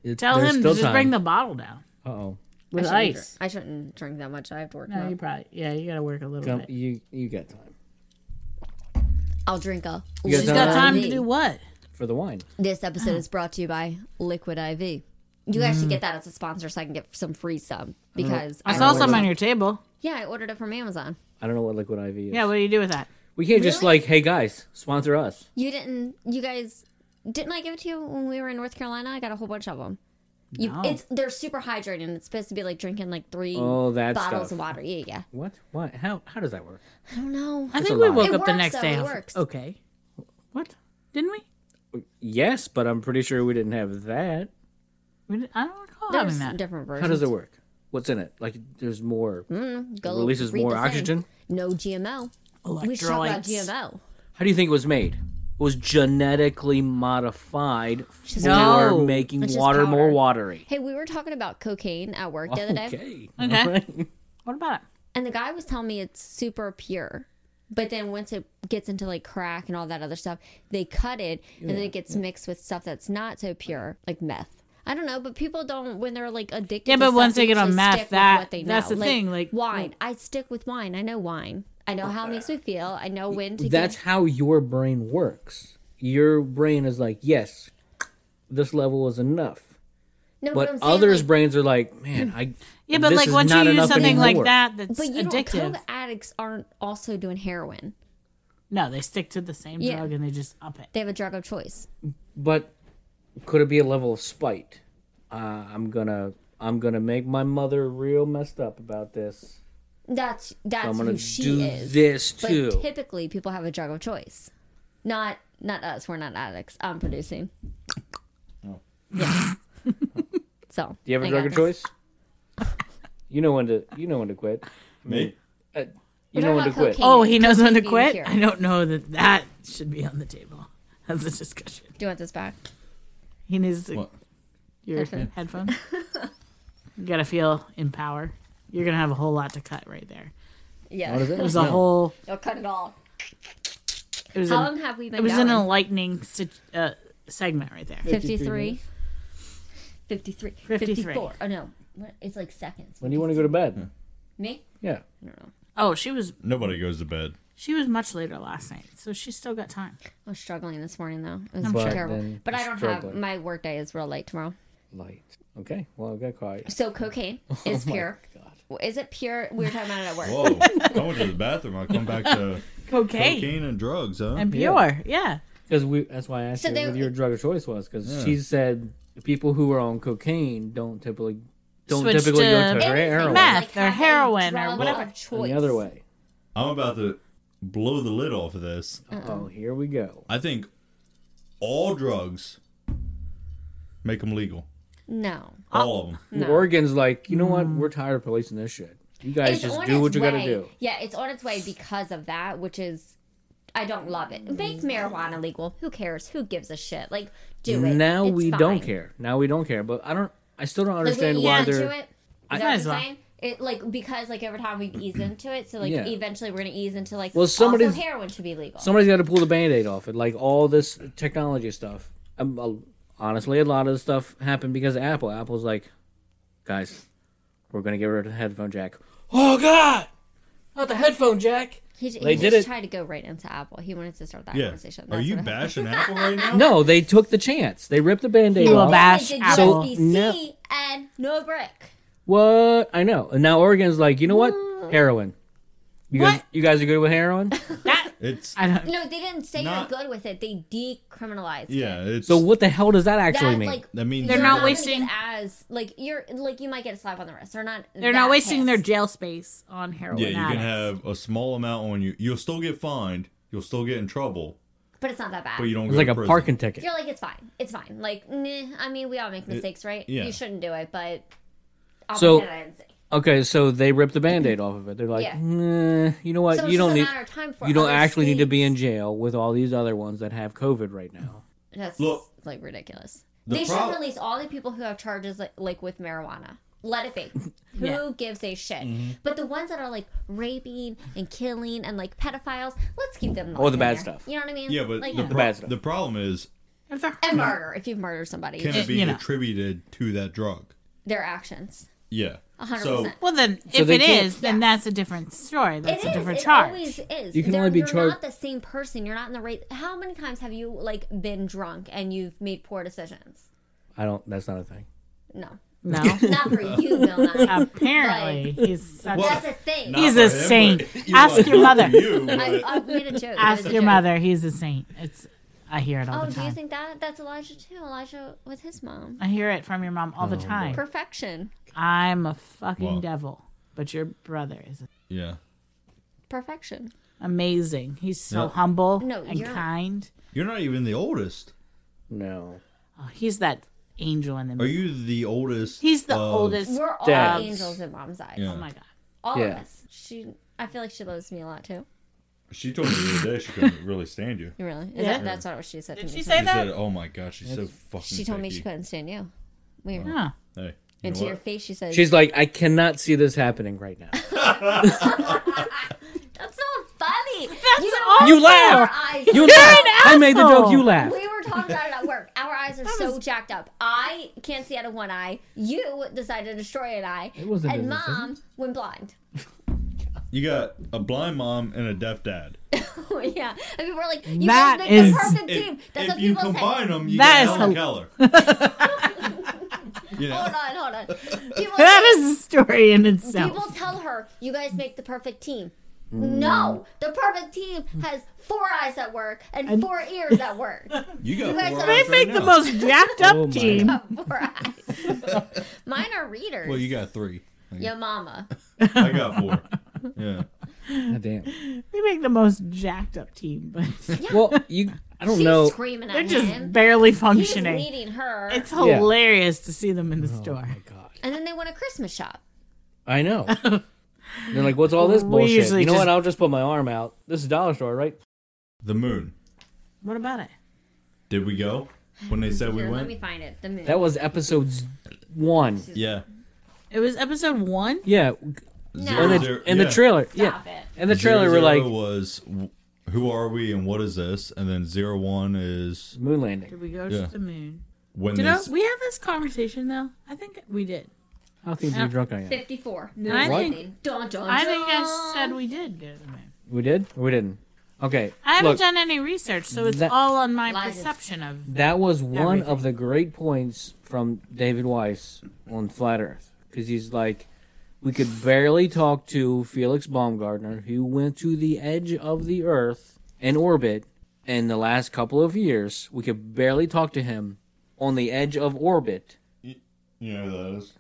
A: It-
C: Tell
A: there's
C: him to
A: still
C: just
A: time.
C: bring the bottle down
A: Uh oh.
D: I
C: with
D: shouldn't
C: ice.
D: dr- I shouldn't drink that much. I have to work.
C: No,
D: now.
C: you probably yeah. You gotta work a little
A: Come,
C: bit.
A: you you got time
D: I'll drink a.
A: You guys
C: She's
A: don't
C: got
A: have
C: time to do what?
A: for the wine.
D: This episode is brought to you by Liquid IV. You guys
A: Mm.
D: should get that as a sponsor so I can get some free stuff
A: Mm-hmm.
D: because
C: I saw
D: ordered-
C: some on your table.
D: Yeah, I ordered it from Amazon.
A: I don't know what liquid IV is.
C: Yeah, what do you do with that?
A: we can't just like, hey guys, sponsor us.
D: You didn't. You guys didn't I give it to you when we were in North Carolina? I got a whole bunch of them. You,
C: No.
D: It's they're super hydrating. It's supposed to be like drinking like three
A: Oh, that
D: bottles
A: stuff.
D: of water. Yeah, yeah.
A: What? What? How? How does that work?
D: I don't know.
C: I think
A: a
C: we
A: lie.
C: woke
D: It
C: up the
D: works,
C: next
D: though,
C: day.
D: it
C: and-
D: works.
C: Okay. What? Didn't we?
A: Yes, but I'm pretty sure we didn't have that.
C: we did, I don't recall
D: There's
C: having that.
D: different versions.
A: How does it work? What's in it? Like, there's more.
D: Mm, Go
A: It releases
D: read
A: more
D: the thing.
A: oxygen?
D: No GMO. We should talk about
C: Electrolytes.
D: GMO.
A: How do you think it was made? It was genetically modified for
C: powder.
A: making
D: It's just
A: water more
D: powder.
A: watery.
D: Hey, we were talking about cocaine at work the other day.
A: Okay.
C: Okay.
A: All right.
C: What about it?
D: and the guy was telling me it's super pure but then once it gets into like crack and all that other stuff they cut it and then it gets mixed with stuff that's not so pure like meth i don't know but people don't when they're like addicted
C: Yeah,
D: to
C: but
D: stuff,
C: once they get on
D: usually
C: meth,
D: stick with
C: that-
D: what they
C: that's
D: know.
C: the thing, like-
D: wine i stick with wine i know wine i know how it makes me feel i know when to
A: That's
D: get
A: how your brain works. Your brain is like, yes, this level is enough.
D: no
A: But
D: I'm saying,
A: others'
D: like,
A: brains are like, man, I.
C: Yeah, but
A: this
C: like
A: is
C: once you
A: not
C: use
A: enough
C: something like
A: anymore.
C: that, that's
D: but you
C: addictive.
D: don't coke addicts aren't also doing heroin
C: No, they stick to the same
D: Yeah.
C: drug and they just up it.
D: they have a drug of choice
A: but could it be a level of spite uh, i'm gonna i'm gonna make my mother real messed up about this
D: that's that's
A: i'm gonna
D: who she
A: do
D: is
A: this
D: But
A: too
D: typically, people have a drug of choice. Not not us. We're not addicts. I'm producing.
A: Oh.
D: Yeah. so.
A: do you have
D: I
A: a drug
D: got
A: of choice you know when to you know when to quit
B: Me?
A: you know
D: We're talking
A: when to
D: about
A: quit
D: cocaine.
C: Oh, he knows when to
D: being
C: quit.
D: cured.
C: I don't know that that should be on the table as a discussion.
D: this. Do you want this back?
C: He needs to,
B: What?
C: your headphones. you gotta feel in power. You're gonna have a whole lot to cut right there.
A: What is
D: Yeah.
A: it?
C: There's a whole.
D: You'll cut it all.
C: It was
D: How
C: an,
D: long have we been?
C: it was
D: going?
C: an enlightening sit- uh, segment right there.
D: 53. 53.
C: 53.
D: 54. Oh no, What- it's like seconds.
A: when do you want to go to bed
D: Me?
A: yeah
D: I don't know.
C: Oh, she was
B: Nobody goes to bed.
C: she was much later last night, so she's still got time.
D: I was struggling this morning though. It was
A: But
D: terrible.
A: then
D: But I
A: you're
D: don't have
A: struggling.
D: my work day is real late tomorrow.
A: light. Okay, well, I got quiet.
D: So cocaine is
A: Oh my
D: pure.
A: God.
D: Well, Is it pure? We were talking about it at work.
B: Whoa! I went to the bathroom. I come back to
C: Cocaine.
B: cocaine and drugs, huh?
C: And pure, yeah.
A: Because we that's why I asked
D: So
A: you
D: they-
A: what your drug of choice was. Because
B: Yeah.
A: she said people who are on cocaine don't typically don't
C: Switch
A: typically go to
C: to
A: her
D: Anything,
A: heroin.
C: meth.
D: like,
C: or
D: have a
C: heroin or
D: drug of
C: whatever.
A: And
D: choice.
A: the other way.
B: I'm about to blow the lid off of this.
A: Oh, here we go.
B: I think all drugs make them legal.
D: No.
B: All of them.
A: Oregon's like, you know what? We're tired of policing this shit. You guys just
D: on
A: do what
D: its
A: you gotta
D: way.
A: do.
D: Yeah, it's on its way because of that, which is I don't love it. Make
C: Mm.
D: marijuana legal. Who cares? Who gives a shit? Like do it.
A: Now
D: It's
A: we don't
D: fine.
A: care. Now we don't care. But I don't. I still don't
D: Like, we
A: understand
D: ease
A: why
D: into
A: they're.
D: it. Is
A: I-
C: Might
D: that what
C: as
D: you're
C: well.
D: saying? It like because like over time we ease into it, so like
A: Yeah.
D: eventually we're gonna ease into like
A: Well,
D: also
A: somebody's-
D: heroin should be legal.
A: Somebody's got to pull the band-aid off it. Like all this technology stuff. Um, uh, honestly, a lot of the stuff happened because of Apple. Apple's like, guys, we're gonna get rid of the headphone jack. Oh God, not the headphone jack.
D: he j- he
A: they
D: just
A: did it-
D: tried to go right into Apple. He wanted to start that
B: Yeah.
D: conversation.
B: Are
D: That's
B: you
D: what I-
B: bashing Apple right now?
A: No, they took the chance. They ripped the band-aid
C: Well,
A: off.
C: back-
D: They
C: Bash
D: did
C: Apple.
D: USB-C
A: No.
D: and no brick.
A: What I know. And now Oregon's like, you know what?
D: Mm.
A: Heroin. You guys,
C: What?
A: you guys are good with heroin.
B: It's
C: I don't.
D: No, they didn't say
B: Not-
D: you're good with it. They decriminalized. it.
B: yeah. It's
A: So what the hell does that actually
D: that,
A: mean?
D: Like,
B: that means
C: They're
D: you're
C: not
D: gonna
C: wasting-
D: get as like you're like you might get a slap on the wrist. They're not.
C: They're
D: that
C: not wasting their
D: pissed.
C: jail space on heroin.
B: Yeah, you can
C: addicts.
B: have a small amount on you. You'll still get fined. You'll still get in trouble,
D: but it's not that bad.
B: but you don't.
A: it's
B: go
A: like
B: to
A: a
B: prison.
A: parking ticket.
D: You're like it's fine. It's fine. Like nah, I mean we all make mistakes, right?
B: yeah.
D: You shouldn't do it, but I'll
A: So-
D: pretend I didn't say.
A: Okay, so they ripped the band-aid off of it. They're like,
D: Mm-hmm. Yeah.
A: "Nah, you know what?
D: So it's
A: uh, you
D: just
A: don't
D: a
A: need.
D: matter of time for
A: You don't
D: other
A: actually need to be in
D: states-
A: jail with all these other ones that have COVID right now.
D: That's
B: Look.
D: like ridiculous.
B: The
D: they
B: prob-
D: should release all the people who have charges like, like with marijuana. Let it be. Who
C: Yeah.
D: gives a shit?
B: Mm-hmm.
D: But the ones that are like raping and killing and like pedophiles, let's keep them.
A: Or the
D: in
A: bad
D: there.
A: stuff.
D: You know what I mean?
B: Yeah, but
D: like,
B: the,
D: yeah.
B: pro-
A: bad stuff.
B: the problem is,
C: If they're-
D: and murder. If you've murdered somebody,
B: can
C: It-
B: it be
C: you know.
B: attributed to that drug?
D: their actions.
B: Yeah.
D: hundred
B: So
D: percent.
C: Well, then,
A: So
C: if
A: they
C: it
A: can't-
C: is, then that's a different story. That's
D: It
C: a
D: is.
C: different
D: it
C: charge.
D: always is.
A: You can
D: They're-
A: only be
D: you're
A: charged-
D: not the same person. You're not in the right. How many times have you like been drunk and you've made poor decisions?
A: I don't. That's not a thing.
D: No,
C: No,
D: not for you, Bill. Nye.
C: apparently he's such.
B: Well,
D: That's a thing.
B: not
C: He's
B: for
C: a
B: him,
C: saint.
B: but- you
C: Ask
B: know,
C: your
B: not
C: mother.
B: for you, but-
D: I, I made a joke. I
C: ask
D: made a
C: your
D: joke.
C: mother. He's a saint. It's. I hear it all
D: Oh,
C: the
D: do you
C: time.
D: think that? That's Elijah too. Elijah with his mom.
C: I hear it from your mom all the time.
D: Perfection.
C: I'm a fucking
B: Oh, Well.
C: devil, but your brother is
B: yeah.
D: Perfection.
C: amazing. He's so
B: Yeah.
C: humble
D: No,
C: and
D: you're-
C: kind.
B: You're not even the oldest.
A: No.
C: Oh, he's that angel in the.
B: Are you the oldest?
C: he's the
B: of-
C: oldest.
D: We're all
A: Dads.
D: angels in mom's eyes.
B: Yeah.
C: Oh my god.
D: All of
A: Yeah.
D: us. She. I feel like she loves me a lot too.
B: She told me the other day she couldn't really stand you.
D: Really? Is
C: Yeah.
D: that, that's not what she said
C: Did
D: to
C: she
D: me.
C: say
B: She said,
C: that?
B: "Oh my god, she's so fucking."
D: she told me
B: picky."
D: she couldn't stand you. Weird.
C: Huh.
B: Hey, you
D: and
B: know
D: to
B: what?
D: your face, she says,
A: She's like, I cannot see this happening right now.
D: That's not funny.
C: That's
D: you know,
C: awful.
A: You laugh!
D: Our eyes.
A: You
D: we
A: laugh. I
C: asshole!
A: made the joke. You laugh.
D: were talking about it at work. Our eyes are so jacked up. I can't see out of one eye. You decided to destroy an eye. It
A: wasn't
D: and
A: business,
D: mom went blind.
B: You got a blind mom and a deaf dad.
D: yeah. I mean, we're like, you
C: That
D: guys make
C: is-
D: the perfect team. That's
B: if
D: what
B: you
D: people
B: combine
D: say.
B: them, you
C: That
B: get
C: is
B: Helen
C: a-
B: Keller. you know,
D: Hold on, hold on. People,
C: That
D: say-
C: is a story in itself.
D: people tell her, you guys make the perfect team.
C: Mm.
D: No, the perfect team has four eyes at work and, four ears at work.
B: you got
D: guys
B: four
D: are-
B: eyes
C: they make
B: right
C: the
B: now.
C: most jacked up
A: Oh my
C: team.
D: four eyes. Mine are readers.
B: Well, you got three.
D: Your mama.
B: I got four. Yeah.
A: God damn.
C: They make the most jacked up team, but
A: Well, you. I don't
D: She's
A: know.
D: screaming
C: Oh, they're
D: at
C: just
D: him.
C: barely
D: He's
C: functioning.
D: leading her.
C: It's hilarious to see them in
B: Oh.
C: the store.
A: God.
D: and then they went to Christmas shop.
A: I know. They're like, what's all this
C: We
A: bullshit?
C: usually
A: You know
C: just-
A: what? I'll just put my arm out. This is dollar store, right?
B: The moon.
C: What about it?
B: Did we go when they said we
D: Here, let me
B: went?
D: find it. The moon.
A: That was episode one.
B: Yeah.
C: It was episode one.
A: Yeah,
D: no.
A: and the,
B: Zero-
A: and
B: yeah.
A: the trailer. yeah,
D: Stop it.
A: and the trailer. we're like
B: Zero was w- who are we and what is this? And then zero one is
A: moon landing.
C: Did we go
B: Yeah.
C: to the moon?
B: when
C: Did
B: they
C: I,
B: s-
C: we have this conversation though? I think we did.
A: How think you drunk I am?
D: 54.
C: I think
D: Dun, dun,
C: I think I
D: dun.
C: said we did go to the moon.
A: We did or we didn't? Okay.
C: I haven't
A: look,
C: done any research, so it's
A: that-
C: all on my
D: Lies.
C: perception of.
A: that was one
C: everything.
A: of the great points from David Weiss on Flat Earth. Because he's like, we could barely talk to Felix Baumgartner, who went to the edge of the Earth in orbit in the last couple of years. We could barely talk to him on the edge of orbit.
B: You know who that is?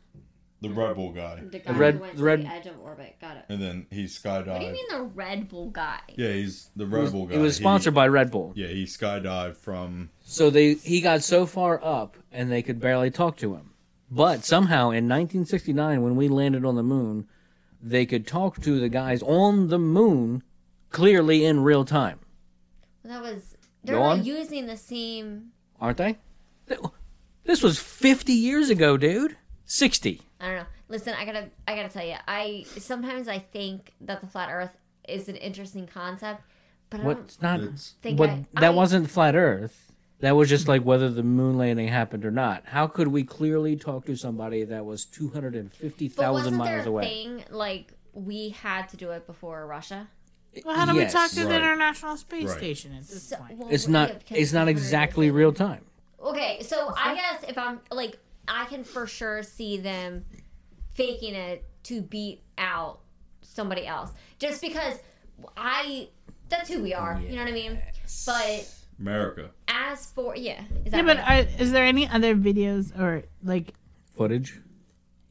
B: The Red Bull guy.
D: The guy
A: red-
D: who went
A: the red-
D: to the edge of orbit. Got it.
B: And then he
D: What do you
B: skydived.
D: mean the Red Bull guy?
B: Yeah, he's the Red Bull guy.
A: It was sponsored by Red Bull.
B: Yeah, he skydived from.
A: So they he got so far up and they could barely talk to him. But somehow in 1969 when we landed on the moon, they could talk to the guys on the moon clearly in real time.
D: That was. They're
A: Go
D: not
A: on.
D: using the same.
A: Aren't they? Th- This was 50 years ago, dude. 60.
D: I don't know. Listen, I gotta, I gotta tell you. I sometimes I think that the flat Earth is an interesting concept, but I don't
A: What's not
B: It's,
D: think
A: but
D: I,
A: that
D: I-
A: wasn't flat earth. That was just like whether the moon landing happened or not. How could we clearly talk to somebody that was
D: But
A: 250,000
D: wasn't there
A: miles
D: a
A: away?
D: thing like we had to do it before Russia?
C: Well, how do
A: Yes.
C: we talk to the
B: Right.
C: International Space
B: Right.
C: Station at this
D: So-
C: point?
D: well,
A: It's
D: we
A: not
D: have
A: it's not
D: considered-
A: exactly real time.
D: Okay, so I guess if I'm like, I can for sure see them faking it to beat out somebody else, just because I. That's who we are. You know what I mean? But
B: America.
D: as for yeah, is
C: Yeah,
D: that
C: but
D: right?
C: are, is there any other videos or like
A: Footage.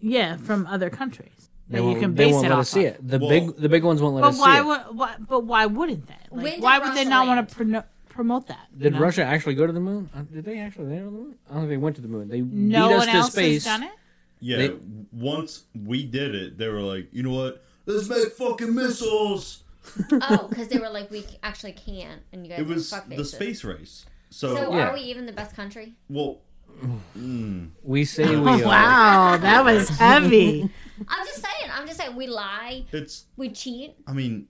C: yeah from other countries that you
A: won't-
C: can base
A: won't
C: it
A: let
C: off
A: us see
C: of?
A: it. The
B: Well-
A: big the big ones won't let
C: But
A: us
C: why
A: see it.
C: would why, but why wouldn't they?
D: When
C: Like,
D: did
C: why would they
D: Russia
C: not want
D: land?
C: to prono promote that? you
A: Did
C: know?
A: Russia actually go to the moon? Uh, Did they actually land on the moon? I don't think they went to the moon. They
C: No
A: beat us
C: one
A: to
C: else
A: space.
C: has done it.
B: Yeah,
A: They-
B: once we did it, they were like, you know what? Let's make fucking missiles.
D: oh, because they were like, we actually can't, and you guys
B: It was
D: fuck
B: the space race. So,
D: So
A: Yeah.
D: are we even the best country?
B: well,
A: We say we uh,
C: Oh,
A: are.
C: wow, that was heavy.
D: I'm just saying. I'm just saying. We lie.
B: it's.
D: We cheat.
B: I mean,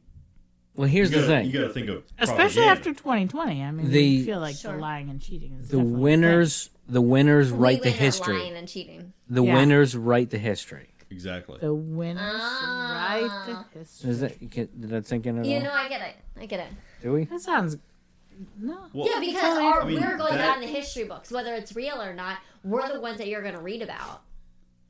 A: Well, here's
B: you gotta,
A: the thing.
B: You gotta think of
C: Especially
B: propaganda.
C: after 2020. I mean,
A: The-
C: I feel like
D: Sure.
C: the lying and cheating is
A: the
C: definitely-
A: winners, the winners write the
D: we win at
A: history.
D: Lying and cheating.
A: The
C: Yeah.
A: winners write the history.
B: Exactly.
C: The winners write
D: Ah.
C: the history.
A: Is that you get- did that sink in at
D: You
A: all?
D: know, I get it. I get it.
A: Do we?
C: That sounds no.
B: Well,
D: Yeah, because our,
B: I mean,
D: we're going
B: that-
D: down the history books, whether it's real or not. We're the ones that you're going to read about.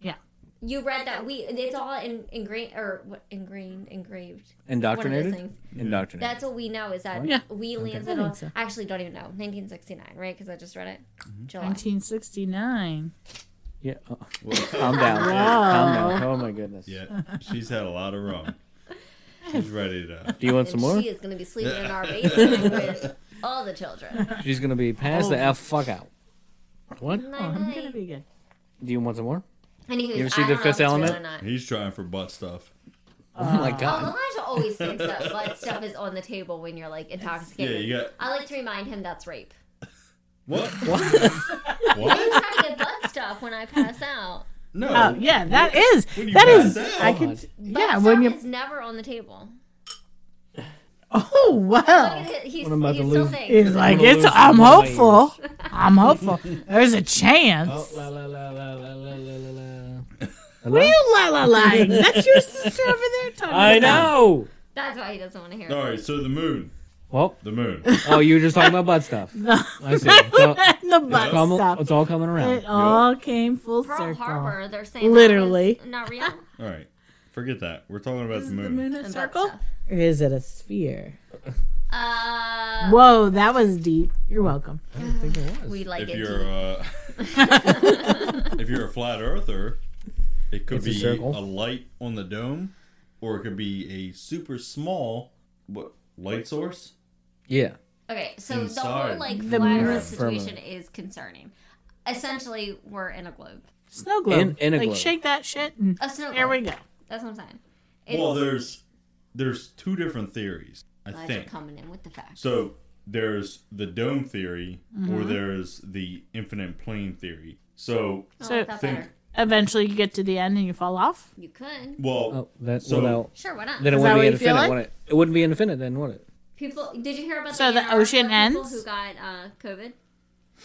C: Yeah.
D: You read that we. It's all in, ingrained or what ingrained, engraved. One of those
A: Indoctrinated.
D: things.
A: Indoctrinated.
D: That's what we know is that
A: What?
C: Oh, Yeah.
D: we landed
C: I think
D: on.
C: so.
D: I actually don't even know. 1969, right? Because I just read it.
A: Mm-hmm.
D: July.
C: 1969.
A: yeah. Oh, calm down. Calm down. Oh my goodness.
B: Yeah, she's had a lot of rum. She's ready to.
A: Do you want some
D: And
A: more?
D: she is going to be sleeping in our basement with all the children.
A: She's gonna be past the f fuck out. What?
C: Oh, I'm
D: Night-night.
C: gonna be good.
A: Do you want some more?
D: Anywho,
A: You ever
D: I
A: see The
D: don't know
A: Fifth
D: if it's real
A: Element?
D: or not.
B: He's trying for butt stuff.
A: Oh my
C: Uh,
D: Oh,
A: god.
D: Elijah always thinks that butt stuff is on the table when you're like intoxicated.
B: Yeah, you got-
D: I like to remind him that's rape.
B: What? What? what?
D: I'm trying to get butt stuff when I pass out.
B: No.
C: Oh yeah, that is
B: When you
C: that
B: pass
C: is.
B: out.
C: I can.
A: God.
D: Butt
C: Yeah,
D: stuff
C: when you.
D: is never on the table.
C: Oh
D: Look
C: wow.
D: at his- He's,
A: What am I
D: he's
A: to
D: still
A: lose?
D: thinking.
C: It's like
A: gonna
C: it's.
A: lose
C: I'm
A: my
C: hopeful. I'm hopeful. There's a chance.
A: Oh, la, la, la, la, la, la, la, la.
C: What are you la la la? That's your sister over there talking.
A: I
C: about.
A: know.
D: That's why he doesn't want to hear it.
B: All right. So the moon.
A: Well,
B: The moon.
A: oh, you were just talking about butt stuff. I see. It's all,
C: the butt
A: it's all-
C: stuff.
A: it's all coming around.
C: It all came full
D: Pearl
C: circle.
D: Harbor, they're saying that
C: Literally. Ah,
D: was not real.
B: All right. Forget that. We're talking about the moon.
C: The moon a
D: And butt
C: circle,
D: stuff.
C: or is it a sphere?
D: Uh,
C: Whoa, that was deep. You're welcome.
A: I didn't think it was.
D: we
B: If
D: like it.
B: you're
D: deep.
B: uh, if you're a flat earther, it could
A: It's a
B: be a,
A: circle.
B: light on the dome, or it could be a super small what light source.
A: yeah.
D: Okay, so the whole
B: Inside.
D: like
C: The
D: flat
C: moon-
D: Earth
A: Firmament.
D: situation is concerning. Essentially, we're in a globe.
C: Snow globe.
A: In- in a
C: like
A: globe.
C: shake that shit and
D: A snow
C: there
D: globe.
C: we go.
D: That's what I'm saying. It's,
B: Well, there's there's two different theories. I
D: Elijah
B: think.
D: coming in with the facts.
B: So there's the dome theory, or there's the infinite plane theory. So
D: Oh, I
C: So-
D: like that
B: think,
D: better.
C: Eventually, you get to the end and you fall off.
D: You could.
B: well,
A: Oh, that.
B: So-
A: well,
D: Sure, why not?
A: now, then it wouldn't
C: Is that
A: be
C: what you feel
A: infinite,
C: like?
A: wouldn't it? It wouldn't be infinite then, would it?
D: People, did you hear about
C: So
D: the,
C: the ocean
D: Antarctica people
C: ends?
D: who got uh, COVID?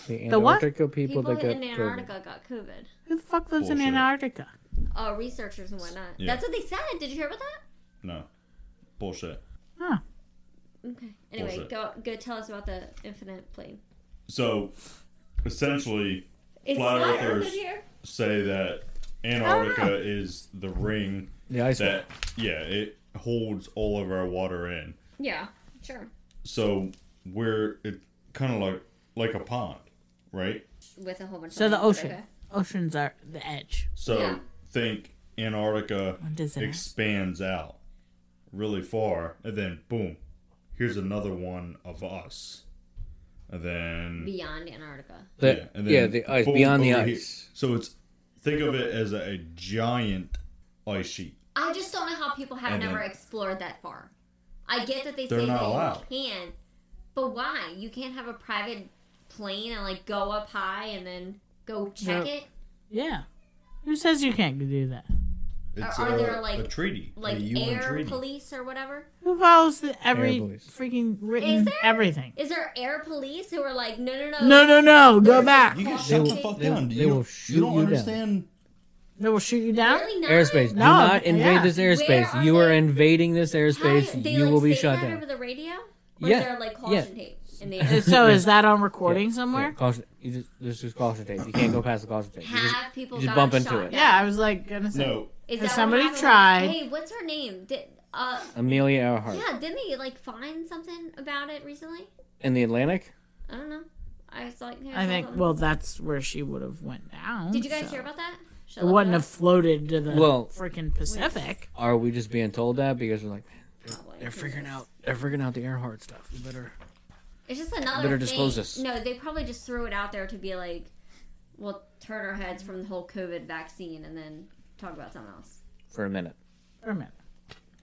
A: The
C: The what?
A: Antarctica people,
D: People,
A: that got
D: in
A: COVID.
D: Antarctica got COVID.
C: Who the fuck lives in
B: Bullshit.
C: Antarctica?
D: Uh, researchers and whatnot.
B: Yeah.
D: That's what they said. Did you hear about that?
B: no, bullshit.
C: Huh.
D: Okay. Anyway,
F: Bullshit.
D: go go tell us about the infinite plane.
F: So, essentially,
D: It's
F: Flat
D: not
F: earthers.
D: Earth in here.
F: say that Antarctica is the ring
A: The ice
F: that yeah it holds all of our water in.
D: Yeah. Sure.
F: So we're it kind of like like a pond, right?
D: With a whole bunch.
C: So
D: of
C: the
D: planets,
C: ocean.
D: okay.
C: Oceans are the edge.
F: So
D: Yeah.
F: think Antarctica
C: When does it end?
F: expands out really far, and then boom, here's another one of us, and then
D: Beyond Antarctica.
A: The-
F: yeah,
A: yeah,
F: and then
A: the ice
F: boom,
A: beyond the
F: over here.
A: ice.
F: So it's think of it as a, a giant ice sheet.
D: I just don't know how people have
F: And then-
D: never explored that far. I get that they
F: They're
D: say
F: not
D: that
F: allowed.
D: you can, but why? You can't have a private plane and like go up high and then go check
C: No.
D: it.
C: Yeah. Who says you can't do that?
B: It's
D: Are- are
B: a,
D: there, like-
B: a treaty,
D: Like
B: a UN
D: air
B: treaty.
D: police or whatever.
C: Who follows the, every
A: Air police.
C: freaking
D: Is
C: written
D: there?
C: everything?
D: Is there air police who are like, no, no, no,
C: No, no, no. Go back.
B: You can
D: They
B: shut
D: will-
B: the fuck
A: they-
B: down.
A: they
B: you,
A: will
B: don't-
A: shoot
B: you don't
A: you down.
B: understand.
C: They will sho't you down.
D: really not?
A: Airspace. Do
C: No,
A: not invade
C: yeah.
A: this airspace.
D: are
A: You are
D: they?
A: invading this
D: How do
A: airspace.
D: they,
A: You
D: like,
A: will be
D: say
A: shot
D: that
A: down.
D: over the radio? Or
A: Yeah,
D: is there like caution
A: yeah.
D: tape in the air?
C: So is that on recording
A: Yeah,
C: somewhere?
A: yeah, caution. You just, there's just caution tape. You can't go past the caution tape. You
D: Have
A: just,
D: people
A: you just
D: got
A: bump
D: shot
A: into it.
C: Yeah. I was like gonna say.
F: No,
D: Is
C: Has
D: that
C: somebody
D: what happened?
C: tried?
D: Hey, what's her name? Did uh
A: Amelia Earhart
D: yeah, didn't they like find something about it recently?
A: in the Atlantic.
D: I don't know. I was like, yeah,
C: I think.
D: something.
C: Well, that's where she would have went down.
D: Did you guys
C: so.
D: hear about that? Should I
C: It
D: look
C: wouldn't
D: up?
C: have floated to the
A: Well-
C: freaking Pacific.
A: Are we just being told that because we're like, man,
D: Probably.
A: they're figuring out, they're figuring out the Earhart stuff. We better.
D: It's just another
A: Better
D: thing.
A: disclose this.
D: No, they probably just threw it out there to be like, we'll turn our heads from the whole COVID vaccine and then talk about something else.
A: for a minute.
C: For a minute.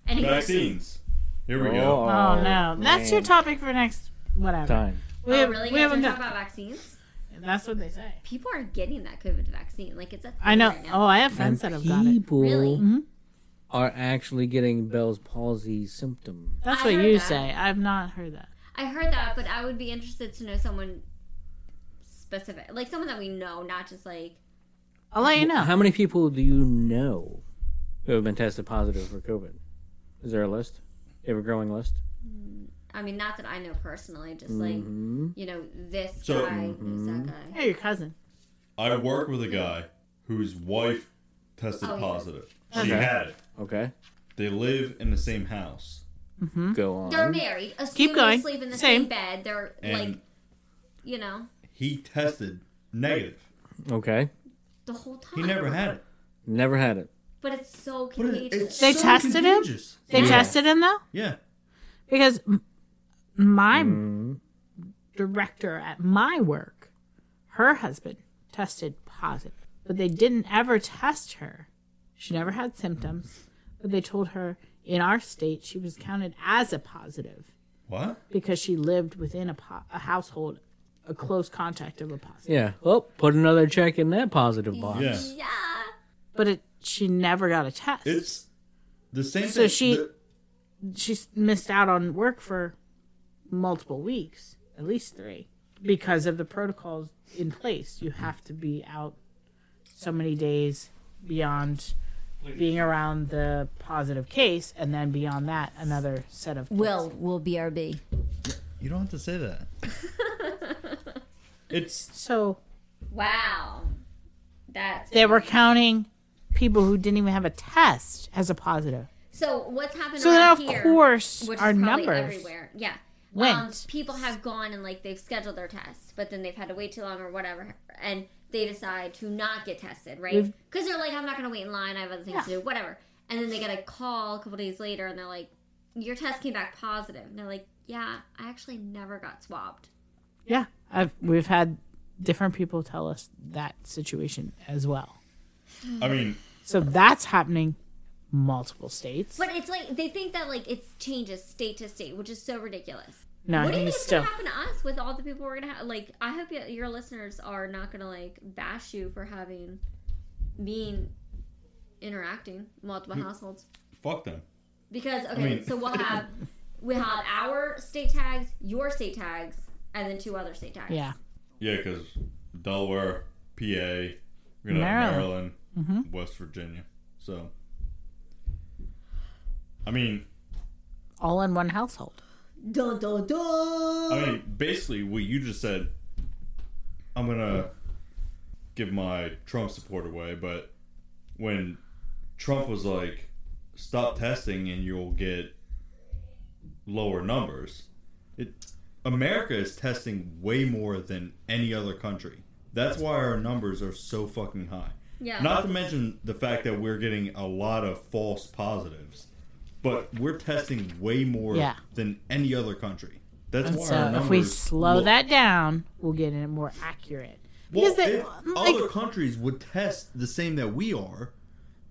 D: Anyway,
F: vaccines. Here we go.
C: Oh, no, that's your
A: man.
C: topic for next whatever.
A: time.
C: We,
D: oh,
C: have,
D: really?
C: we
D: We
C: haven't
D: talk
C: done.
D: about vaccines.
C: That's what they say.
D: People are getting that COVID vaccine. Like it's a. Thing
C: I know.
D: Right now.
C: Oh, I have friends that have got it. Mm-hmm.
A: people
D: Really?
A: are actually getting Bell's palsy symptom.
C: That's
D: I
C: what
D: heard
C: you
D: that.
C: say. I've not heard that.
D: I heard that, but I would be interested to know someone specific, like someone that we know, not just like.
C: I'll let you know.
A: How many people do you know who have been tested positive for COVID? Is there a list? Ever growing list?
D: I mean, not that I know personally, just like you know, this
B: Mm-hmm. So- mm-hmm.
D: guy, this that guy.
C: Hey, your cousin.
F: I work with a guy whose wife tested
D: Oh, yeah.
F: positive. She
A: Okay.
F: had it.
A: Okay,
F: They live in the same house.
C: Mm-hmm.
A: go on.
D: They're married. Assuming
C: going.
D: They sleep in the
C: Same.
D: same, bed. They're
F: And
D: like, you know,
B: He tested negative.
A: Okay,
D: the whole time.
B: He never had it.
A: never had it.
D: But it's so
B: But it,
D: contagious.
B: it's
C: They
B: so
C: tested him?
B: contagious.
C: They
B: yeah.
C: tested him though,
B: Yeah.
C: because m- my director at my work, her husband tested positive, but they didn't ever test her. She never had symptoms, but they told her in our state she was counted as a positive
B: What?
C: because she lived within a, po- a household, a close contact of a positive.
A: Yeah. Oh, put another check in that positive box.
B: Yeah.
D: yeah.
C: But it, she never got a test.
B: It's the same
C: So
B: thing.
C: she-
B: the-
C: she s- missed out on work for multiple weeks, at least three, because of the protocols in place. You have to be out so many days beyond being around the positive case, and then beyond that, another set of.
D: Will will brb.
B: you don't have to say that. it's
C: So
D: Wow, that's
C: they were counting people who didn't even have a test as a positive.
D: so. What's happened?
C: So then,
D: around
C: of
D: here,
C: course,
D: which
C: our
D: is probably
C: numbers.
D: everywhere. Yeah. Um,
C: went.
D: people have gone and like they've scheduled their tests, but then they've had to wait too long or whatever, and they decide to not get tested, right?
C: We've-
D: Because they're like, I'm not going to wait in line. I have other things to do, whatever. And then they get a call a couple days later, and they're like, Your test came back positive. And they're like, Yeah, I actually never got swabbed.
C: Yeah, I've we've had different people tell us that situation as well.
F: I mean,
C: So that's happening multiple states.
D: But it's like they think that like it changes state to state, which is so ridiculous.
C: no,
D: what do you
C: he's
D: think is
C: still.
D: gonna happen to us with all the people we're gonna have? Like, I hope y- your listeners are not gonna like bash you for having being interacting multiple households
B: fuck them.
D: because okay,
B: mean-
D: so we'll have we have our state tags, your state tags, and then two other state tags.
C: Yeah.
F: yeah, because Delaware, PA, we're gonna have Maryland,
C: Maryland. Mm-hmm.
F: West Virginia. So, I mean,
C: All in one household.
D: Dun, dun, dun.
B: I mean, basically, what you just said, I'm gonna give my Trump support away, but when Trump was like, "Stop testing and you'll get lower numbers," it America is testing way more than any other country. That's why our numbers are so fucking high.
D: Yeah.
B: Not to mention the fact that we're getting a lot of false positives, but we're testing way more
C: Yeah.
B: than any other country. That's
C: And
B: why our
C: so
B: numbers
C: if we slow
B: look-
C: that down, we'll get it more accurate.
B: well,
C: because they-
B: if
C: like-
B: other countries would test the same that we are,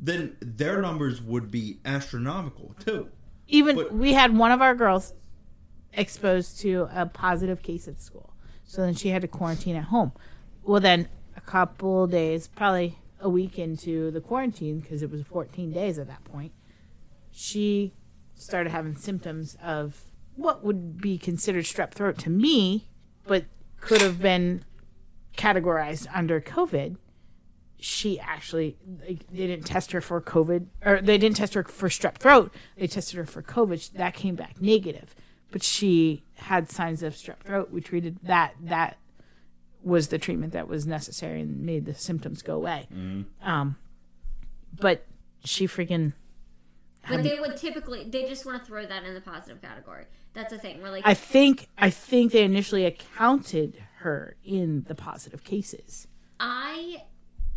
B: then their numbers would be astronomical too.
C: Even
B: But-
C: we had one of our girls exposed to a positive case at school. So then she had to quarantine at home. Well, then a couple days, probably a week into the quarantine, because it was 14 days at that point, she started having symptoms of what would be considered strep throat to me, but could have been categorized under COVID. She actually, like, they didn't test her for COVID, or they didn't test her for strep throat. They tested her for COVID. That came back negative, but she had signs of strep throat. We treated that. That was the treatment that was necessary and made the symptoms go away. Um, but she freaking
D: But they would typically, they just want to throw that in the positive category. That's the thing. We're like,
C: I think I think they initially accounted her in the positive cases.
D: I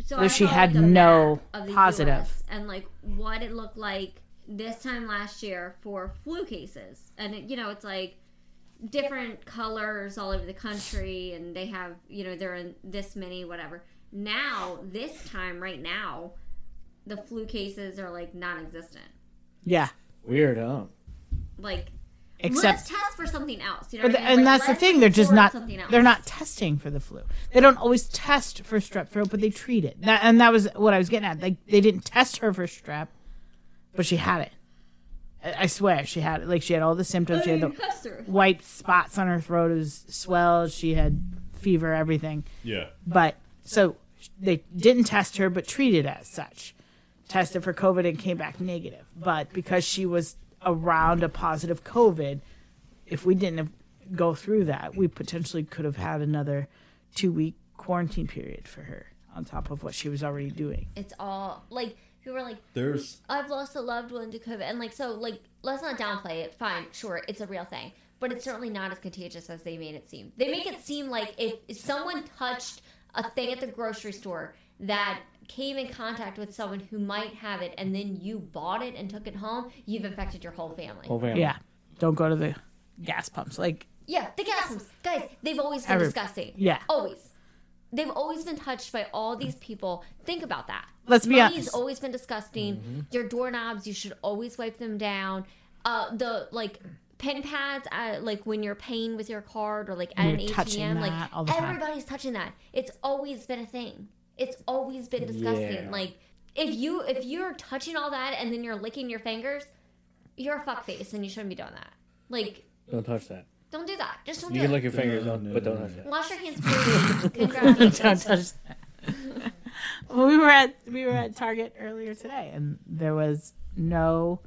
D: so
C: So
D: I
C: she
D: saw,
C: had
D: like, a
C: no
D: map of the
C: positive.
D: US and like what it looked like this time last year for flu cases, and it, you know it's like different colors all over the country, and they have you know they're in this many whatever. Now this time right now, the flu cases are like non-existent.
C: Yeah.
A: Weird, huh?
D: Like
C: Except
D: let's test for something else, you know.
C: But
D: what
C: the-
D: I mean?
C: and
D: Like,
C: that's the
D: let's
C: thing; they're just
D: explore
C: not
D: something else.
C: they're not testing for the flu. They don't always test for strep throat, but they treat it. That, and that was what I was getting at. Like they didn't test her for strep, but she had it. I I swear she had it. Like she had all the symptoms. She had the
D: Test her.
C: white spots on her throat. It was swelled. She had fever. Everything.
B: Yeah.
C: But so they didn't test her, but treated as such. Tested for COVID and came back negative. But because she was around a positive COVID, if we didn't have, go through that, we potentially could have had another two week quarantine period for her on top of what she was already doing.
D: It's all like people were like.
B: There's
D: I've lost a loved one to COVID, and like so, like let's not downplay it. Fine, sure, it's a real thing, but it's certainly not as contagious as they made it seem. They make it seem like if if someone touched a thing at the grocery store that came in contact with someone who might have it, and then you bought it and took it home, you've infected your whole family.
A: Whole family.
C: Yeah. Don't go to the gas pumps. Like,
D: Yeah, the gases, guys. They've always been
C: Every-
D: disgusting.
C: yeah.
D: always. They've always been touched by all these people. Think about that.
C: Let's be
D: Money's
C: honest. Mm-hmm.
D: always been disgusting. Your doorknobs, you should always wipe them down. Uh, the like pen pads, uh, like when you're paying with your card or like at
C: You're
D: an
C: touching
D: ATM,
C: that
D: like
C: all the time.
D: everybody's touching that. It's always been a thing. It's always been disgusting.
A: Yeah.
D: Like if you if you're touching all that and then you're licking your fingers, you're a fuckface and you shouldn't be doing that. Like
A: Don't touch that.
D: don't do that. Just don't
A: You
D: do
A: can
D: it.
A: lick your fingers, don't, but don't touch that.
D: Wash your hands. please. Congratulations.
C: touch that. well, we were at we were at Target earlier today, and there was no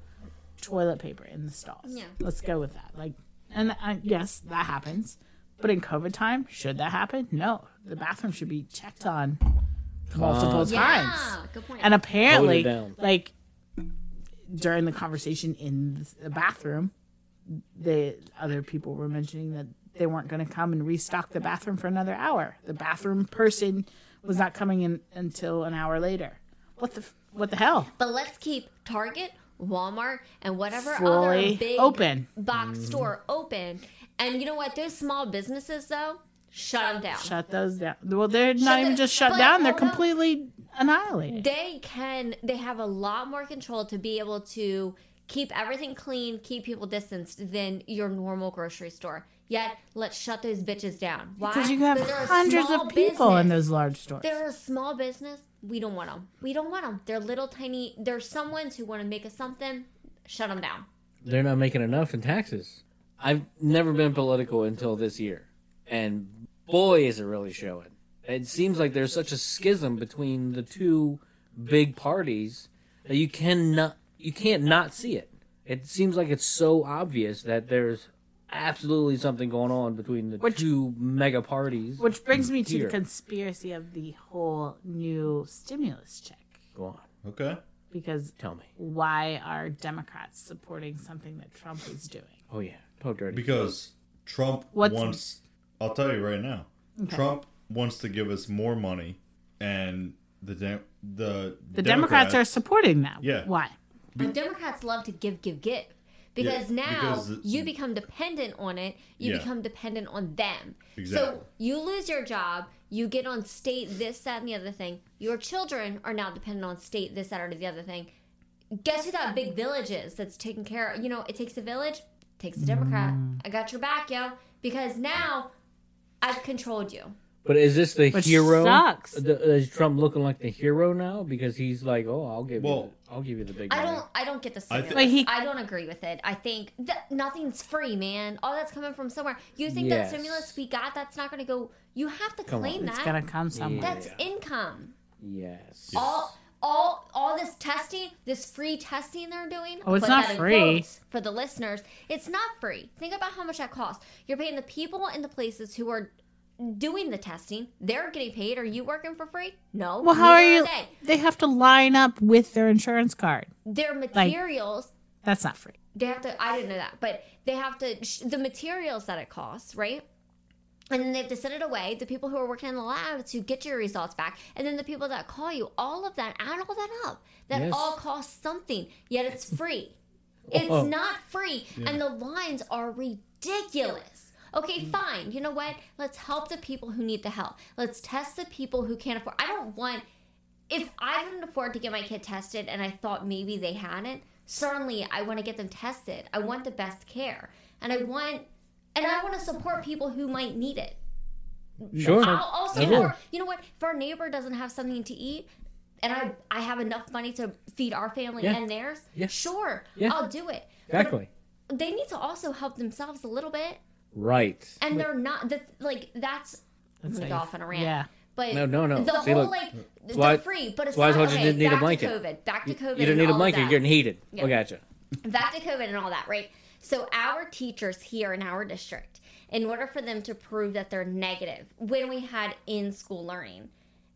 C: toilet paper in the stalls.
D: Yeah.
C: let's go with that. Like, and uh, yes, that happens, but in COVID time, should that happen? No, the bathroom should be checked on multiple times.
D: Yeah, good point.
C: And
A: Hold it
C: apparently,
A: down.
C: like during the conversation in the bathroom, the other people were mentioning that they weren't going to come and restock the bathroom for another hour. The bathroom person was not coming in until an hour later. What the f- what the hell?
D: but let's keep Target, Walmart, and whatever
C: Fully
D: other big
C: open.
D: box store open. And you know what? Those small businesses though, shut them down.
C: Shut those down. Well, they're
D: Shut
C: not even
D: the-
C: just shut
D: but
C: down; they're
D: hold on.
C: completely annihilated.
D: they can. They have a lot more control to be able to keep everything clean, keep people distanced than your normal grocery store. Yet, let's shut those bitches down. Why?
C: Because you have
D: they're a
C: hundreds
D: small
C: of people in
D: business.
C: those large stores.
D: They're a small business. We don't want them. We don't want them. They're little tiny. There's someone's who want to make us something. Shut them down.
A: They're not making enough in taxes. I've never been political until this year. And boy, is it really showing. It seems like there's such a schism between the two big parties that you cannot you can't not see it. It seems like it's so obvious that there's absolutely something going on between the
C: Which-
A: two mega parties.
C: Which brings me to the
A: Here.
C: conspiracy of the whole new stimulus check.
A: Go on,
B: Okay.
C: Because
A: tell me.
C: why are Democrats supporting something that Trump is doing?
A: Oh yeah, poke dirty.
B: Because Trump
C: What's-
B: wants. I'll tell you right now. Trump wants to give us more money, and the Dem- the
C: The Democrats, are supporting that.
B: Yeah.
C: Why?
D: But Democrats love to give, give, give. Because
B: Yeah,
D: now
B: because it's-
D: you become dependent on it. You
B: Yeah.
D: become dependent on them.
B: Exactly.
D: So you lose your job. You get on state this, that, and the other thing. Your children are now dependent on state this, that, or the other thing. Guess who that big village is that's taking care of? You know, it takes a village, takes a Democrat.
B: Mm.
D: I got your back, yo. Because now I've controlled you.
A: But is this the
C: Which
A: hero?
C: sucks.
A: The, is Trump looking like the hero now because he's like, oh, I'll give you,
B: Well-
A: the, I'll give you the big.
D: I
A: money."
D: don't. I don't get the
B: I thi-
D: stimulus. I,
C: But he-
D: don't agree with it. I think that nothing's free, man. All that's coming from somewhere. You think
A: Yes.
D: that stimulus we got that's not going to go? You have to
A: Come on.
D: claim
A: It's
C: It's
D: that.
C: gonna come somewhere.
D: That's income.
A: Yes.
D: All. All, all this testing, this free testing they're doing.
C: Oh, it's
D: put
C: not
D: that in
C: free.
D: quotes for the listeners. It's not free. Think about how much that costs. You're paying the people in the places who are doing the testing. They're getting paid. Are you working for free? No.
C: Well, how are
D: neither
C: you? They
D: They.
C: have to line up with their insurance card.
D: Their materials
C: That's not free.
D: they have to i didn't know that but they have to sh- the materials that it costs right and then they have to send it away the people who are working in the lab to get your results back and then the people that call you all of that add all that up that
A: Yes.
D: all costs something yet it's free it's
A: Oh.
D: not free and the lines are ridiculous okay
A: Mm.
D: fine you know what let's help the people who need the help let's test the people who can't afford i don't want if I couldn't afford to get my kid tested and I thought maybe they hadn't, certainly I want to get them tested. I want the best care. And I want and I want to support people who might need it.
A: Sure.
D: I'll also
A: I will.
D: you know what? If our neighbor doesn't have something to eat and I I have enough money to feed our family
A: Yeah.
D: and theirs,
A: Yeah.
D: sure,
A: Yeah.
D: I'll do it.
A: Exactly.
D: They need to also help themselves a little bit.
A: Right.
D: And they're not the like that's
C: That's
D: like
C: how you-
D: off on a rant.
C: Yeah.
D: But
A: No, no, no.
D: The
A: See,
D: whole
A: look,
D: like they're
A: why-
D: free, but it's
A: why I
D: not
A: told you
D: okay.
A: didn't need a
D: back
A: blanket.
D: To COVID, back to
A: You
D: COVID.
A: you don't
D: and
A: need a
D: all of
A: blanket.
D: that.
A: You're getting heated.
D: Yeah.
A: I gotcha.
D: back to COVID and all that, right? So our teachers here in our district, in order for them to prove that they're negative, when we had in school learning,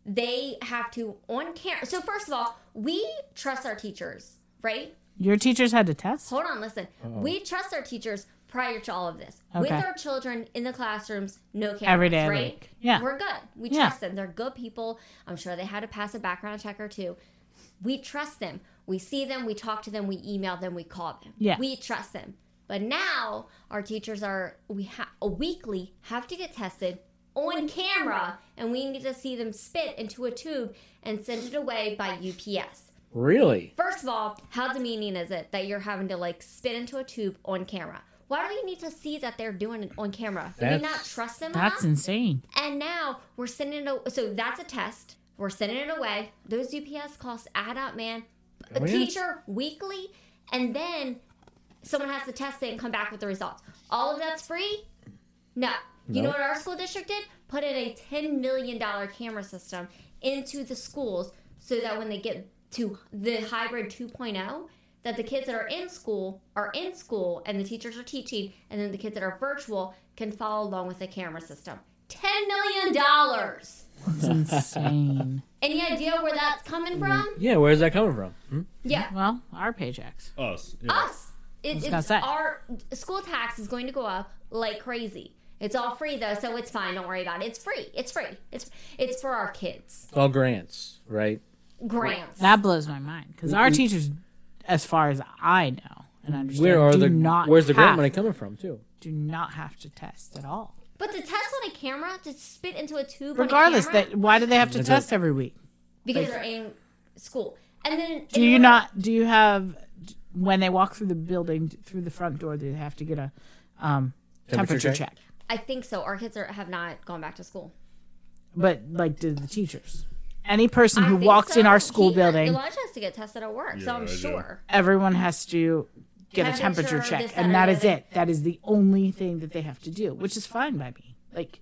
D: they have to on camera. So first of all, we trust our teachers, right?
C: Your teachers had to test.
D: Hold on, listen. We trust our teachers prior to all of this. With
C: Okay.
D: our children in the classrooms, no cameras,
C: Every day of the
D: right?
C: week. Yeah.
D: We're good. We
C: Yeah.
D: trust them. They're good people. I'm sure they had to pass a background check or two. We trust them. We see them, we talk to them, we email them, we call them.
C: Yeah.
D: We trust them. But now our teachers are we ha- weekly have to get tested on camera and we need to see them spit into a tube and send it away by UPS.
A: Really?
D: First of all, how demeaning is it that you're having to like spit into a tube on camera? Why do we need to see that they're doing it on camera? Do we
A: That's-
D: not trust them
C: That's
D: enough?
C: insane.
D: and now we're sending it. So that's a test. We're sending it away. Those UPS costs add up, man. A
A: Oh, yeah.
D: teacher weekly, and then someone has to test it and come back with the results. All of that's free? No. You
A: No.
D: know what our school district did? Put in a $10 million camera system into the schools so that when they get to the hybrid 2.0, that the kids that are in school are in school and the teachers are teaching, and then the kids that are virtual can follow along with the camera system. $10 million!
C: It's insane.
D: Any idea where that's coming from?
A: Yeah. Where's that coming from?
D: Yeah.
C: Well, our paychecks.
B: Us. Yeah.
C: Ah!
D: us. It,
C: gonna
D: it's
C: say.
D: our school tax is going to go up like crazy. It's all free though, so it's fine. Don't worry about it. It's free. It's free. It's it's for our kids.
A: It's all grants, right?
D: Grants.
C: That blows my mind because our teachers, as far as I know and understand,
A: Mm-hmm. Where are
C: do
A: the?
C: not
A: where's the grant
C: have-
A: money coming from too?
C: Do not have to test at all.
D: But to test on a camera, to spit into a tube.
C: Regardless,
D: on a camera,
C: that why do they have to test every week?
D: because they're in school. And then
C: Do you not? Do you have d- when they walk through the building d- through the front door? Do they have to get a um, temperature,
A: Temperature
C: check?
A: check?
D: I think so. Our kids are, have not gone back to school.
C: But like, do the teachers? Any person
D: I
C: who
D: think
C: walks in
D: so.
C: our school
D: He-
C: building,
D: Elijah has to get tested at work, so
B: Yeah,
D: I'm
B: I do.
D: sure.
C: everyone has to get a
D: Temperature,
C: temperature
D: this,
C: check,
D: that,
C: and that
D: or
C: is
D: the other.
C: it. That is the only thing that they have to do, which is fine by me. Like,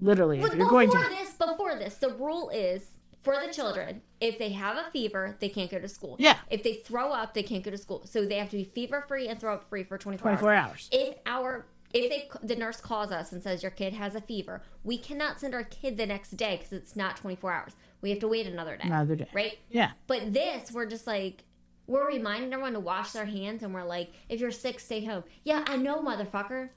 C: literally, if
D: But
C: you're
D: before
C: going to
D: this, before this, the rule is for the children: if they have a fever, they can't go to school.
C: Yeah.
D: If they throw up, they can't go to school. So they have to be fever free and throw up free for twenty four
C: 24
D: hours.
C: hours.
D: If our if they the nurse calls us and says your kid has a fever, we cannot send our kid the next day because it's not 24 hours. We have to wait another day.
C: Another day.
D: Right?
C: Yeah.
D: But this, we're just like, we're reminding everyone to wash their hands, and we're like, if you're sick, stay home. Yeah, I know, motherfucker.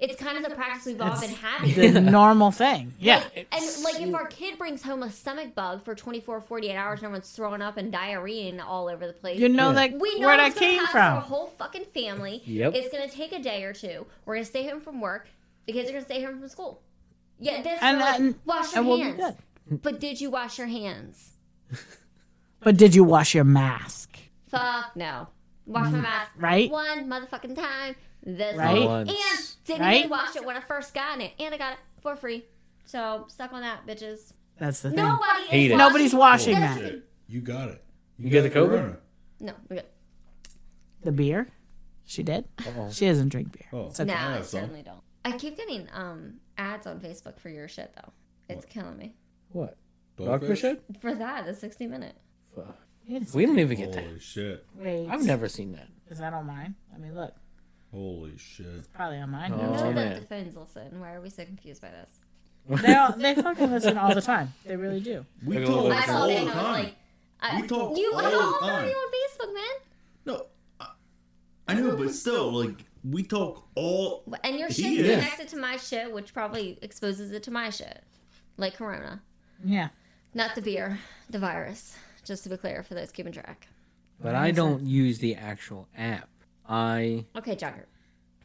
D: It's kind of the practice we've all
C: That's
D: been having.
C: The normal thing. Yeah.
D: Like, and like if our kid brings home a stomach bug for 24, 48 hours and everyone's throwing up and diarrheaing all over the place.
C: You know that
D: we know
C: where
D: it's
C: that
D: gonna
C: came
D: happen for
C: from.
D: Our whole fucking family.
A: Yep.
D: It's gonna take a day or two. We're gonna stay home from work. The kids are gonna stay home from school. Yeah, this
C: And-
D: and, like,
C: and-
D: wash your
C: and we'll be
D: hands. But did you wash your hands?
C: But did you wash your mask?
D: Fuck no. Wash my mask.
C: Mm-hmm. Right?
D: One motherfucking time. This
C: Right?
D: week.
A: Once.
D: And didn't
C: Right?
D: even wash it when I first got it. And I got it for free. So suck on that, bitches.
C: That's the thing.
D: Nobody is
A: Hate it.
D: washing-
C: Nobody's washing that.
B: You got it.
A: You got the COVID?
B: corona.
D: No. okay.
C: The beer? She did? She doesn't drink beer.
B: Oh.
C: It's okay.
D: No, I
B: have some.
D: certainly don't. I keep getting um ads on Facebook for your shit though. It's killing me.
A: What? Dogfish
B: Dogfish?
A: head?
D: For that, the 60 minute.
A: Fuck.
C: Wait a second.
A: We don't even get that.
B: Holy shit.
C: Wait.
A: I've never seen that.
C: Is that on mine? Let me look.
B: Holy shit.
C: Probably on mine.
A: Oh,
D: None
A: man.
D: of the phones listen. Why are we so confused by this?
C: They all, they fucking listen all the time. They really do.
B: We
A: Look at
B: talk
A: all
D: I
A: Listen
D: saw
B: all
D: that
B: the
D: and I was
B: time.
D: like, I,
B: We talk
D: you, I
B: all
D: don't
B: the
D: follow
B: time.
D: you on Facebook, man.
B: No, I, I know, but still, like we talk all.
D: And your
B: He
D: shit's
B: is.
D: connected to my shit, which probably exposes it to my shit. Like Corona.
C: Yeah.
D: Not the beer, the virus. Just to be clear for those keeping track.
A: But I don't use the actual app. I
D: Okay, Jogger.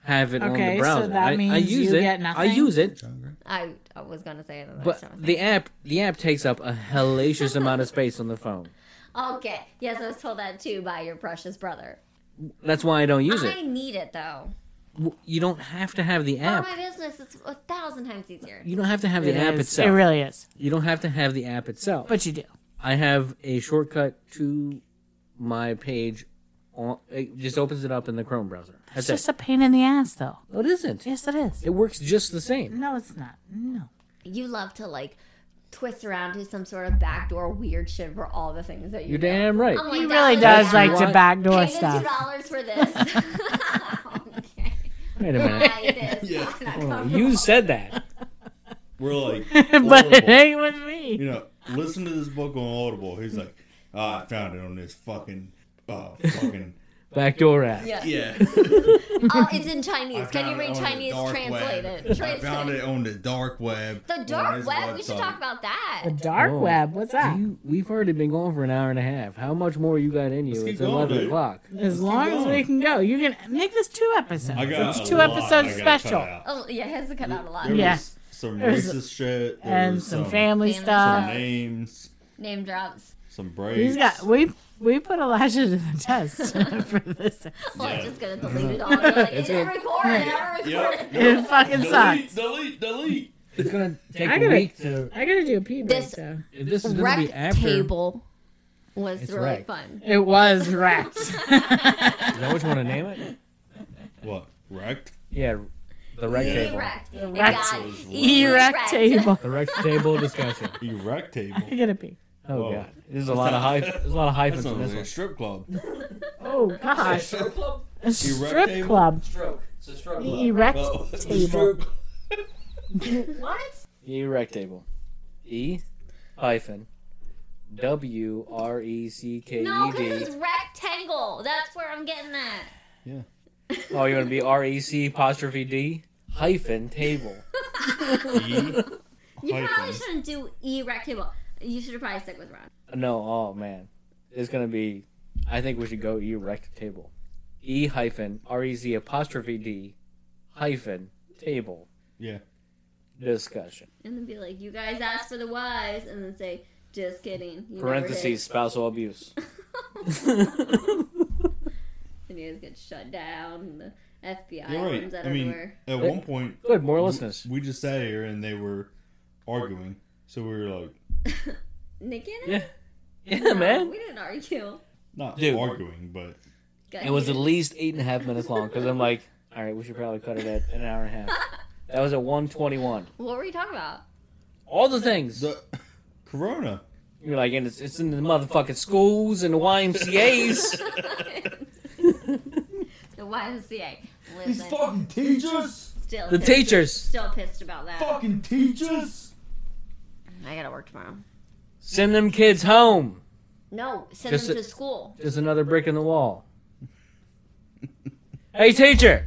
A: have it on
C: Okay,
A: the
C: so
A: browser.
C: that
A: I, I
C: means
A: use
C: you
A: it.
C: get
A: I
C: nothing?
A: use it,
D: I, I was going to say it. and I
A: but
D: just don't
A: the app the app takes up a hellacious amount of space on the phone.
D: Okay. Yes, I was told that too by your precious brother.
A: That's why I don't use
D: I
A: it.
D: need it though.
A: W- You don't have to have the
D: For
A: app.
D: my business, it's a thousand times easier.
A: You don't have to have the
C: It
A: app
C: is.
A: itself.
C: It really is.
A: you don't have to have the app itself.
C: But you do.
A: I have a shortcut to my page. On, it just opens it up in the Chrome browser. That's
C: It's just
A: it.
C: a pain in the ass, though.
A: No, it isn't.
C: Yes, it is.
A: It works just the same.
C: No, it's not. No.
D: You love to like twist around to some sort of backdoor weird shit for all the things that you
A: You're
D: do.
A: damn right.
D: I'm
C: He
D: that
C: really
D: was
C: does
D: bad.
C: like
A: want-
C: to backdoor
D: Pay the two
C: stuff.
D: dollars for this. okay.
A: Wait a minute.
D: Yeah, it is. I'm not
A: Oh,
D: comfortable.
A: you said that.
B: We're like,
C: but it
B: Audible.
C: ain't with me.
B: you know, listen to this book on Audible. He's like, oh, I found it on this fucking, oh, fucking,
A: Backdoor app.
D: Yeah.
B: yeah.
D: Oh, it's in Chinese.
B: I
D: Can you
B: found it
D: read
B: on the
D: Chinese?
B: dark
D: Translate
B: web.
D: it.
B: I found
D: Translate.
B: it on the dark web.
D: The
B: on
D: dark
B: this
D: web. We should
B: website.
D: talk about
C: The
D: that.
C: dark
A: Oh.
C: web. What's that?
A: You, we've already been going for an hour and a half. How much more you got in you?
B: keep
A: it's
B: going,
A: 11
B: dude.
A: o'clock.
C: as long as we
B: going.
C: can go, you can make this two episodes.
B: I got
C: it's
B: a
C: two
B: lot
C: episodes
B: I gotta cut
C: special,
B: out.
D: Oh, yeah, it has to cut out a lot.
B: There
C: Yeah.
B: was Some
C: There's-
B: racist shit. there
C: and
B: was
C: some,
B: some
C: family
D: Family
B: some
C: stuff.
B: names,
D: Name drops.
B: some breaks.
C: He's got we we put Elijah to the test for this.
D: Well, I'm
B: Yeah.
D: just gonna delete it all. You're like, it's not recorded. I don't record it.
B: Yep.
C: It fucking
B: Delete,
C: sucks.
B: delete, delete.
A: It's going to take
C: I
A: a
C: gotta-
A: week to.
C: I gotta do a pee break
D: This-
C: though.
A: This is going to be
D: Wreck
A: after.
D: table was really
A: right.
D: fun.
C: It was wrecked.
A: Is that what you want to name it?
B: What? Wrecked?
A: Yeah. The rec table.
D: Erect. It
C: Erect.
D: got
C: Erect table.
A: The rec table discussion.
B: Erect
C: I
B: table.
C: gotta pee.
A: Oh,
B: Whoa.
A: God. There's a lot of hyphen. There's a lot of
B: That
A: hyphens in
B: sounds
A: this
B: like
A: one.
B: a strip club.
C: Oh gosh, a strip
B: table?
C: club.
A: Stroke. It's a stroke.
C: The erect
B: Oh, it's a
C: table.
B: strip-
A: E rec table. E hyphen W R E C K E
D: No, because
A: D.
D: it's rectangle. That's where I'm getting that.
A: Oh, you want to be R E C apostrophe D hyphen table.
D: You probably
B: Hyphen.
D: shouldn't do erect table. You should probably stick with Ron.
A: No, oh man, it's gonna be. I think we should go E rec table. E hyphen R E Z apostrophe D hyphen table
B: Yeah.
A: discussion.
D: And then be like, you guys asked for the whys, and then say, just kidding. You never
A: Parentheses spousal abuse.
D: did. And you guys get shut down. And the FBI
B: You're right.
D: comes out
B: I
D: of
B: mean,
D: nowhere.
B: at one point,
A: Good, more listeners.
B: we just sat here and they were arguing. So we were like,
D: Nick and I?
A: Yeah, yeah, man.
D: We didn't argue.
B: not
A: Dude.
B: arguing, but
D: Got
A: It was
D: heated.
A: at least eight and a half minutes long because I'm like, all right, we should probably cut it at an hour and a half. That was at 121.
D: What were you talking about?
A: All the things.
B: the Corona.
A: You're like, and it's, it's in the motherfucking schools and the YMCA's.
D: The YMCA. Listen.
B: teachers.
D: still
A: The
D: pissed-
A: teachers.
D: still pissed about that.
B: Fucking teachers.
D: I gotta work tomorrow.
A: Send them kids home.
D: No, send
A: Just
D: them
A: a-
D: to school.
A: Just another brick in the wall. hey, teacher.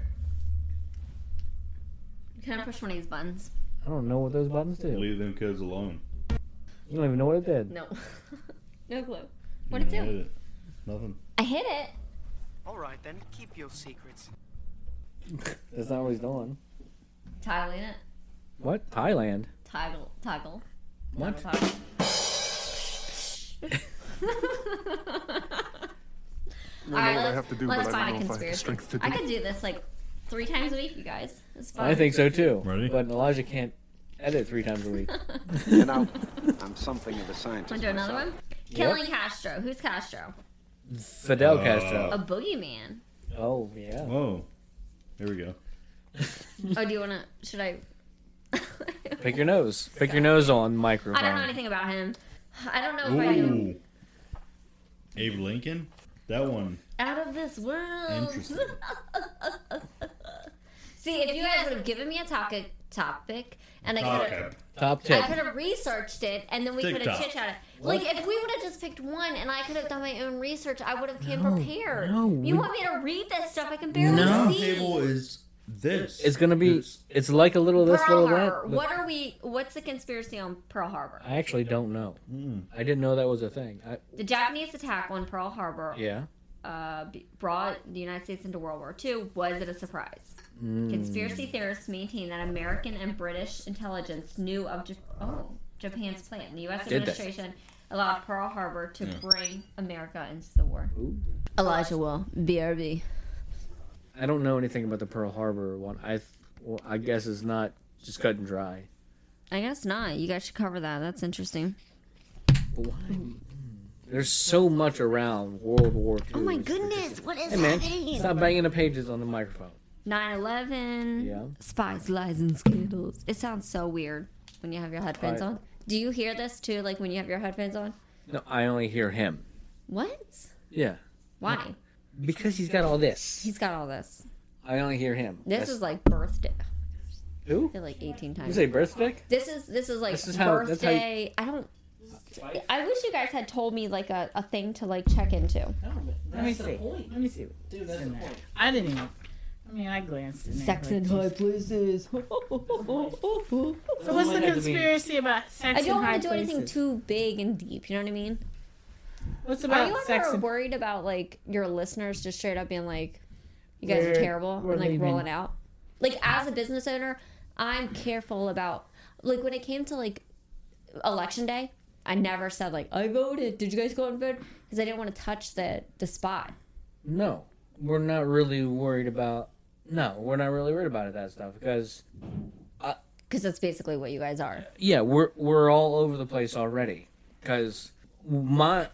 D: Can I push one of these buttons?
A: I don't know what those buttons do.
B: Leave them kids alone.
A: You don't even know what it did.
D: No, no clue. What did
B: Yeah,
D: it do?
B: hit Nothing.
D: I hit it.
E: All right, then keep your secrets.
A: That's not what he's doing.
D: Titling it.
A: What? Thailand.
D: Toggle. Toggle.
A: What?
D: Toggle. All right,
H: what I
D: let's,
H: have to do,
D: let's
H: but I
D: find
H: don't know
D: a
H: if I have the
D: conspiracy.
H: strength to
D: I
H: do
D: could do this like three times a week, you guys. It's fun.
A: I think so too.
F: Ready?
A: But Elijah can't edit three times a week.
G: You know, I'm something of a scientist.
D: Want to do another
G: myself.
D: one? Killing Castro. Who's Castro?
A: Fidel
B: Uh,
A: Castro.
D: A boogeyman.
A: Oh yeah.
B: Whoa. Here we go.
D: Oh, do you want to? Should I?
A: Pick your nose. Pick your nose on microphone.
D: I don't know anything about him. I don't know if I do.
B: Ooh. Abe Lincoln. That one.
D: Out of this world.
B: Interesting.
D: See, if you guys would have given me a topic, topic, and I could
B: Okay.
D: have,
A: Top
D: I
A: tip.
D: could have researched it, and then we could have
B: TikTok.
D: chit chatted. Like if we would have just picked one, and I could have done my own research, I would have came prepared.
A: no, we-
D: you want me to read this stuff? I can barely
B: Round
D: see.
B: table is this.
A: It's gonna be. It's, like a little of this,
D: Pearl
A: little of that.
D: Harbor.
A: but
D: What are we? What's the conspiracy on Pearl Harbor?
A: I actually don't know. I didn't know that was a thing. I,
D: The Japanese attack on Pearl Harbor
A: yeah.
D: uh, b- brought the United States into World War II. Was it a surprise?
A: Mm.
D: Conspiracy theorists maintain that American and British intelligence knew of Jap- oh, Japan's plan. The U.S.
A: Did they?
D: administration allowed Pearl Harbor to bring America into the war. Elijah will. BRB.
A: I don't know anything about the Pearl Harbor one. I, th- well, I guess it's not just cut and dry.
D: I guess not. You guys should cover that. That's interesting.
A: But why? Mm-hmm. There's so much around World War II.
D: Oh my goodness. What is
A: Hey man,
D: happening?
A: stop banging the pages on the microphone.
D: 9 11,
A: Yeah.
D: spies, lies, and skittles. It sounds so weird when you have your headphones
A: I-
D: on. Do you hear this too, like when you have your headphones on?
A: No, I only hear him.
D: What?
A: Yeah,
D: Why?
A: because he's got all this.
D: He's got all this.
A: I only hear him.
D: This
A: That's-
D: is like birthday.
A: who?
D: I feel like 18
A: You
D: times.
A: say birthday?
D: This is this is like
A: This is how- that's how you-
D: birthday. I don't. I wish you guys had told me like a, a thing to like check into.
C: Let me see. Let me see. Dude, that's in there. I didn't even. I mean, I glanced in there.
D: Sex
C: but-
D: in high places.
C: So what's the
A: Someone had to be-
C: conspiracy about sex
D: I don't
C: in high
D: want to do anything
C: places?
D: too big and deep. You know what I mean?
C: What's
D: Are you
C: about sex
D: ever
C: in
D: worried about like your listeners just straight up being like, "You guys
C: We're-
D: are terrible,"
C: we're
D: and like
C: leaving.
D: rolling out? Like as a business owner, I'm careful about like when it came to like election day. I never said like I voted. Did you guys go out and vote? Because I didn't want to touch the the spot.
A: No, we're not really worried about. No, we're not really worried about that stuff because
D: Because that's basically what you guys are.
A: yeah, we're we're all over the place already. Because my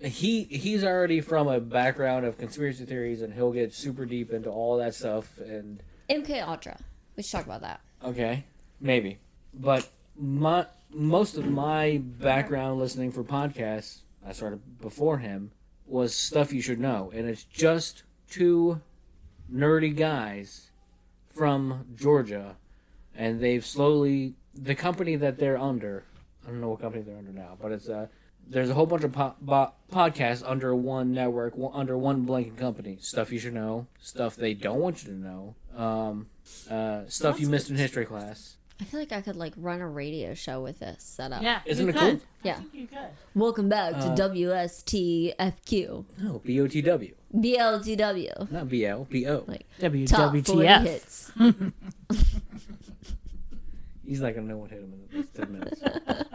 A: he he's already from a background of conspiracy theories, and he'll get super deep into all that stuff. And
D: MK Ultra. We should talk about that.
A: okay, maybe, but my most of my background listening for podcasts I started before him was stuff you should know, and it's just two nerdy guys from Georgia, and they've slowly the company that they're under. I don't know what company they're under now, but it's uh there's a whole bunch of po- bo- podcasts under one network, one, under one blanket company. Stuff you should know, stuff they don't want you to know, um, uh, stuff you missed in history class.
D: I feel like I could like run a radio show with this setup.
C: Yeah.
A: Isn't
C: you
A: it cool?
C: could.
D: Yeah.
C: You could.
D: Welcome back to WSTFQ.
A: No, B O T W,
D: BLTW.
A: not B L B O.
D: Like top 40
C: WWTF.
D: hits.
A: He's not gonna know what hit him in the next ten minutes.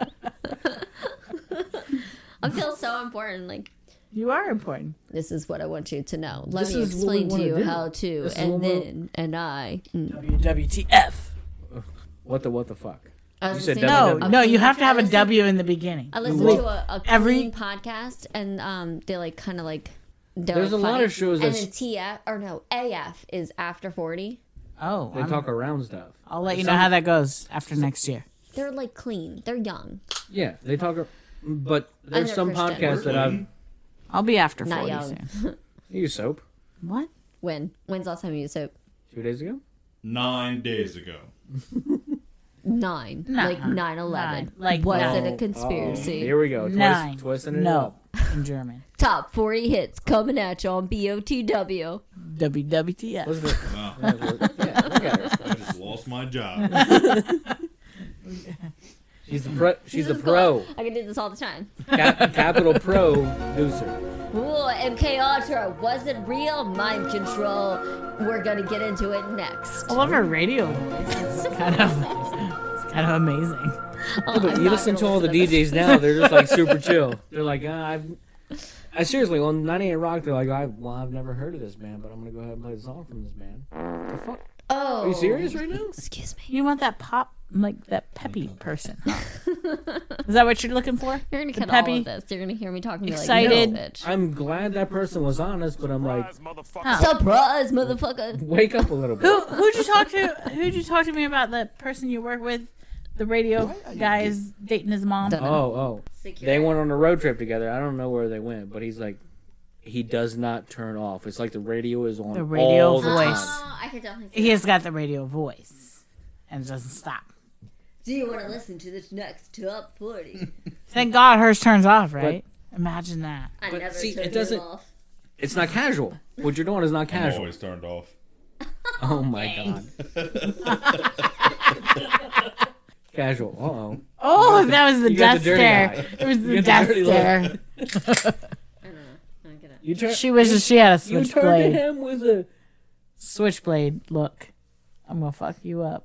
D: I feel so important. Like
C: You are important.
D: this is what I want you to know. Let
A: This
D: me
A: is what we
D: explain to
A: wanna
D: you
A: do.
D: how to,
A: This is what
D: and
A: we're-
D: then, and I. Mm.
A: WWTF. What the what the fuck?
D: I was
A: said
D: listening
A: No,
C: No,
D: Oh, to a
C: no, you
D: clean-
C: have to have
D: I
C: a
D: listened-
C: W in the beginning.
D: I listened
A: Well,
D: to a, a
C: every-
D: clean podcast, and um, they like kind of like. they're,
A: There's
D: like,
A: a lot
D: funny.
A: of shows
D: and
A: that's-
D: then TF or no AF is after forty.
C: Oh,
A: They
C: I'm-
A: talk around stuff.
C: I'll let you know how that goes after next year.
D: They're like clean. They're young.
A: Yeah, they talk. a- But there's some
D: Under Christian.
A: podcasts that I've
C: I'll be after
D: Not
C: 40
D: young.
C: soon.
A: you use soap
C: What?
D: When when's the last time you used soap?
A: two days ago.
B: nine days ago.
D: Nine.
C: Nah.
D: Like 9 11.
C: Nine. Uh, Like,
D: was
C: no.
D: it a
A: Uh-oh.
D: conspiracy?
A: Oh, Here we go.
C: Nine.
A: Twist, twisting it
C: no.
A: up.
C: In German.
D: Top 40 hits coming at you on BOTW.
C: WWTF.
A: Elizabeth,
B: Wow.
A: yeah, look at her.
B: I just lost my job.
A: She's the pro. She's a
D: This is cool.
A: pro.
D: I can do this all the time.
A: Cap- capital pro loser.
D: Ooh, MK Ultra wasn't real mind control. We're gonna get into it next.
A: Oh,
C: I love her radio. voice. It's kind of, it's kind of amazing.
D: Oh, I'm
A: You
D: not
A: listen
D: gonna
A: to all the
D: listen to this.
A: DJs now; they're just like super chill. They're like, ah, I've. I seriously on 98 Rock, they're like, I, well, I've never heard of this band, but I'm gonna go ahead and play a song from this band. The fuck?
D: Oh,
A: Are you serious right now?
D: Excuse me.
C: You want that pop, like that peppy person? Is that what you're looking for?
D: You're gonna
C: The
D: cut all
C: peppy-
D: of this. You're gonna hear me talking to you
C: Excited.
D: like this bitch.
A: I'm glad that person was honest, but I'm like,
D: Surprise, motherfucker.
A: wake up a little bit.
C: Who who'd you talk to? Who'd you talk to me about the person you work with? The radio guy is dating his mom.
D: Don't-
A: Oh, oh. They went on a road trip together. I don't know where they went, but he's like, he does not turn off. It's like the radio is on.
C: The radio
A: all the
C: voice.
A: time.
D: Uh, I could definitely see
C: He has got the radio voice, and it doesn't stop.
D: Do you want to listen to this next top
A: Hmm.
D: 40?
C: Thank God hers turns off, right? Imagine that.
D: I
A: But
D: never
A: see,
D: took
A: it doesn't-
D: it off.
A: It's not casual. What you're doing is not
B: I'm
A: casual.
B: always turned off.
A: Oh my god. casual. Uh oh.
C: Oh, that was the
A: you got
C: death
A: the dirty
C: stare.
A: eye.
C: It was
A: got the
C: the death
A: dirty look.
C: stare.
D: I don't get it.
A: You turn.
C: She wishes she had a
A: you turn to
C: switchblade.
A: him with a.
C: Switchblade, look, I'm gonna fuck you up.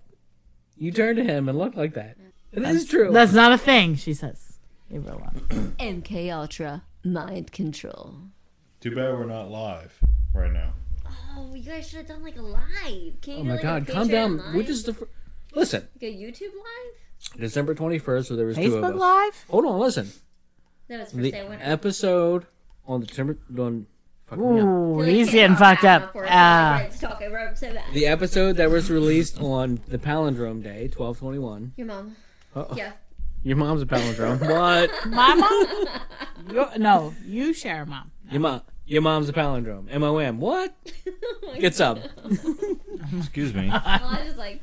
A: You turn to him and look like that. It is true.
C: That's not a thing, she says. Leave her alone.
D: MK Ultra, mind control.
B: Too bad we're not live right now.
D: Oh, you guys should have done like a live. Can you
A: oh
D: do
A: my
D: like
A: god.
D: a
A: Calm
D: Patreon
A: down.
D: Live?
A: We're just the. Fr- listen.
D: like a YouTube live.
A: December 21st. So there was two of
C: Facebook
A: us.
C: Live?
A: Hold on. Listen.
D: No, it's for
A: The
D: sale winner.
A: episode on December on. fuck me up.
C: Ooh, he's getting fucked up. Ah.
A: The episode that was released on the palindrome day, 1221.
D: Your mom.
A: Uh-oh.
D: Yeah.
A: Your mom's a palindrome. what?
C: My mom? Your- no, you share a mom.
A: Your mom. Your mom's a palindrome. M O M. What? Gets up.
F: Excuse me.
D: Well, I was like,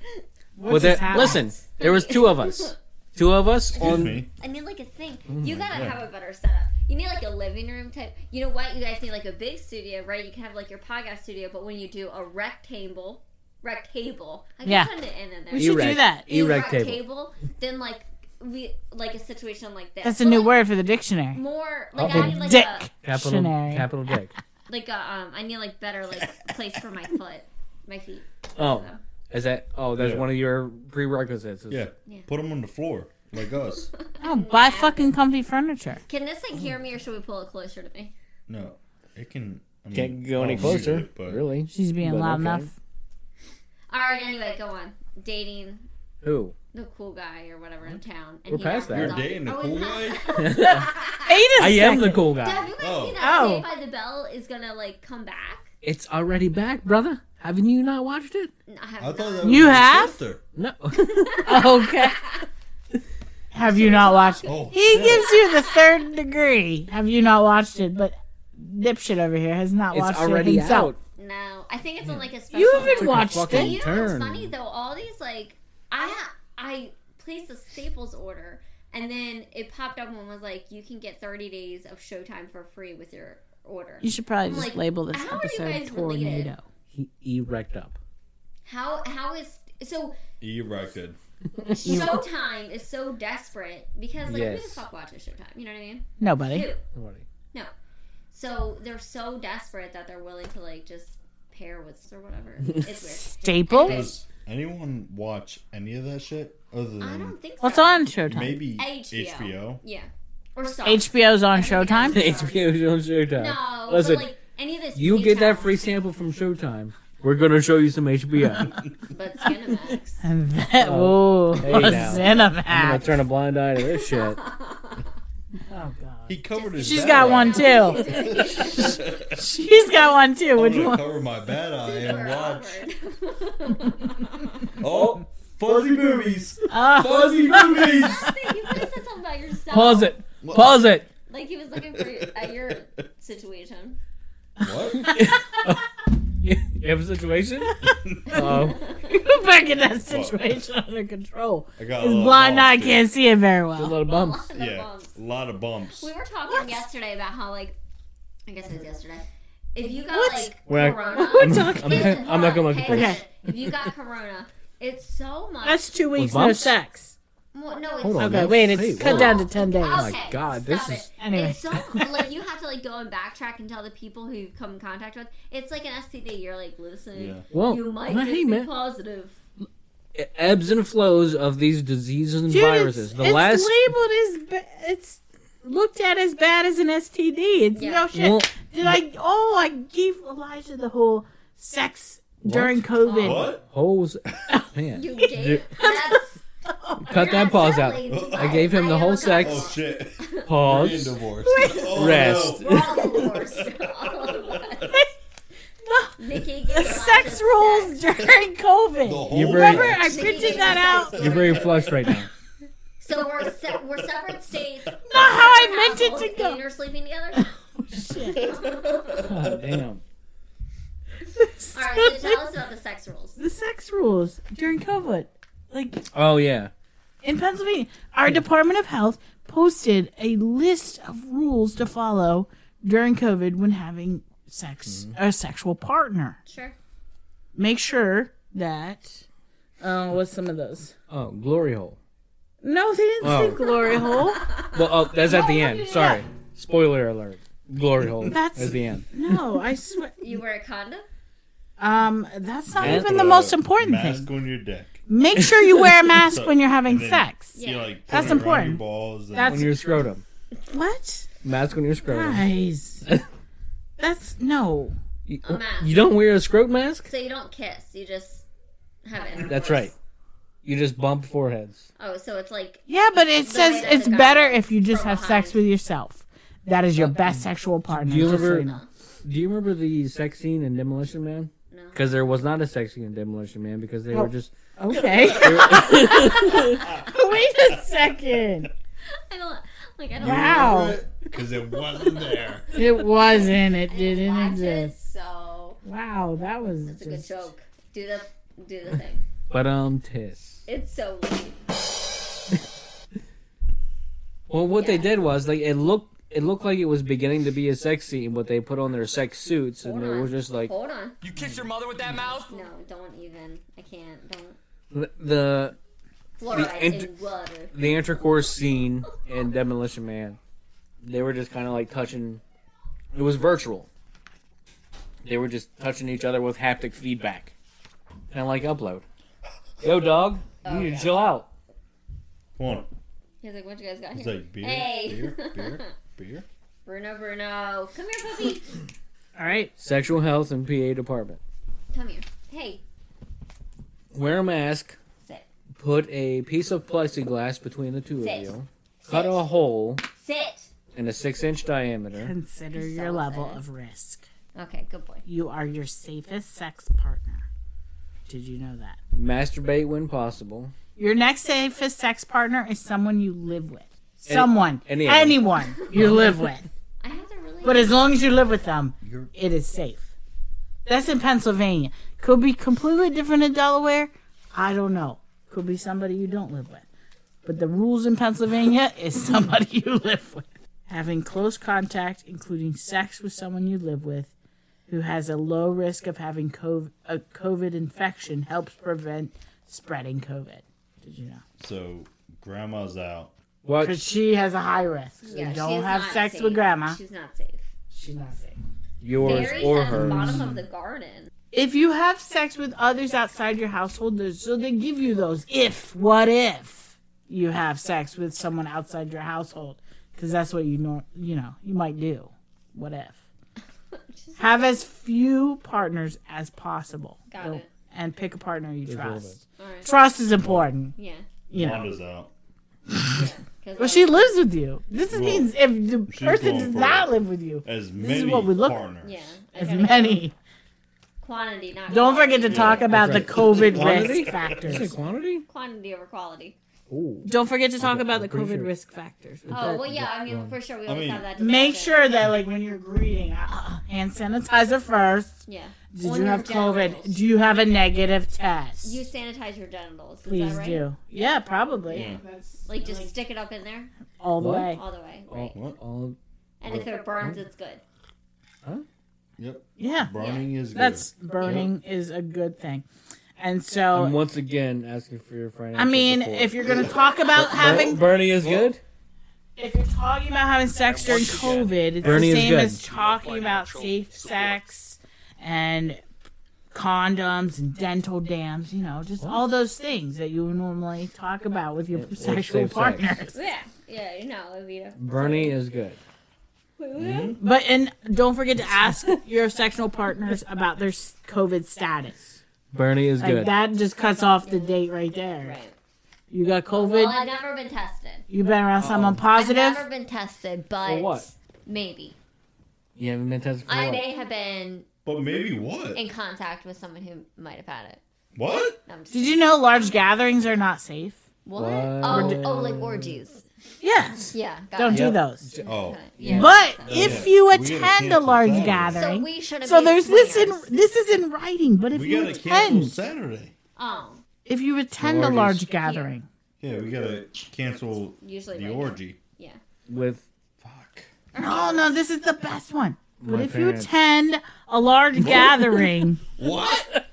A: Well, there,
C: just happened?
A: listen, there was two of us. Two of us on.
B: me.
D: I need like a thing. you gotta have a better setup. You need like a living room type. You know what? You guys need like a big studio, right? You can have like your podcast studio, but when you do a rectangle, rectangle, I can
C: Yeah.
D: put an N in there.
C: We should do
A: Erect.
C: that.
D: You
A: Erect table.
D: rectangle, then like we like a situation like this.
C: That's a
D: But,
C: new
D: like,
C: word for the dictionary.
D: More like
A: Oh.
D: I need like uh,
C: Dick.
D: a
A: Capital,
C: Dictionary.
A: capital dick.
D: like a um. I need like better like place for my foot, my feet.
A: Oh, is that? Oh, that's
B: Yeah.
A: one of your prerequisites. is-
B: Yeah. Put them on the floor like us.
C: Oh, buy fucking comfy furniture.
D: Can this thing hear me, or should we pull it closer to me?
B: No, it can. I mean,
A: Can't go any
B: I'll mute
A: closer,
B: it, but
A: really.
C: She's being
A: But
C: loud
A: okay.
C: enough.
D: All right. Anyway, go on. Dating
A: Who?
D: the cool guy or whatever in town. And
A: We're
D: he
A: past
D: got
A: that.
B: You're
D: off.
B: dating the
D: Oh,
B: cool
D: we're not-
B: guy.
C: Wait a
A: I am the
C: second.
A: cool
D: Have
A: guy.
D: you guys
B: Oh.
D: seen that
C: Oh.
D: Saved by the Bell is gonna like come back?
A: It's already back, brother. Haven't you not watched it?
D: No, I have
B: I
D: not.
B: thought that was
C: You
B: your
C: have?
B: sister.
A: No.
C: Okay. Have you not watched?
B: Oh,
C: He gives you the third degree. Have you not watched it? But dipshit over here has not
A: it's
C: watched
A: already
C: it himself.
A: out.
D: No, I think it's on like a special.
C: You haven't
A: Took a
C: watched
A: fucking
C: it.
D: You know what's
A: turn.
D: funny though? All these like I I placed a Staples order and then it popped up and was like, you can get 30 days of Showtime for free with your order.
C: You should probably just
D: like,
C: label this
D: how are you
C: episode
D: guys
C: tornado.
D: related?
A: He erect up.
D: How how is so
B: erected.
D: Showtime is so desperate because like who
A: Yes.
D: the fuck watches Showtime? You know what I mean?
C: Nobody.
D: Who?
A: Nobody.
D: No. So they're so desperate that they're willing to like just pair with or whatever. It's
C: Staples.
B: Does anyone watch any of that shit other than
D: weird. I don't think so.
C: What's on Showtime?
B: maybe
D: HBO.
B: HBO?
D: Yeah. Or Star.
C: HBO's on Showtime.
A: HBO's on Showtime.
D: No,
A: Listen,
D: but like any of this.
A: you
D: free
A: get that
D: channel,
A: free sample from Showtime. We're gonna show you some HBO.
D: But Cinemax.
C: And that, oh,
A: hey now. I'm gonna
C: Cinemax.
A: turn a blind eye to this shit.
C: Oh, God.
B: He covered his.
C: She's
B: bad
C: got
B: eye.
C: one too. She's got one
A: Oh,
C: too.
B: I'm
C: Which
B: gonna
C: one? Oh,
B: cover my bad eye and
D: Or
B: watch.
D: Albert.
B: Oh, fuzzy movies.
C: Oh,
B: Fuzzy movies.
D: See, you could have said something about yourself.
A: Pause it. Pause it.
D: uh, Like he was looking for at your situation.
B: What?
A: You have a situation? Oh,
C: Put back in that situation under control.
B: I got a
A: Oh,
C: His
B: lot of
C: blind
B: bumps,
C: eye
B: dude.
C: can't see it very
A: a
C: well.
A: lot of bumps.
B: Yeah,
D: bumps.
B: a lot of bumps.
D: We were talking yesterday about how like I guess it was yesterday. If you got
C: What?
D: like
A: We're not-
D: corona,
A: I'm, I'm, I'm not gonna look at
D: Hey,
A: this.
C: Okay.
D: If you got corona, it's so much.
C: That's two weeks no
A: bumps?
C: sex.
D: more, no, it's
A: Hold on.
D: so-
C: Okay,
A: now.
C: wait, it's
A: Hey,
C: cut
A: whoa. Oh
C: down to ten days.
A: my God, this
D: stop
A: is-
D: it.
C: Anyway.
D: It's so like you have to like go and backtrack and tell the people who you've come in contact with. It's like an STD. You're like, listen,
B: Yeah.
A: Well,
D: you might
A: well,
D: just
A: hey,
D: be
A: man.
D: positive.
A: Ebbs and flows of these diseases and
C: Dude,
A: viruses.
C: It's,
A: The
C: it's
A: last
C: labeled as ba- it's looked at as bad as an STD. It's
D: Yeah.
C: no shit.
A: Well-
C: Did I? Oh, I gave Elijah the whole sex during COVID.
B: What?
A: holes, man.
D: You gave that's,
A: Cut that pause out. I gave him the whole sex.
B: Oh shit! We're in
A: Pause.
B: divorce. Oh,
A: Rest.
B: no.
D: Oh,
C: The,
D: Nikki
C: the sex rules during
B: The
C: COVID.
B: whole
A: You're very-
C: Remember, I
D: She
C: printed
D: gave
C: that
D: us
C: out.
D: sex
A: You're very flushed right now.
D: So we're se- we're separate states. Not
C: how I meant it to go.
D: You're sleeping together.
C: Shit.
A: God damn.
D: All right, so tell us about the sex rules.
C: the sex rules during COVID. Like
A: Oh yeah.
C: in Pennsylvania, our Department of Health posted a list of rules to follow during COVID when having sex a sexual partner.
D: Sure.
C: Make sure that uh, what's some of those?
A: Oh, glory hole.
C: No, they didn't
A: Oh.
C: say glory hole.
A: Well, oh, that's at the end. Sorry. Spoiler alert. Glory hole.
C: That's-
A: That's at the end.
C: No, I swear.
D: You wear a condom.
C: Um, that's not
A: And
C: even the most important
B: Mask
C: thing.
B: on your dick.
C: Make sure you wear a mask
B: So-
C: when you're
B: and
C: having
B: then-
C: sex.
B: You,
D: Yeah.
B: like, put
C: That's
B: it around
C: important.
B: Your balls and-
C: That's-
A: On your scrotum.
C: What?
A: Mask on your scrotum.
C: Guys, that's no.
A: You,
D: A mask.
A: you don't wear a scrotum mask?
D: So you don't kiss. You just have intercourse.
A: That's right. You just bump foreheads.
D: Oh, so it's like
C: Yeah, but it says
D: way that
C: it's
D: the guy
C: better if you just
D: from
C: have sex
D: behind-
C: with yourself. That is your best sexual partner.
A: Do you
C: just so
A: ever-
C: you know.
A: Do you remember the sex scene in Demolition Man?
D: No.
A: Because there was not a sex scene in Demolition Man because they
C: Oh.
A: were just
C: Okay. Wait a second.
D: I don't like I don't.
C: Wow.
B: Because it wasn't there.
C: It wasn't. It didn't
D: Watch it,
C: exist.
D: so
C: Wow, that was
D: it's a good
C: just-
D: joke. Do the do the thing.
A: but um tis.
D: It's so lame.
A: Well, what they
D: Yeah.
A: did was like it looked it looked like it was beginning to be a sex scene, but they put on their sex suits and
D: Hold
A: they
D: on.
A: were just like
D: Hold on.
E: You kiss your mother with that mouth?
D: No, don't even. I can't. Don't.
A: the
D: Fluoride
A: int-
D: in water.
A: the intercourse scene in Demolition Man. They were just kind of like touching. It was virtual. They were just touching each other with haptic feedback, kind of like upload. Yo, dog, you
D: Oh,
A: need to chill out.
B: Come on.
D: He's like, what you guys got
B: It's
D: here?
B: like beer,
D: Hey.
B: beer, beer, beer.
D: Bruno, Bruno, come here, puppy.
C: All right.
A: Sexual health and PA department.
D: Come here. Hey.
A: Wear a mask.
D: Sit.
A: Put a piece of plexiglass between the two
D: Sit.
A: of you. Cut a hole
D: Sit.
A: in a six-inch diameter.
C: Consider
D: You
C: your
D: sold
C: level
D: it.
C: of risk.
D: Okay, good boy.
C: You are your safest sex partner. Did you know that?
A: Masturbate when possible.
C: Your next safest sex partner is someone you live with. Someone.
A: any of them.
C: anyone you live with.
D: I have to really.
C: But as long as you live with them,
B: You're-
C: it is safe. That's in Pennsylvania. Could be completely different in Delaware. I don't know. Could be somebody you don't live with. But the rules in Pennsylvania is somebody you live with. Having close contact, including sex with someone you live with, who has a low risk of having cov- a COVID infection, helps prevent spreading COVID. Did you know?
B: So grandma's out.
A: What?
C: Because she has a high risk. So
D: Yeah,
C: don't
D: she's
C: have
D: not
C: sex
D: safe.
C: with grandma.
D: She's not safe.
C: She's not safe.
A: Yours
D: Buried
A: or
D: at the
A: hers?
D: bottom of the garden.
C: if you have sex with others outside your household, there's- so they give you those if, what if you have sex with someone outside your household? Because that's what you know, you know, you might do. What if? Have as few partners as possible.
D: Got it.
C: And pick a partner you trust.
D: All right.
C: Trust is important,
D: Yeah.
C: you know.
B: Rhonda's out.
C: Well, she lives with you. This means if the
B: she's
C: person
B: going
C: does
B: for
C: not
B: it.
C: live with you,
B: As
C: is
B: many
C: what we look-
B: partners.
D: Yeah. I
C: as
D: gotta go.
C: many.
D: Quantity, not.
C: Don't forget to
D: quality.
C: talk about the
A: right.
C: COVID
A: Quantity?
C: risk
A: Is it
C: factors.
A: quantity?
D: quantity over quality.
A: Oh,
C: Don't forget to talk about the
A: pretty
C: COVID
A: sure.
C: risk factors.
D: Oh well, yeah. I mean, for sure, we always
B: mean-
D: have that. Discussion.
C: Make sure that like when you're greeting, uh, hand sanitizer first.
D: Yeah.
C: Did
D: On
C: you
D: your
C: have COVID?
D: genitals.
C: Do you have a negative test?
D: You sanitize your genitals. Is
C: Please
D: that right?
C: do. Yeah, probably. That's
D: Like just stick it up in there
C: all the
A: What?
C: way.
D: all the way. Right.
A: all, all
D: And if it burns, it's good.
B: Yep.
C: Yeah,
B: Burning is good.
C: that's burning is a good thing. And
A: I'm
C: so,
A: once again asking for your financial
C: I mean,
A: support.
C: if you're gonna talk about having
A: Bernie is good.
C: If you're talking about having sex during COVID, it's
A: Bernie is
C: the same
A: good.
C: as talking about safe sex and condoms and dental dams, you know, just all those things that you would normally talk about with your
A: or
C: sexual
A: safe sex.
C: partners.
D: Yeah. Yeah. You know, it'd be a-
A: Bernie is good.
C: But and don't forget to ask your sexual partners about their s- COVID status.
A: Bernie is
C: Like
A: good.
C: that just cuts off the date right there.
D: Right.
C: You got
D: Well,
C: COVID,
D: I've never been tested.
C: you've been around someone
A: Uh-huh.
D: I've
C: positive.
D: never been tested, but
A: For what?
D: maybe
A: You haven't been tested for
D: I
A: what?
D: may have been
B: But maybe what?
D: in contact with someone who might have had it.
B: What?
D: No, I'm just
C: Did you know large gatherings are not safe?
D: what?
A: What?
D: Oh, oh, like orgies.
C: Yes.
D: Yeah. Got
C: Don't
D: it.
C: do
A: Yep.
C: those.
B: Oh.
D: Yeah.
C: But if you
B: We gotta
C: attend a
B: cancel
C: large
B: Saturday.
D: so
C: gathering,
D: we should have.
C: so
D: been
C: there's this in
D: swingers.
C: this is in writing. But if
B: We
C: you
B: gotta cancel
C: attend,
B: Saturday.
D: Oh,
C: if you attend a
A: Orgies.
C: large gathering,
B: Yeah, we gotta cancel
D: usually
B: the
D: right.
B: orgy.
D: Yeah.
A: With
B: Fuck.
C: no, no, this is the best one. But
A: My
C: if you
A: parents.
C: attend a large gathering,
B: What?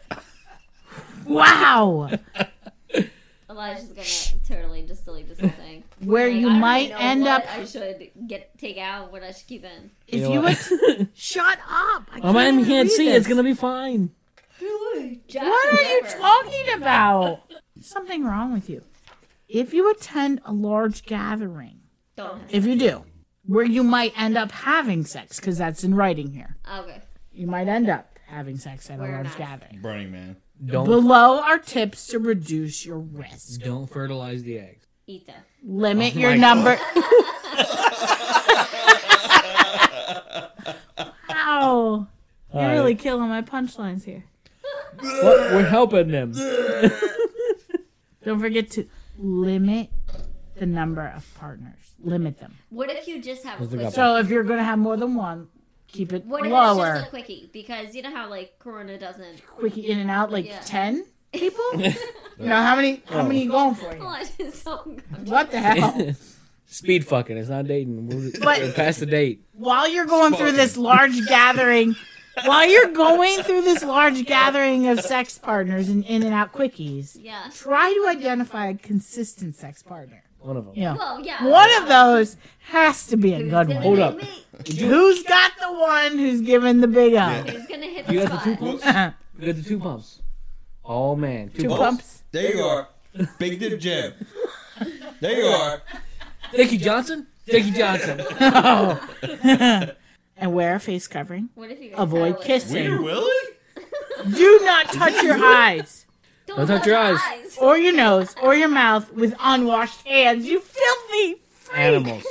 C: wow,
D: Elijah's gonna totally just delete this whole thing.
C: where
D: Like,
C: you
D: I don't
C: might
D: know
C: end
D: what
C: up
D: I should get take out what I should keep in.
C: if
A: know
C: you
A: what?
C: att- shut up. I
A: Oh,
C: can't,
A: man,
C: even
A: you can't
C: read
A: see.
C: This.
A: It's gonna be fine.
D: Jack
C: What are you
D: Ripper.
C: talking about? Something wrong with you. If you attend a large gathering.
D: Don't.
C: If you do, where you might end up having sex, because that's in writing here.
D: Okay.
C: You might end up having sex at a
D: We're
C: large
D: not.
C: gathering.
B: Burning Man.
A: Don't
C: Below are tips to reduce your risk.
A: don't fertilize the eggs.
D: Eat them.
C: Limit your
A: my
C: number. Wow. You're
A: All
C: really
A: right.
C: killing my punchlines here.
A: What? We're helping them.
C: Don't forget to limit the number of partners. Limit them.
D: What if you just have a
A: Let's look
D: quickie?
A: up
C: So if you're going to have more than one, keep it
D: what if it's
C: lower.
D: just a quickie? Because you know how like Corona doesn't.
C: Quickie in and out, like
D: Yeah.
C: 10 people? you know, how many, how many you going for? here?
D: Elijah's so uncomfortable.
C: What the hell?
A: Speed fucking. It's not dating. We're,
C: But-
A: we're past the date.
C: while you're going through this large gathering, while you're going through this large gathering of sex partners and in and out quickies,
D: Yeah.
C: try to identify a consistent sex partner.
A: One of them.
C: You know,
D: Well, yeah.
C: one of those has to be a
D: Who's
C: good
D: gonna
C: one.
A: Hold
D: hit
A: up.
D: me?
C: Who's got the one who's giving the big up?
D: Who's gonna hit
A: You
D: the
A: got the two
D: spot?
A: pumps. You got the two pumps. Oh man, two,
C: Two
A: pumps.
C: pumps.
B: There you are. Big Dip Jim. There you are.
A: Dickie Johnson. Dickie Johnson.
C: and wear a face covering.
D: What if you guys
C: Avoid
D: cuddle it?
C: kissing.
B: Weird Willie?
C: Do not touch your eyes
D: Don't
A: touch your eyes.
C: or your nose or your mouth with unwashed hands. You filthy
A: Animals.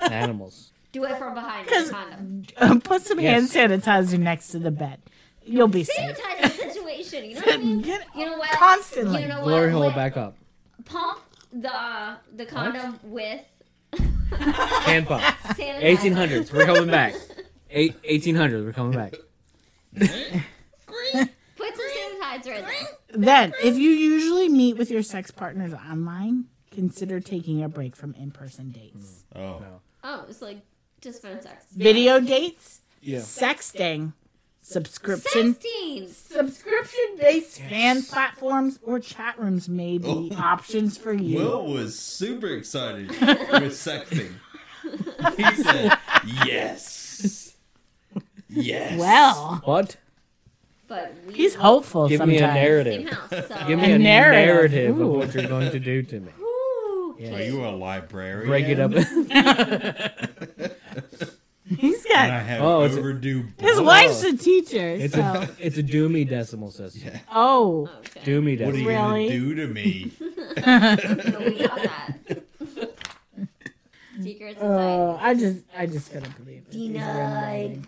A: Animals.
D: Do it from behind. with
C: 'Cause-
D: a condom.
C: uh, Put some
A: Yes.
C: hand sanitizer next to the bed. You'll be safe.
D: Sanitize the situation. You know what I mean?
C: Get
D: You know what?
C: Constantly.
D: You know what?
A: Glory hole
D: Let-
A: back up.
D: Pump the uh, the condom with
A: Hand pump.
D: sanitizer.
A: 1800s. We're coming back. Eight, 1800s. We're coming back.
D: Put some sanitizer in there.
C: Then, if you usually meet with your sex partners online, consider taking a break from in-person dates.
B: Oh.
D: Oh, it's like just phone sex.
C: Video dates,
A: Mm. Yeah.
C: sexting, subscription,
D: Sixteen.
C: subscription-based fan platforms or chat rooms may be
A: Oh.
C: options for you.
B: Will was super excited with sexting. He said, yes. Yes.
C: Well,
A: What?
D: But we
C: he's hopeful
A: Give
C: sometimes.
A: me a
D: same
A: narrative.
D: house. So.
A: Give
C: A
A: me a
C: narrative.
A: narrative, of
C: Ooh.
A: what you're going to do to me.
D: Ooh,
A: Yeah.
B: Are you a librarian?
A: Break it up.
C: He's
B: And
C: got
B: I have
A: Oh, it's a-
B: overdue.
C: his
B: books.
C: wife's a teacher.
A: It's
C: so.
A: a it's a doomy decimal system.
C: oh,
D: Okay.
A: Doomy
B: What are you
A: decimal.
B: going
C: Really?
B: to do to me?
D: So we got that. Secret
C: oh,
D: society.
C: I just, I just couldn't believe it. These are amazing.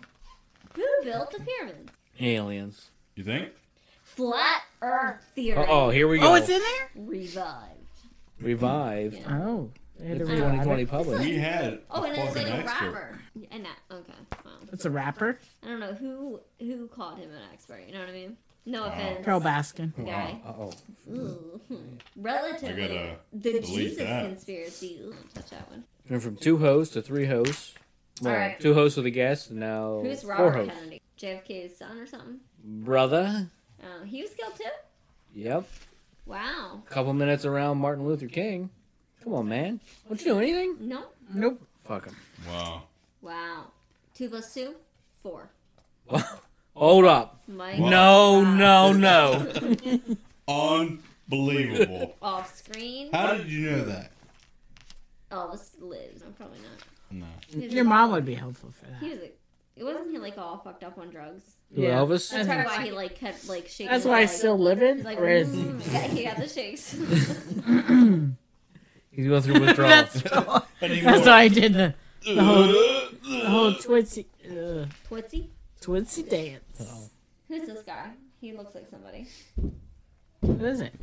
D: Who built the pyramids?
A: Aliens.
B: You think?
D: Flat Earth theory
A: Uh oh, here we go.
C: Oh, it's in there.
D: revived.
A: revived
C: Oh. they had
A: the
C: to
A: free
C: rewrite it.
A: 2020 public.
B: We had
D: Oh,
B: a
D: and it's
B: fucking
D: like a
B: expert.
D: rapper. And that, okay. Well,
C: It's a rapper.
D: I don't know who who called him an expert. You know what I mean? No offense,
C: Carol Baskin.
D: guy.
A: Uh oh.
D: Ooh. Relatively,
B: I gotta
D: the
B: delete
D: Jesus
B: that.
D: conspiracy. Ooh, don't touch that one.
A: Went from two hosts to three hosts. Well,
D: Alright.
A: two hosts with a guest, and now
B: Oh,
D: Who's
A: four
D: Robert
A: hosts.
D: Kennedy? JFK's son or something?
A: Brother.
D: Oh, he was killed too.
A: Yep.
D: Wow.
A: Couple minutes around Martin Luther King. Come on, man. Don't you do anything?
D: No.
C: Nope.
A: Fuck him.
B: Wow.
D: Wow. Two plus two, four.
A: Hold up.
D: Mike
A: No, no, no.
B: Unbelievable.
D: off screen.
B: How did you know that?
D: Elvis lives. I'm probably not.
B: No.
D: He was,
C: Your mom would be helpful for
D: he
C: that.
D: was like, it wasn't he like all fucked up on drugs.
A: Who,
C: Yeah.
A: Elvis?
D: That's probably why he like kept like shaking.
C: That's
D: his
C: why
D: leg.
C: he's still
D: He's
C: living.
D: like,
C: Or is
D: mm, he, got, he got the shakes.
A: He's going through withdrawal.
C: That's, that's why I did the,
B: "Uh,
C: the whole, the whole twitzy, uh,
D: Twitzy.
C: twitzy dance.
D: Who's this guy? He looks like somebody.
C: What is it?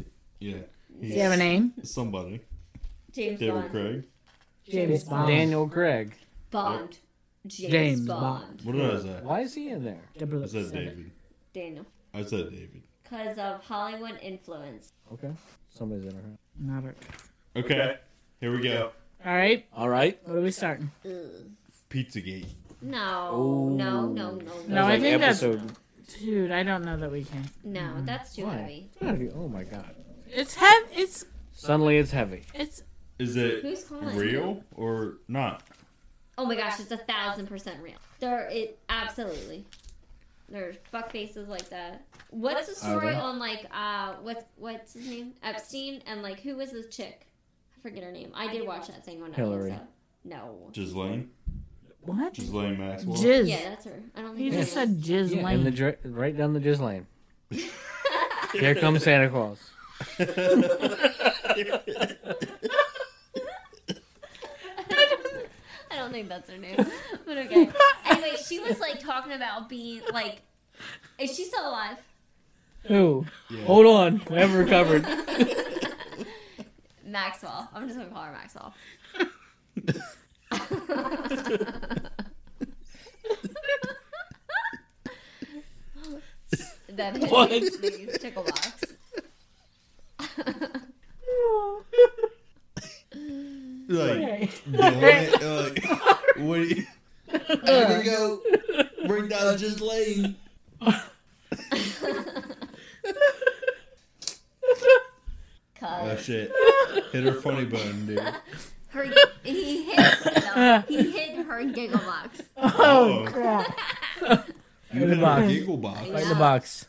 B: Yeah.
C: Do you have a name?
B: Somebody.
D: James
B: David
D: Bond.
B: Craig.
C: James Bond.
A: Daniel Craig.
D: Bond. James,
C: James
D: Bond.
C: Bond.
B: What did I say?
A: Why is he in there?
B: I said
C: 007.
B: David.
D: Daniel.
B: I said David.
D: Because of Hollywood influence.
A: Okay. Somebody's in her.
C: Not it.
B: Okay. Here we go.
C: All right.
A: All right.
C: What are we starting?
D: Ugh.
B: Pizzagate.
D: No,
B: Oh.
D: no, no, no,
C: No,
D: no,
C: I
A: Like
C: think that's-
A: episode.
C: Dude, I don't know that we can.
D: no. That's too
A: Why?
D: heavy.
A: It's gotta be- Oh my god.
C: It's heavy. It's
A: Suddenly it's heavy.
C: it's
B: Is it
D: Who's calling?
B: real or not?
D: Oh my gosh, it's a thousand percent real. There, it absolutely. There's fuck faces like that. What's the story
A: Okay.
D: on like uh what's what's his name Epstein and like who was this chick? I forget her name. I did watch that thing on Netflix.
A: Hillary.
D: though. No.
B: Ghislaine?
C: what?
B: Ghislaine Maxwell?
C: Jizz.
D: Yeah, that's her. I don't think.
C: You
D: her
C: just said
D: name
C: jizz
A: Yeah, in
C: lane.
A: the dra- right down the jizz lane. Here comes Santa Claus.
D: is- I don't think that's her name. But okay. anyway, she was like talking about being like. Is she still alive?
A: Who? Hold on. We haven't recovered.
D: Maxwell. I'm just gonna call her Maxwell. that hit
A: What?
D: me, please, tickle box.
C: Oh,
B: Like,
C: Okay.
B: Ghislaine, like, what do you... Here we go. Bring down Ghislaine. Oh,
D: Cause
B: shit. Hit her funny bone, dude.
D: her, he hit, no, he hit her giggle box.
B: Oh,
C: Crap.
B: You hit her
A: box.
B: giggle box.
A: Right in the box.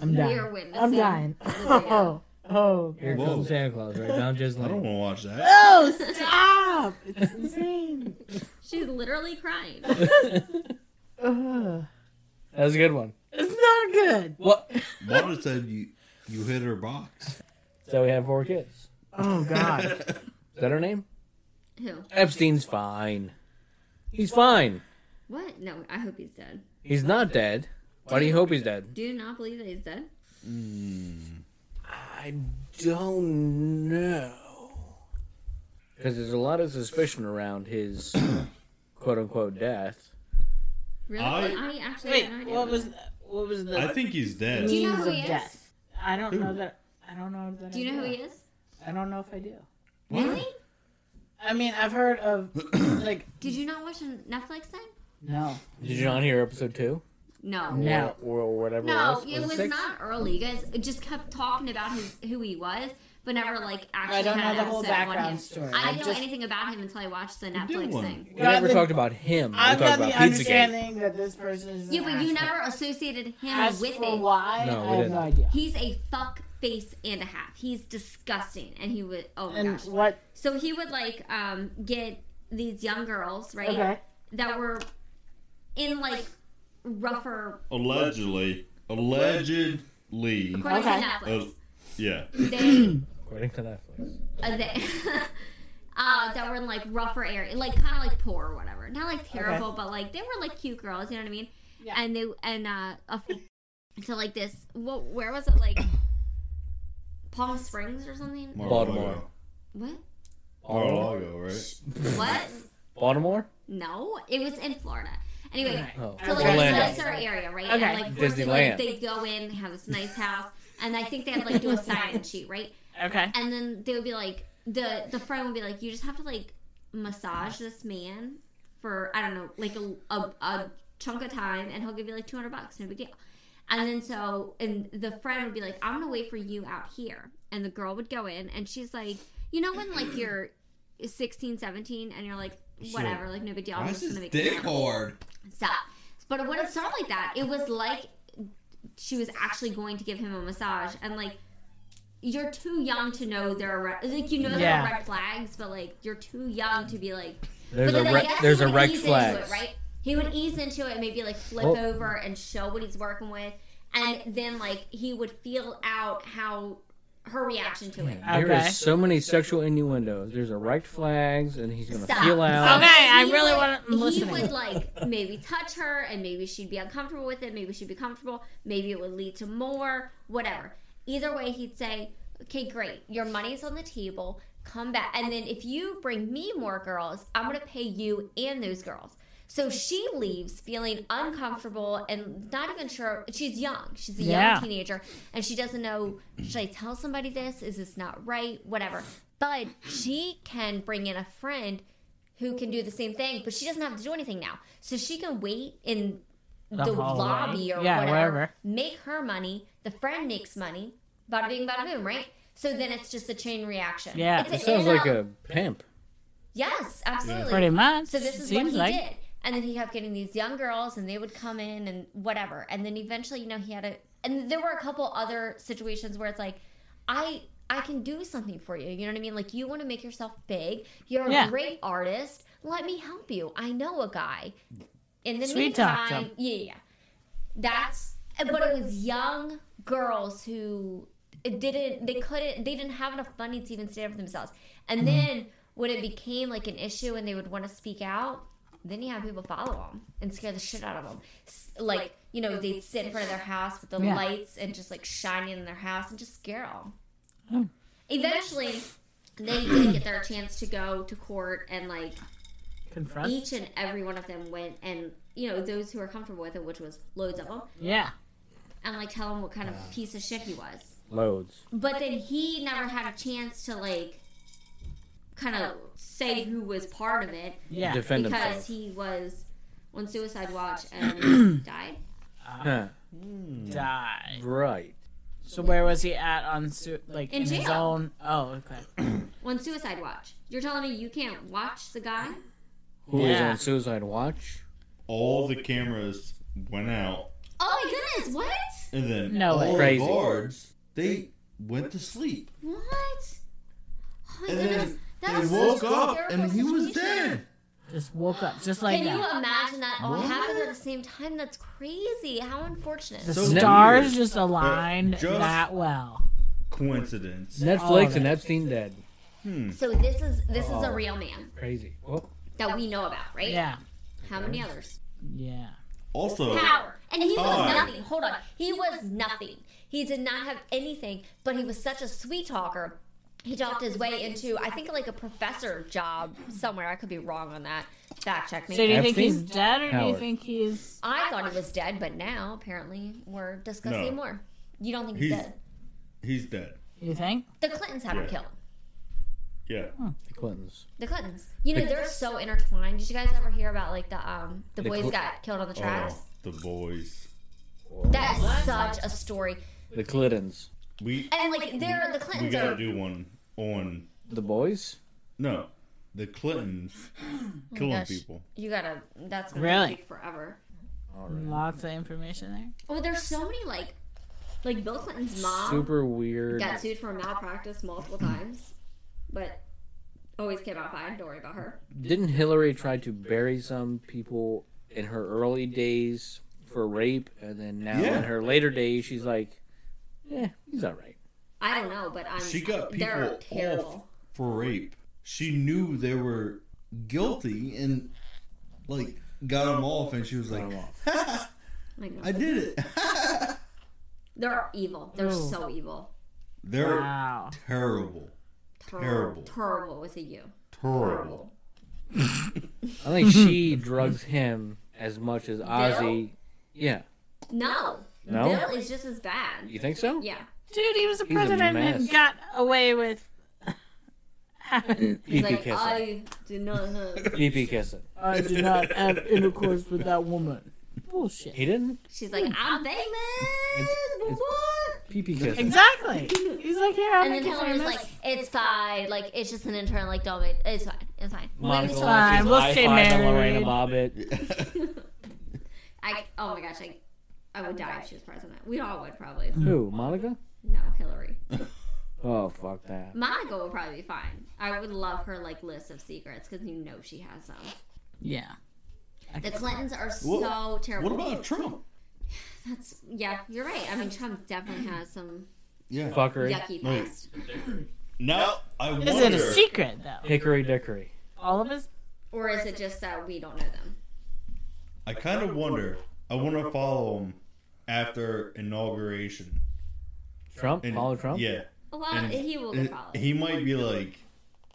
C: I'm
D: We are
C: dying.
D: witnessing.
C: I'm dying.
D: video.
C: Oh, oh,
A: Here
B: Whoa.
A: comes Santa Claus. Right down jizz
B: I don't
A: lane.
B: want to watch that.
C: oh, stop! It's insane.
D: She's literally crying.
C: Ugh.
A: That was a good one.
C: It's not good.
A: What?
B: Mama said you you hit her box.
A: So we have four kids.
C: Oh God.
A: Is that her name?
D: Who?
A: Epstein's fine. He's fine.
D: What? No, I hope he's dead.
A: He's not dead. Why do you hope he's dead?
D: Do you not believe that he's dead?
A: I don't know. Because there's a lot of suspicion around his quote unquote death.
D: Really?
B: I-
D: I, actually
C: Wait,
D: have no idea
C: what
D: about
C: was
D: that.
C: what was the
B: I think he's dead.
D: Do you know
C: means
D: who
C: of
D: he is?
C: death? I don't
B: Who?
C: know that. I don't know that.
D: Do you know who he is?
C: I don't know if I do.
D: Really?
C: I mean, I've heard of like
D: Did you not watch a Netflix thing?
C: no,
A: Did you not hear episode two?
D: No.
C: no.
A: Or, or whatever
D: No,
A: else?
D: it was
A: six?
D: not early. You guys just kept talking about his, who he was, but never like actually.
C: I don't
D: had
C: know the
D: an
C: whole
D: episode on
C: background
D: him.
C: story.
D: I
C: I
D: didn't
C: just-
D: know anything about him until I watched the
B: did
D: Netflix
B: one.
D: thing.
A: We never
C: Got the-
A: talked about him.
C: I've
A: we talked
C: got the
A: about Pizzagate.
C: understanding that this person is. an
D: Yeah, but you
C: asshole.
D: never associated him
C: As
D: with
C: for
D: it.
C: why,
A: No, we
C: I have
A: didn't.
C: no idea.
D: He's a fuck face and a half. He's disgusting, and he would. Oh my
C: And
D: gosh.
C: what?
D: So he would like um get these young girls right
C: Okay.
D: that were in like rougher.
B: Allegedly, allegedly,
D: According
C: Okay.
D: to Netflix,
B: uh, yeah.
D: they
A: According to Netflix.
D: uh, they,
C: Oh,
D: uh, that were in like rougher area, like kind of like poor or whatever. Not like terrible, but like they were like cute girls. You know what I mean?
C: Yeah.
D: And they and uh, a, so like this. What? Where was it? Like Palm Springs or something?
A: Baltimore.
D: What?
A: Oh.
B: Mar-a-Lago, right?
D: What?
A: Baltimore?
D: No, it was in Florida. Anyway,
A: Oh.
D: so like
A: Orlando.
D: it's a nicer area, right? And,
C: Okay.
D: like, first,
A: Disneyland.
D: Like, they go in, they have this nice house, and I think they had like do a sign sheet, right?
C: Okay.
D: And then they would be like, the the friend would be like, you just have to like massage this man for I don't know, like a a, a chunk of time, and he'll give you like two hundred bucks, no big deal. And then so, and the friend would be like, I'm gonna wait for you out here. And the girl would go in, and she's like, you know when like you're 16, 17, and you're like, whatever, like no big deal. I'm
B: Why
D: just
B: is
D: gonna
B: this
D: make it
B: dick
D: happen."
B: hard?
D: stop. But it wasn't something like that. It was like she was actually going to give him a massage, and like you're too young to know there are red, like you know there
C: Yeah.
D: are red flags, but like you're too young to be like.
A: There's
D: but
A: a
D: then I
A: re-
D: guess he
A: there's a
D: would
A: red
D: ease into
A: flag.
D: it, right? He would ease into it, maybe like flip
A: Oh.
D: over and show what he's working with, and then like he would feel out how her reaction to it.
A: There
C: Okay.
A: is so many sexual innuendos. There's erect flags, and he's gonna
D: Stop.
A: feel out.
C: Okay, I
D: He
C: really
D: would-
C: wanna- I'm listening.
D: He would like maybe touch her, and maybe she'd be uncomfortable with it. Maybe she'd be comfortable. Maybe it would lead to more. Whatever. Either way, he'd say, "Okay, great. Your money's on the table. Come back, and then if you bring me more girls, I'm gonna pay you and those girls." So she leaves feeling uncomfortable and not even sure. She's young. She's a
C: Yeah.
D: young teenager, and she doesn't know. Should I tell somebody this? Is this not right? Whatever. But she can bring in a friend who can do the same thing, but she doesn't have to do anything now. So she can wait in the,
C: hallway.
D: lobby or
C: Yeah,
D: whatever,
C: wherever.
D: make her money, the friend makes money, bada bing, bada boom, right? So then it's just a chain reaction.
C: Yeah.
D: It's
C: It
D: an
A: It sounds
D: in and
A: like
D: out.
A: a pimp.
D: Yes, absolutely.
C: Pretty much.
D: So this is
C: Seems
D: what he
C: like.
D: did. And then he kept getting these young girls and they would come in and whatever. And then eventually, you know, he had a and there were a couple other situations where it's like, I I can do something for you. You know what I mean? Like you want to make yourself big. You're a
C: Yeah.
D: great artist. Let me help you. I know a guy. In the
C: Sweet talk
D: meantime,
C: him.
D: yeah, yeah. That's but it was young girls who it didn't they couldn't they didn't have enough money to even stand up for themselves
C: Mm-hmm.
D: and then when it became like an issue and they would want to speak out then you have people follow them and scare the shit out of them like you know they'd sit in front of their house with the
C: Yeah.
D: lights and just like shining in their house and just scare them
C: Oh.
D: eventually they did get their chance to go to court and like
C: Confront.
D: each and every one of them went and you know those who are comfortable with it which was loads of them
C: Yeah.
D: and like tell him what kind of piece of shit he was
A: Loads.
D: but then he never had a chance to like kind of say who was part of it
C: Yeah.
A: Defend
D: because
A: himself.
D: he was on suicide watch and died.
A: Huh.
C: Die.
A: Right.
C: So where was he at on su- like
D: In
C: in, his
D: jail.
C: own? Oh, okay.
D: On suicide watch. You're telling me you can't watch the guy?
A: Who is
C: Yeah.
A: on suicide watch?
B: All the cameras went out,
D: Oh my goodness! What?
B: and then
C: No way.
B: all the
A: Crazy.
B: guards they went to sleep,
D: What? Oh my
B: and
D: goodness!
B: then
D: That
B: they
D: was
B: woke
D: such a
B: up
D: terrible
B: and he was
D: situation.
B: dead.
C: Just woke up, just like
D: Can you
C: that.
D: imagine that all happened at the same time? That's crazy. How unfortunate.
C: the
B: So
C: stars
B: weird.
A: Uh,
C: just aligned
B: just-
C: that well.
B: Coincidence.
C: all of
A: Netflix and
C: it.
A: Epstein dead.
D: So this is this is a
B: Oh.
D: real man
A: Crazy. Oh, Well,
D: that we know about, right?
C: Yeah.
D: How many others?
C: Yeah.
B: Also,
D: power. And he was
B: Oh.
D: nothing. Hold on. He was nothing. He did not have anything, but he was such a sweet talker. He talked his way into, I think, like a professor job somewhere. I could be wrong on that. Fact check
C: So do
D: me.
C: you think he's
A: Epstein?
C: dead or do you
A: Howard.
C: think he's?
D: I thought he was dead, but now apparently we're discussing
B: No.
D: more. You don't think he's,
B: he's
D: dead?
B: he's dead.
C: You think?
D: The Clintons have him
B: Yeah.
D: killed.
B: Yeah. Uh,
A: the Clintons.
D: The Clintons. You know they're so intertwined. Did you guys ever hear about like the um the,
A: The
D: boys
A: Cl-
D: got killed on the tracks?
B: Oh, the boys.
D: That is such a story.
A: The Clintons.
B: We
D: And like they're
B: we
D: the Clintons
B: gotta
D: are
B: do one on
A: The boys?
B: no the Clintons killing
D: Oh gosh.
B: people.
D: You gotta. That's gonna
C: Really?
D: take forever.
C: Lots of information there.
D: Well, there's so many like, like Bill Clinton's mom
A: Super weird.
D: got sued for malpractice multiple times, but always came out fine. Don't worry about her.
A: Didn't Hillary try to bury some people in her early days for rape, and then now
B: Yeah.
A: in her later days she's like, "Yeah, he's all right."
D: I don't know, but I'm.
B: She got
D: They're
B: people off
D: terrible.
B: for rape. She knew they were guilty and like got them off, and she was like,
A: Got 'em off.
D: Like,
B: "I did it."
D: they're evil. They're
C: Ooh.
D: so evil.
B: They're
C: Wow.
B: terrible.
D: Terrible.
B: Terrible.
D: Terrible with a U.
B: Terrible.
A: I think she drugs him as much as Ozzy. Yeah.
D: No.
A: No?
D: Bill is just as bad.
A: You think so?
D: Yeah.
C: Dude, he was the
A: a
C: president and
A: mess.
C: got away with having
A: EP
D: He's like,
A: kissing.
D: I did not know.
A: EP kissing.
C: I did not have intercourse with that woman. Bullshit.
A: He didn't.
D: She's like, I'm famous.
A: it's-
D: what?
A: PP kissing.
C: Exactly. He's like, here, I'm
D: And then
C: gonna
D: Hillary was
C: this.
D: like, it's fine. Like, it's just an intern. Like, don't make It's fine. It's fine. Women
A: Monica
D: just-
C: fine.
A: watches
C: We'll
A: I
C: stay
A: Five and Lorena
C: married.
A: Bobbitt.
D: I, oh my gosh. I, I would die if she was president. We all would probably.
B: Mm-hmm.
A: Who? Monica?
D: No, Hillary.
A: Oh fuck that.
D: Monica would probably be fine. I would love her like list of secrets because you know she has some.
C: yeah.
D: The Clintons are so
B: What-
D: terrible.
B: What about Trump?
D: That's yeah, you're right. I mean, Trump definitely has some
B: Yeah.
A: Fuckery.
D: yucky past.
B: Now I
C: Is
B: wonder.
C: it a secret, though?
A: Hickory dickory.
C: All of his.
D: Or is it just that we don't know them?
B: I kind of wonder. I want to follow him after inauguration.
A: Trump? Follow Trump?
B: Yeah.
D: Well, he will get
B: and
D: followed.
B: He might be like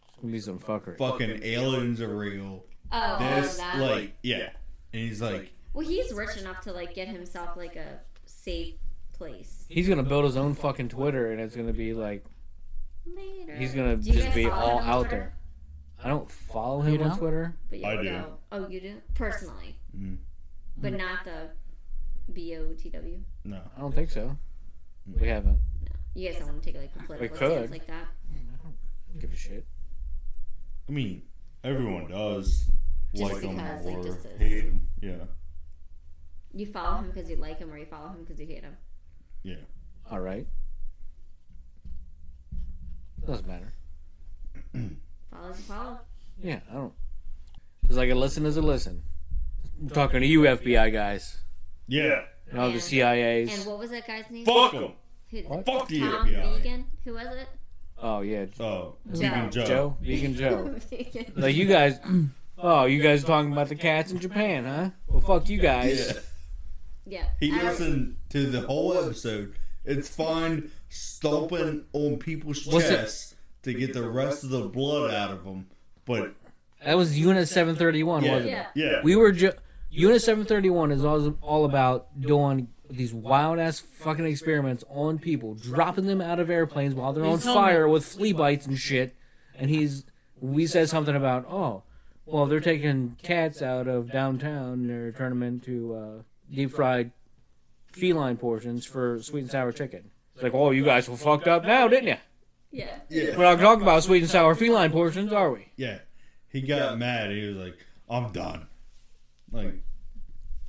A: It's gonna be some fuckery.
B: fucking aliens are real.
D: oh,
B: This
D: that.
B: like yeah, and he's like
D: well, he's rich enough to like get himself like a safe place.
A: He's gonna build his own fucking Twitter and it's gonna be like
D: Later.
A: he's gonna
D: Do you
A: just
D: guys
A: be
D: follow
A: all
D: him on
A: out
D: Twitter?
A: there. I don't follow him
C: You
A: on
C: don't?
A: Twitter.
D: But you
B: I do. Mm.
D: know- Oh, you do personally, but not the B O T W.
B: no.
A: I don't think so. We haven't.
D: You guys don't want to take like a political
A: could.
D: stance like that.
A: Give a shit.
B: I mean, everyone does
D: Just
B: like him
D: because, like,
B: or
D: just as-
B: hate him. Yeah,
D: You follow him because you like him, or you follow him because you hate him.
B: yeah.
A: All right. Doesn't matter.
D: Follow is a follow.
A: Yeah, I don't. Cause like a listen is a listen. I'm talking to you FBI guys
B: Yeah.
A: and all the
D: And-
A: CIAs.
D: And what was that guy's name?
B: Fuck him.
D: Who,
A: What?
B: Fuck the
D: Tom
B: FBI.
D: Vegan? Who was it?
A: oh yeah,
B: Oh, Vegan Joe.
A: Joe, Vegan Joe.
D: Vegan.
A: Like you guys. Oh, you guys talking about the cats in Japan, huh? Well, fuck you guys.
B: Yeah.
D: Yeah.
B: He
D: I-
B: listened to the whole episode. It's fine stomping on people's
A: What's it-
B: chests to get the rest of the blood out of them, but
A: That was Unit 731,
B: yeah,
A: wasn't it?
B: yeah.
D: Yeah.
A: We were ju- Unit 731 is all, all about doing these wild ass fucking experiments on people, dropping them out of airplanes while they're on
C: He's on-
A: fire with flea bites and shit. And he's we said something about oh, well they're taking cats out of downtown and they're turning them into uh, deep fried feline portions for sweet and sour chicken. It's like oh you guys were fucked up now didn't you?
D: Yeah.
A: We're not talking about sweet and sour feline portions, are we?
B: Yeah. He got mad. He was like, I'm done. Like,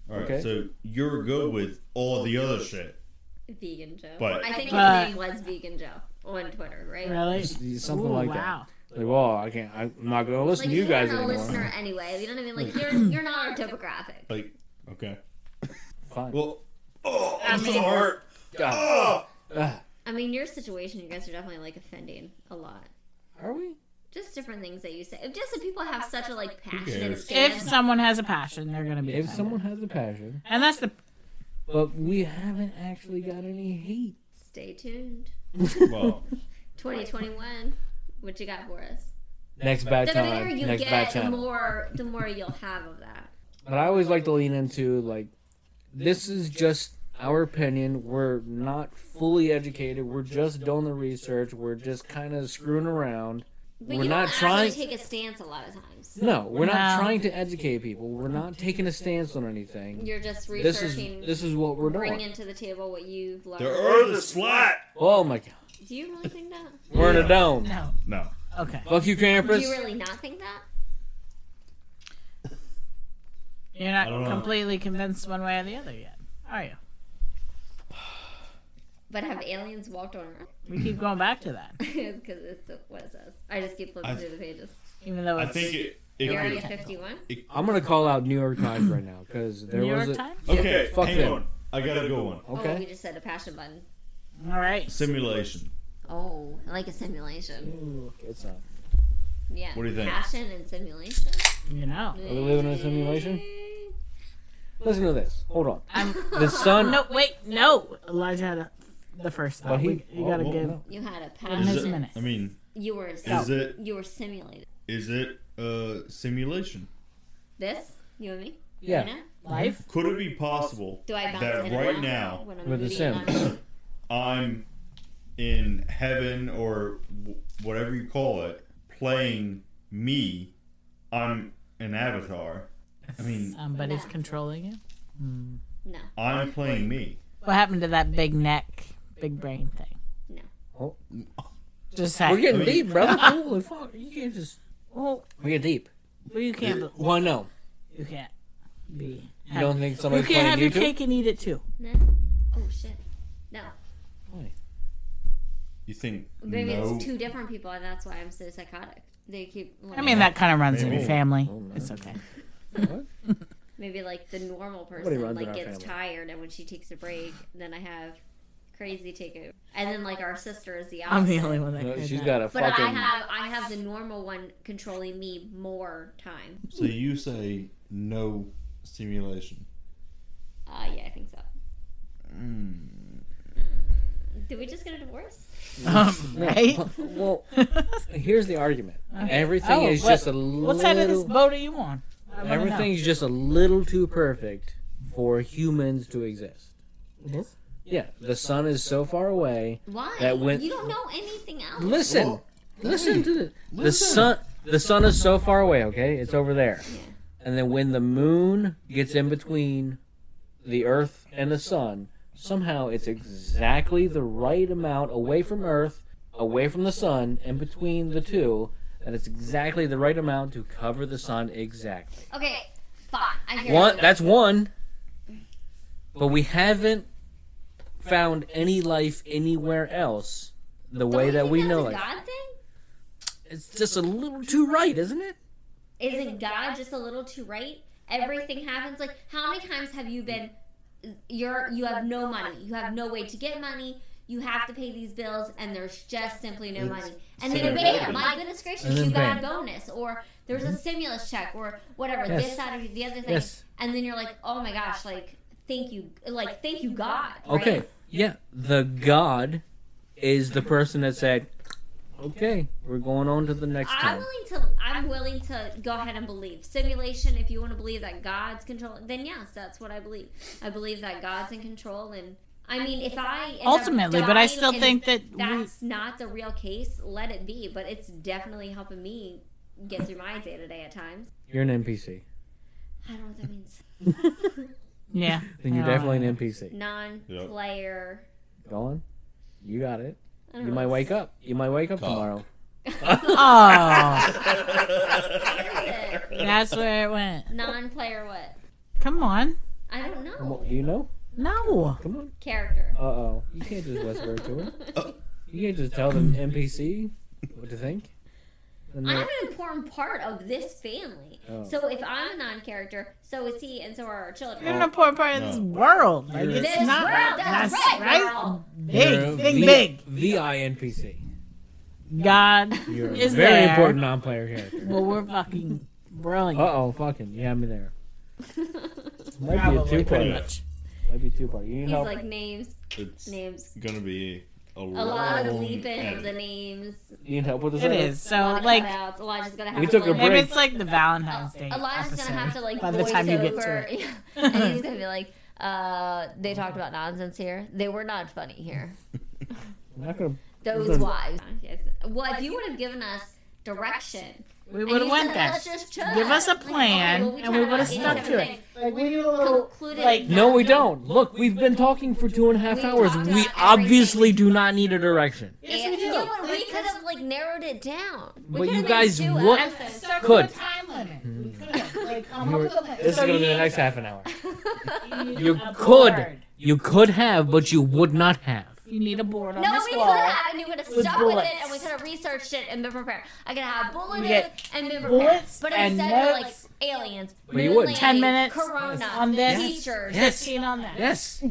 B: all right.
A: Okay.
B: So you're good with all the other shit.
D: Vegan Joe.
B: But-
D: I think
C: But-
D: his name was Vegan Joe on Twitter, right?
C: Really?
A: Something
C: Ooh,
A: like
C: wow.
A: that. Like, well, I can't. I'm not gonna listen
D: Like
A: to you guys
D: you're not
A: anymore.
D: a listener anyway. You don't even like you're you're not our demographic.
B: Like, okay.
A: Fine.
B: Well, oh, I'm
C: mean-
B: so hurt.
A: God.
B: Oh.
D: I mean, your situation, you guys are definitely like offending a lot.
A: Are we?
D: Just different things that you say. Just that people have such a like passionate
B: cares?
C: If
D: stance.
C: someone has a passion, they're gonna be.
A: If
C: offended.
A: someone has a passion,
C: And that's the.
A: but we haven't actually got any hate.
D: Stay tuned.
B: Well,
D: 2021. What you got for us?
A: Next bad
D: The bigger
A: time.
D: you
A: Next bad
D: get, the
A: time.
D: more the more you'll have of that.
A: But I always like to lean into like, this is just our opinion. We're not fully educated. We're just doing the research. We're just kind of screwing around.
D: But
A: We're
D: you
A: not
D: don't
A: trying-
D: actually take a stance a lot of times.
A: No, we're not
C: No.
A: trying to educate people. We're not taking a stance on anything.
D: You're just
A: This is
D: researching,
A: this is what we're
D: bringing
A: doing.
D: to the table what you've learned.
B: the earth is flat.
A: Oh my god,
D: Do you really think that?
A: we're in a dome.
C: No.
B: No.
C: Okay.
A: Fuck you,
D: Do
A: campus.
D: you really not think that?
C: You're
B: I
C: not
B: don't know.
C: completely convinced one way or the other yet, are you?
D: But have aliens walked on Earth?
C: We keep going back to that,
D: Because it's what it says. I just keep flipping
B: I-
D: through the pages.
C: even though
B: I
C: it's
B: think it. it
D: You're already
B: could,
D: at 51.
A: I'm gonna call out New York Times right now because there
C: New
A: was
C: York
A: a
C: Times.
B: okay.
A: Fuck
B: hang
A: them.
B: on. I got a good one.
D: Oh, you
A: okay.
D: just said a passion button.
C: All right.
B: Simulation.
D: Oh, I like a simulation.
A: It's uh, not.
D: Mm. Yeah.
B: What do you think?
D: Passion and simulation.
C: You
A: Are
C: know.
A: we living in a simulation? Listen to this. Hold on.
C: I'm. oh,
A: The sun.
C: No, wait, no. Elijah had a, the first thought.
A: Well, he-
C: We- you gotta
B: well,
C: give.
B: no.
D: You had a
C: Is
D: passion.
C: it- minute.
B: I mean,
D: You were
B: Is it
D: you were simulated.
B: is it a simulation?
D: This you and me. You
A: Yeah.
D: and I?
C: Life?
B: Could it be possible
D: Do I bounce
B: that
D: in and
B: right
D: out
B: now
D: when I'm
A: With The
D: moving and
A: Sims.
D: I'm-
B: I'm in heaven or w- whatever you call it, playing me. I'm an avatar. I mean,
C: Somebody's um, controlling you.
D: No,
B: I'm playing me.
C: What happened to that big neck, big brain thing?
D: no.
C: Just
A: We're
C: saying.
A: getting deep, brother. Holy fuck. You can't just.
C: well,
A: We get deep.
C: well, you can't.
A: Well, no.
C: You can't be.
A: You don't think
C: You
A: somebody's
C: can't
A: playing
C: have your
A: YouTube?
C: cake and eat it too.
D: No. Oh shit. No.
B: You think
D: Maybe
B: no?
D: it's two different people, and that's why I'm so psychotic. They keep. Like,
C: I mean, that kind of runs in
B: Maybe.
C: your family. It's okay.
D: maybe like the normal
A: Nobody
D: person
A: runs in
D: like
A: our
D: gets
A: family.
D: tired, and when she takes a break, then I have crazy takeover, and then like our sister is the
C: I'm
D: opposite.
C: the only one that.
A: No,
C: heard
A: she's
C: that.
A: got a
D: But I
A: fucking.
D: have I have the normal one controlling me more time.
B: So you say no simulation.
D: Uh, yeah, I think so.
A: Hmm.
D: Mm. Did we just get a divorce?
C: Um, right?
A: Well, here's the argument. Everything
C: Oh,
A: is
C: what-
A: just a
C: What side of this
A: little.
C: boat are you on? I wanna know.
A: Everything's just a little too perfect for humans to exist. Yeah, the sun is so far away.
D: Why?
A: That went-
D: You don't know anything else.
A: Listen, listen to this. The sun, the sun is so far away. Okay, it's over there. And then when the moon gets in between the Earth and the sun, somehow it's exactly the right amount away from Earth, away from the sun, and between the two. That it's exactly the right amount to cover the sun exactly.
D: Okay, fine. I hear
A: One,
D: you.
A: that's one. But we haven't found any life anywhere else the
D: Don't
A: way
D: you
A: that
D: think
A: we
D: that's
A: know
D: a
A: it.
D: God thing?
A: It's just a little too right, isn't it?
D: Isn't God just a little too right? Everything happens. Like, how many times have you been? You're you have no money. You have no way to get money. You have to pay these bills, and there's just simply no money. And then
A: Similar
D: bam!
A: to-
D: My goodness gracious,
A: And then
D: you got a
A: bam. Mm-hmm.
D: bonus, or there's a stimulus check, or whatever.
A: Yes.
D: This that or the other thing.
A: Yes.
D: And then you're like, oh my gosh, like thank you, like thank you God. right?
A: Okay. Yeah. The God is the person that said, okay, we're going on to the next
D: I'm
A: time.
D: willing to. I'm willing to go ahead and believe simulation. If you want to believe that God's control, then yes, that's what I believe. I believe that God's in control, and I mean, if I end up
C: Ultimately, but I
D: dying
C: still
D: and
C: think that we-
D: that's not the real case. Let it be, but it's definitely helping me get through my day to day at times.
A: You're an NPC.
D: I don't know what that means.
C: Yeah.
A: Then you're
C: Uh,
A: definitely an NPC.
D: Non-player.
A: Go on. You got it.
D: I don't
A: You
D: know,
A: might
D: it's-
A: wake up. You might wake up
B: Cock.
A: tomorrow.
C: Oh,
D: What is it?
C: that's where it went.
D: Non-player. What?
C: Come on.
D: I don't
A: Come on,
D: know.
A: Do you know?
C: No.
A: Come on.
D: Character.
A: Uh oh. You can't just whisper it to her. You can't just tell the NPC what to think. Then
D: I'm
A: they're-
D: an important part of this family.
C: Oh.
D: So if I'm a non-character, so is he, and so are our children.
C: You're an important part of this
B: No.
C: world. Like,
A: You're-
C: it's
D: This
C: not
D: world, that's
C: that's
D: right,
C: right.
D: girl.
A: you're a
C: Big, big,
A: V-
C: big.
A: V-I-N-P-C.
C: God
A: You're a
C: is
A: very
C: there.
A: important non-player character.
C: Well, we're fucking
A: Uh
C: brilliant.
A: oh, fucking, you had me there. Might be a
C: Probably pretty
A: two-part.
C: much.
A: Might be two-part. You need
D: He's
A: help?
D: like names,
B: It's
D: names.
B: gonna be a,
D: A lot of
B: long
D: leaping of
B: edit.
D: the names.
A: you need help with this?
C: It
A: edit?
C: is.
D: A
C: So,
D: lot of
C: like,
D: cutouts. Elijah's gonna have
A: We
D: to
A: took a
D: like,
A: break.
C: maybe it's like the Valentine's Day.
D: Elijah's
C: episode.
D: gonna have to like
C: By the
D: voice
C: time you
D: over,
C: get to it.
D: and he's gonna be like, uh, "They talked about nonsense here. They were not funny here.
A: I'm not gonna.
D: Those
C: Mm-hmm.
A: Mhm.
D: wives. Yes. Well, if you would have given us direction,
C: We
D: and
C: would have
D: you
C: went
D: said,
C: there.
D: "Let's just chill."
C: Give us a
D: Like, okay,
C: plan,
D: well,
C: and we
D: tried
C: would have
D: eight
C: stuck to
D: different
C: it.
D: things.
C: Like we need a little
D: Concluded
C: like
A: No, we don't. Look, we've been talking for two and a half
D: We
A: hours.
D: talked
A: We
D: about
A: obviously do not need a direction.
D: And- Yeah, but we could have like narrowed it down. We
A: But
D: could
A: you
D: have made
A: guys
D: two
A: would-
D: episodes.
C: Circle
A: Could.
C: a time limit. We could have like come
A: You
C: up
A: were-
C: with a list.
A: This is
C: So
A: gonna be
C: you
A: the next
C: need-
A: half an hour.
C: need
A: You
C: a
A: could.
C: board.
A: You could have, but you would not have.
C: You need a board on
D: No,
C: this
D: we could
C: wall.
D: have, and you could have
C: with
D: stuck with it, and we
C: bullets.
D: could have researched it and been prepared. I could have bulleted
C: get
D: and been prepared.
C: bullets
D: But
C: and
D: instead, we're like
C: notes.
D: aliens,
A: But you
D: moon
A: wouldn't.
C: 10
D: landing,
C: minutes
D: Corona,
C: on this.
D: teachers,
A: Yes.
C: Seen on that.
A: Yes.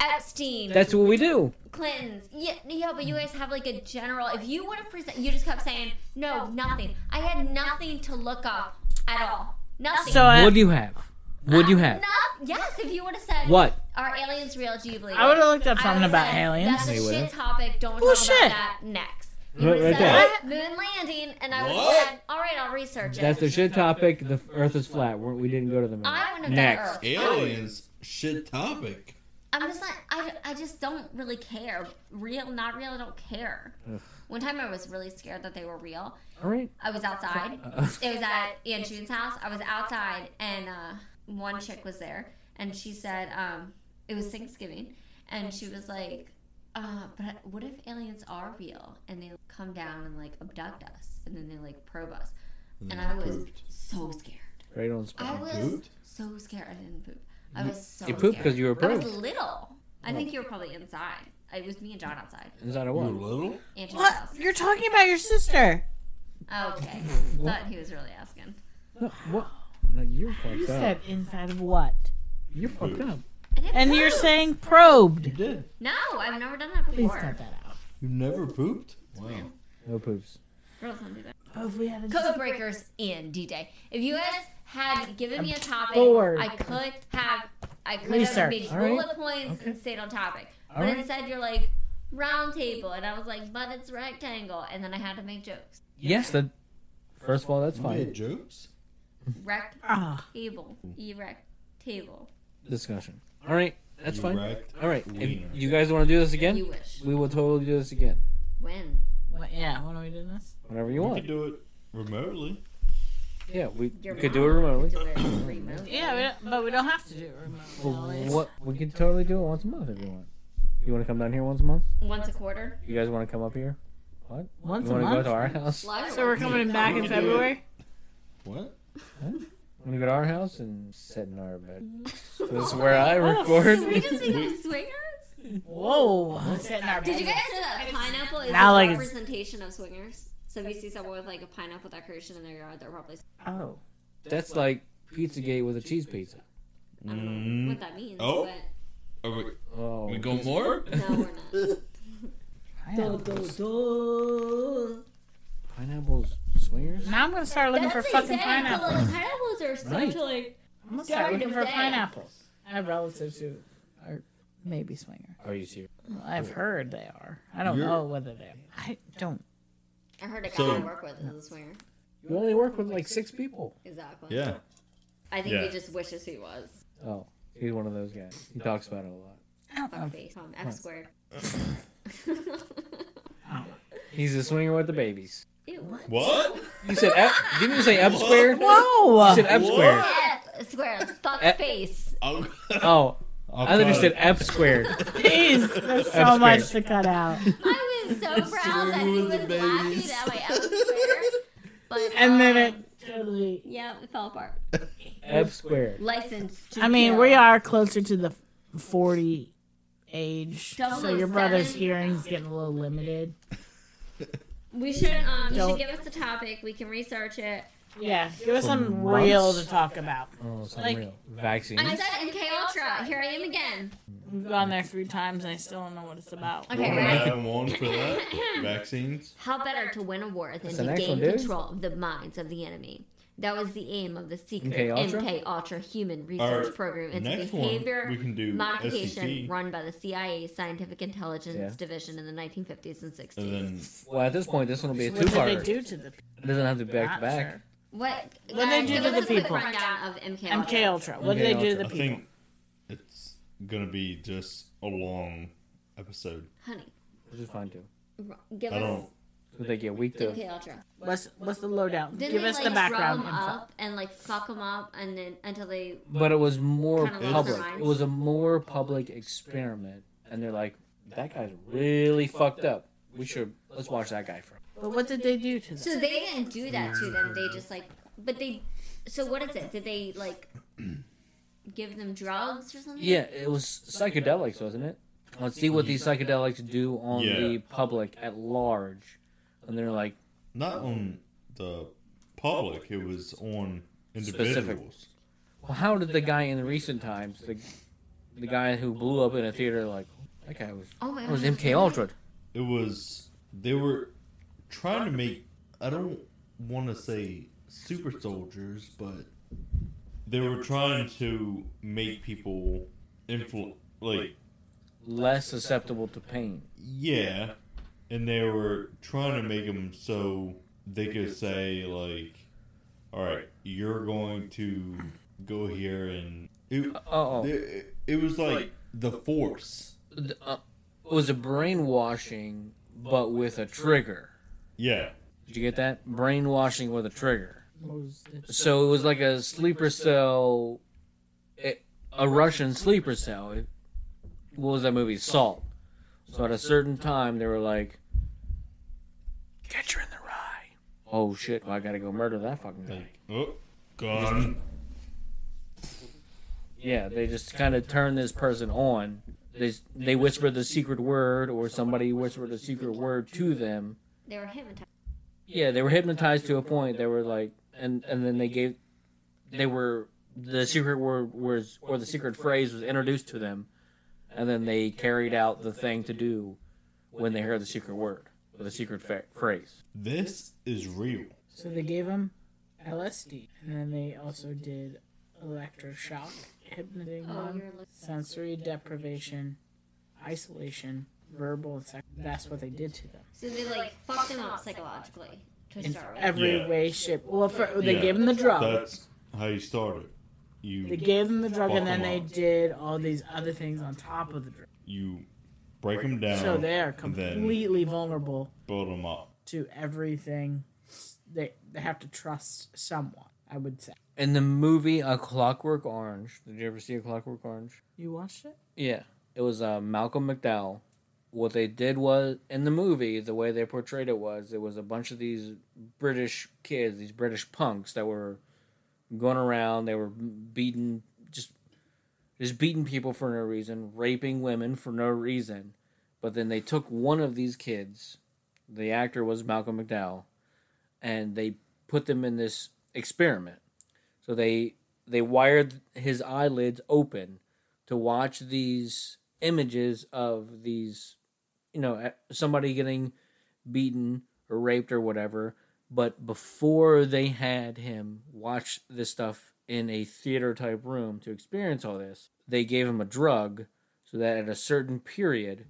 D: Epstein,
A: That's what we do.
D: Clintons. Yeah, yeah, but you guys have like a general. If you would have presented, you just kept saying no, nothing. I had nothing to look up at all. Nothing.
C: So uh, I,
A: What do you have? What do you have?
D: Noth- yes, if you would have said
A: What?
D: Are aliens real? Do you believe?
C: I would have looked up
D: I
C: something
D: would've
C: about
D: said,
C: aliens.
D: That's a
A: would've.
D: shit topic. Don't talk
C: Bullshit.
D: about that next. You would
A: Right
D: have said
A: there.
D: "Ah, moon landing, and I would
B: What?
D: have said, "All right, I'll research it."
A: That's the shit topic. The Earth is flat. We're- We didn't go to the moon.
D: I wouldn't have done
A: Next.
D: Earth.
B: Aliens, shit topic.
D: I'm just like I, I just don't really care. Real, not real, I don't care. One time I was really scared that they were real.
A: All right.
D: I was outside. It was at Aunt June's house. I was outside, and uh, one chick was there, and she said, um, "It was Thanksgiving," and she was like, uh, "But what if aliens are real and they come down and like abduct us, and then they like probe us?" And I was so scared.
A: Right on
D: I
A: spot.
D: was
B: pooped?
D: so scared. I didn't poop. I was so.
A: You pooped
D: scared.
A: 'cause you were
D: I was
A: probed.
D: little. I think you were probably inside. It was me and John outside.
A: Is that a
B: You were
A: what?
B: little?
D: Aunt June's
C: What?
D: house.
C: You're talking about your sister.
D: Okay, thought he was really asking.
A: No, what? No, you're fucked
C: You
A: up.
C: said inside of what?
A: you're fucked up.
D: I didn't
C: And you're
D: poop.
C: saying probed.
B: You did.
D: No, I've never done that
C: Please
D: before.
C: cut that out.
B: You never pooped? Wow.
A: No poops.
D: Girls don't do that.
C: Oh, if we had a
D: Code breakers in D Day. If you guys had given me a topic,
C: bored.
D: I could have I could have
C: Research.
D: made
A: All right.
D: bullet points and stayed on topic.
A: All
D: but
A: right.
D: instead, you're like round table, and I was like, but it's rectangle, and then I had to make jokes.
A: Yes. That. First of all, that's
B: You
A: fine.
B: made jokes?
D: Rect
C: Ah,
D: table, erect table.
A: Discussion. All right. That's
B: You
A: fine.
B: wrecked?
A: All right. If
B: wiener.
A: you guys want to do this
D: You
A: again,
D: wish.
A: we will totally do this again.
D: When?
C: what, yeah. When are we doing this?
A: Whenever you
B: You could
A: want.
B: do it remotely.
A: Yeah, we we
D: Your
A: could do it
D: mom
A: remotely.
D: could do it remotely.
C: Yeah, we don't, but we don't have to do it remotely.
A: What we could totally do it once a month if you want. You want to come down here once a month?
D: Once a quarter.
A: You guys want to come up here? What?
C: Once
A: You
C: a
A: want to go to
C: month.
A: our house?
C: So we're coming back in February.
B: What?
A: Want to go to our house and sit in our bed? This is where I
C: Oh,
A: record.
D: we just become swingers?
C: Whoa! Sit in our
D: Did you
C: bed.
D: guys know that pineapple is
C: Now,
D: a
C: like, it's-
D: representation of swingers? So if you see someone with like a pineapple decoration in their yard, they're probably
A: Oh, that's like Pizzagate with a cheese pizza.
D: I don't know what that means.
B: Oh.
D: but
B: Are we,
A: Oh,
B: we go more?
D: no, we're not.
A: pineapples swingers.
C: Now I'm gonna start looking for fucking pineapples.
D: Like, pineapples are such
A: Right.
D: like
C: I'm gonna start
D: During
C: looking
D: the
C: for
D: day.
C: pineapples. I have relatives who are maybe swinger.
A: Are you serious?
C: I've heard they are. I don't
B: You're-
C: know whether they. I don't.
D: I heard a guy
B: So-
D: I work with is a swinger.
A: You only work with like six people.
D: Exactly.
B: Yeah.
D: I think
F: Yeah.
D: he just wishes he was.
A: Oh, he's one of those guys. He talks about it a lot.
C: I don't know.
D: Fuckface. Um, F squared.
A: He's a swinger with the babies.
D: Ew.
B: What?
A: You said F? Didn't you say F squared? You
C: Whoa!
A: said F squared.
D: F squared. Fuck
A: Eh.
D: face.
B: Oh,
A: Oh, I
B: I
A: understood F squared.
C: Jeez, there's so
A: That's
C: much to cut out.
D: I was so proud that he
B: with
D: was
B: the
D: laughing
B: babies.
D: at my F squared. But
C: And then
D: um,
C: it totally.
D: yeah, it fell apart.
A: F squared.
D: License. To
C: I mean,
D: kill.
C: we are closer to the 40 age, so your
D: 007.
C: brother's hearing's getting a little limited.
D: We should. Um, you
C: Don't-
D: should give us a topic. We can research it.
C: Yeah, give us something real
A: months?
C: to talk about.
A: Oh, something
C: Like-
A: real. Vaccines.
D: I said MK Ultra. Here I am again.
C: We've gone there three times and I still don't know what it's about.
D: Okay, ready?
B: Nine one for that. Vaccines.
D: How better to win a war than
A: the
D: to
A: next
D: gain
A: one, dude.
D: control of the minds of the enemy? That was the aim of the secret
A: MK
D: MK
A: Ultra?
D: Ultra, human
B: Our
D: research program. It's
B: next
D: a
B: one,
D: behavior
B: we can do E
D: modification
B: SCP.
D: run by the CIA Scientific Intelligence
A: Yeah.
D: Division in the 1950s and 60s.
B: And then
A: Well, at this point, this one will be a
C: What did they
A: two-parter.
C: do to the
A: It doesn't have to be back
C: Not
A: to back.
C: sure.
D: what?
C: What did they do
D: give
C: to
D: us
C: the
D: a quick
C: people?
D: Rundown of MK Ultra.
C: MK Ultra? What
A: MK
C: did they do to
A: Ultra.
C: the
B: I
C: people?
B: think it's gonna be just a long episode.
D: Honey,
A: Which is fine too.
D: r- give
B: I
D: us
B: don't.
A: So they get weak to.
D: MK Ultra.
C: What's what's the lowdown?
D: Didn't
C: Give
D: they,
C: us
D: like,
C: the background
D: throw
C: info.
D: 'em up and like fuck them up and then until they
A: But it was more
D: Kinda lost
A: public.
D: their minds.
A: It was a more public experiment, and they're like, "That guy's really fucked up. We should let's watch that guy for."
C: But what did they do to them?
D: So they didn't do that to them. They just like, but they. So what is it? Did they like give them drugs or something?
A: Yeah, it was psychedelics, wasn't it? Let's see what these psychedelics do on
B: Yeah.
A: the public at large, and they're like,
B: Not on the public. It was on
A: Specific.
B: individuals.
A: "Well, how did the guy in the recent times, the the guy who blew up in a theater, like that guy was
D: Oh my
A: that was
D: God.
A: MK Ultra."
B: It was. They were trying to make. I don't want to say super soldiers, but they were trying to make people influ like
A: Less susceptible to pain.
B: yeah, and they were trying to make him so they could say like, "All right, you're going to go here," and it,
A: Oh,
B: it, it was like the force.
A: uh, it was a brainwashing, but with a trigger.
B: Yeah,
A: Did you get that? Brainwashing with a trigger. So it was like a sleeper cell, it, a Russian sleeper cell. It, what was that movie? Salt. So at a certain time, they were like, "Get you in the rye." Oh shit! Well, I gotta go murder that fucking guy.
B: oh, gone.
A: Yeah, they just kind of turn this person on. They they whisper the secret word, or somebody whispered the secret word to them.
D: They were hypnotized.
A: Yeah, they were hypnotized to a point. They were like, and and then they gave, they were the secret word was or the secret phrase was introduced to them, and then they carried out the thing to do when they heard the secret word or the secret fa- phrase.
B: This is real.
C: So they gave him LSD, and then they also did electroshock, hypnotism,
D: Oh, you're looking-
C: sensory deprivation, isolation, verbal. And sex- that's what they did to them
D: So they like fucked them up psychologically to
C: in
D: start with.
C: every
B: Yeah.
C: way, shape. Well, for, they
B: Yeah.
C: gave him the drug.
B: That's how you started.
C: They
B: You
C: gave them the drug, and
B: Fuck
C: then
B: 'em
C: they
B: up.
C: did all these other things on top of the drug.
B: you break them down.
A: Oh,
C: So they are
B: and then
C: completely vulnerable
B: build them up.
C: to everything. They they have to trust someone. I would say.
A: In the movie A Clockwork Orange, did you ever see A Clockwork Orange?
C: You watched it?
A: Yeah, it was uh, Malcolm McDowell. What they did was in the movie, the way they portrayed it was it was a bunch of these British kids, these British punks that were going around. They were beating just just beating people for no reason, raping women for no reason. But then they took one of these kids. The actor was Malcolm McDowell, and they put them in this experiment. So they they wired his eyelids open to watch these images of these you know eh, somebody getting beaten or raped or whatever but before they had him watch this stuff in a theater type room to experience all this they gave him a drug so that at a certain period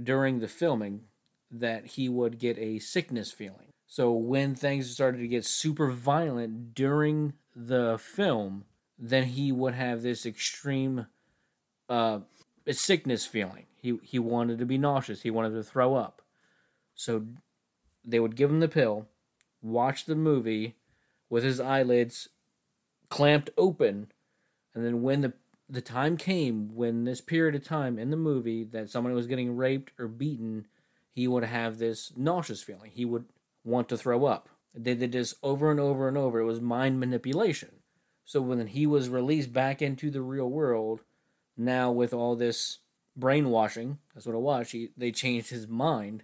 A: during the filming that he would get a sickness feeling so when things started to get super violent during the film then he would have this extreme uh, a sickness feeling. He he wanted to be nauseous. He wanted to throw up. So they would give him the pill, watch the movie with his eyelids clamped open, and then when the the time came when this period of time in the movie that someone was getting raped or beaten, he would have this nauseous feeling. He would want to throw up. They did this over and over and over. It was mind manipulation. So when he was released back into the real world, now with all this brainwashing that's what it was he, they changed his mind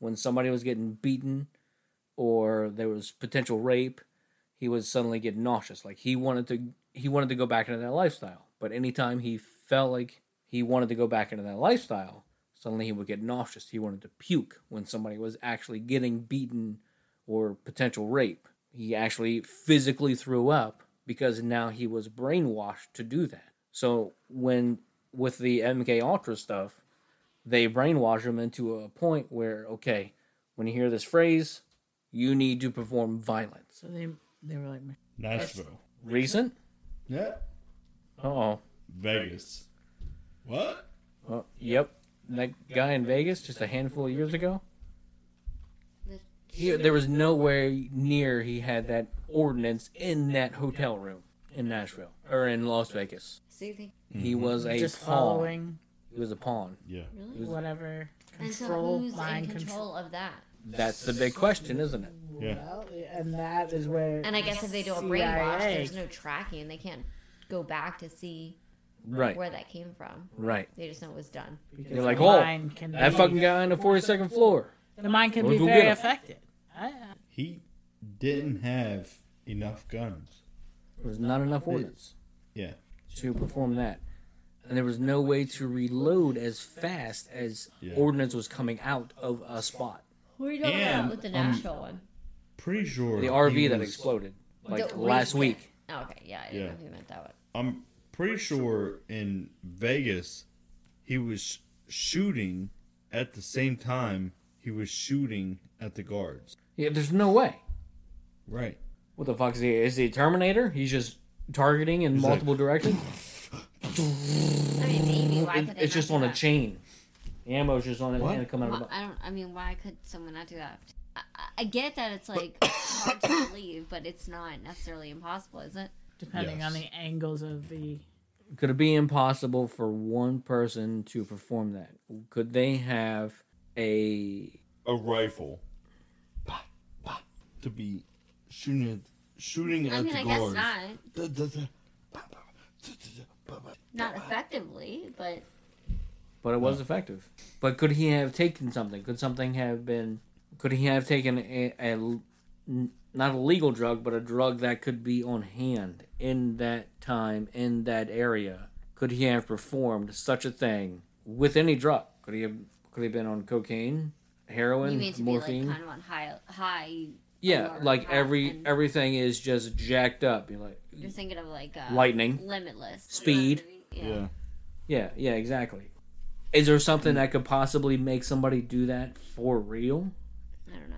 A: when somebody was getting beaten or there was potential rape he would suddenly get nauseous like he wanted to he wanted to go back into that lifestyle but anytime he felt like he wanted to go back into that lifestyle suddenly he would get nauseous he wanted to puke when somebody was actually getting beaten or potential rape he actually physically threw up because now he was brainwashed to do that so when with the MK Ultra stuff, they brainwash him into a point where okay, when you hear this phrase, you need to perform violence.
C: So they they were like,
B: Nashville.
A: Recent?
B: Yeah.
A: Oh,
B: Vegas. What?
A: oh, yep. That guy in Vegas just a handful of years ago. He, there was nowhere near he had that ordinance in that hotel room in Nashville or in Las Vegas.
D: So you think
A: He was a
C: just
A: pawn.
C: following
A: He was a pawn.
B: Yeah.
D: really?
C: whatever
D: And so
C: control
D: who's in
C: mind control.
D: control of that?
A: That's the big question, isn't it?
B: Yeah.
C: Well, and that is where.
D: And I guess if they do a brainwash, there's no tracking. They can't go back to see
A: Right.
D: where that came from.
A: Right.
D: They just know it was done.
A: You're like, oh,
C: can
A: That
C: be,
A: fucking guy on the 42nd floor.
C: the mind can
A: We'll
C: be
A: go
C: very
A: get 'em.
C: affected. I,
B: He didn't have enough guns.
A: There was not enough ordnance
B: Yeah.
A: to perform that. And there was no way to reload as fast as
B: Yeah.
A: ordnance was coming out of a spot.
D: Who are you talking
B: And,
D: about with the
B: um,
D: Nashville one?
B: Pretty sure
A: The
B: he
A: RV that
B: was-
A: exploded like
D: The
A: last
D: recent-
A: week.
D: Oh, okay, yeah, I didn't
B: Yeah.
D: know if you meant that one.
B: I'm pretty sure in Vegas, he was shooting at the same time he was shooting at the guards.
A: Yeah, there's no way.
B: Right.
A: What the fuck is he? Is he a Terminator? He's just targeting in
B: like-
A: multiple directions.
D: I mean, maybe why
A: It-
D: could they
A: it's
D: not
A: just
D: do
A: on a
D: that?
A: chain. The ammo's just on it
B: What?
A: and coming out of
D: Why-
A: the
D: I don't. I mean, why could someone not do that? I, I- I get that it's like hard to believe, but it's not necessarily impossible, is it?
C: depending on
B: Yes.
C: the angles of the.
A: Could it be impossible for one person to perform that? Could they have a
B: A rifle. Bah, bah, To be shooting at, shooting
D: I
B: at
D: mean,
B: the
D: I guess
B: guards.
D: not.
B: Da, da, da. Bah, bah, da, da, da, bah, bah.
D: Not effectively, but
A: but it was effective. But could he have taken something? Could something have been? Could he have taken a, a l- n- not a legal drug, but a drug that could be on hand in that time in that area? Could he have performed such a thing with any drug? Could he have? Could he have been on cocaine,
D: you
A: heroin,
D: mean to
A: morphine?
D: be like kind of on high, high.
A: yeah,
D: alert
A: like
D: high,
A: every
D: and
A: everything is just jacked up. You're like,
D: You're thinking of like uh,
A: Lightning.
D: limitless
A: Speed.
D: Yeah.
B: Yeah.
A: yeah, yeah, exactly. Is there something that could possibly make somebody do that for real?
D: I don't know.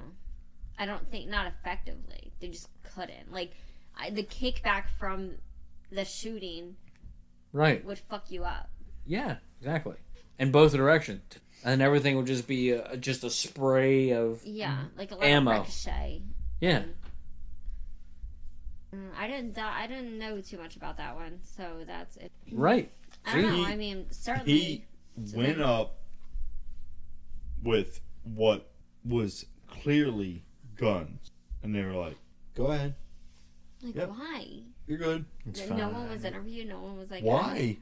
D: I don't think not effectively. They just couldn't. Like I, the kickback from the shooting
A: Right.
D: would fuck you up.
A: Yeah, exactly. In both directions, and everything would just be uh just a spray of
D: Yeah, like a lot
A: Mm-hmm. Ammo.
D: of ricochet.
A: yeah.
D: Mm, I didn't. Th- I didn't know too much about that one, so that's it.
A: Right.
D: I don't know.
B: He-
D: I mean, certainly.
B: he went up with what was clearly guns, and they were like, "Go ahead,
D: like,
B: yep.
D: why?
B: you're good."
A: It's
D: Th-
A: fine.
D: No one was interviewed. No one was like, uh, "Oh,
B: Why?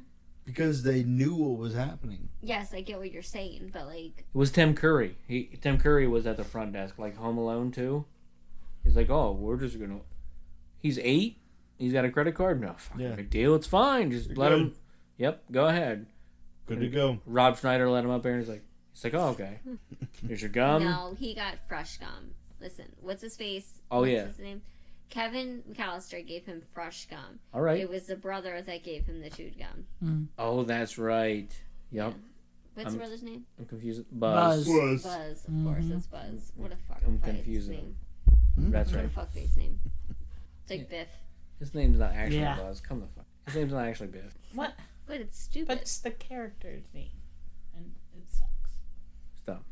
B: Because they knew what was happening.
D: Yes, I get what you're saying, but like,
A: It was Tim Curry. He Tim Curry was at the front desk, like Home Alone too. He's like, oh, we're just gonna. He's eight. He's got a credit card. No, fucking
B: Yeah.
A: big deal. It's fine. Just
B: You're
A: let
B: good.
A: him. Yep, go ahead.
B: Good to go.
A: Rob Schneider let him up there, and he's like, he's like, oh, okay. Here's your gum.
D: no, he got fresh gum. Listen, what's his face?
A: Oh,
D: What's
A: yeah.
D: his name? Kevin McAllister gave him fresh gum.
A: All right.
D: It was the brother that gave him the chewed gum.
A: Oh, that's right. Yep,
D: What's
A: I'm-
D: the brother's name?
A: I'm confused. Buzz.
C: Buzz.
B: Was
D: Buzz. Of course, it's Buzz. What a fuck.
A: Mm-hmm. I'm
D: his
A: confusing
D: name.
A: That's
D: What
A: right.
D: a fuckface name. It's like Biff,
A: His name's not actually
C: Yeah.
A: Buzz. Come the fuck. His name's not actually Biff.
C: What?
D: but it's stupid.
C: But it's the character's name, and it sucks.
A: Stop.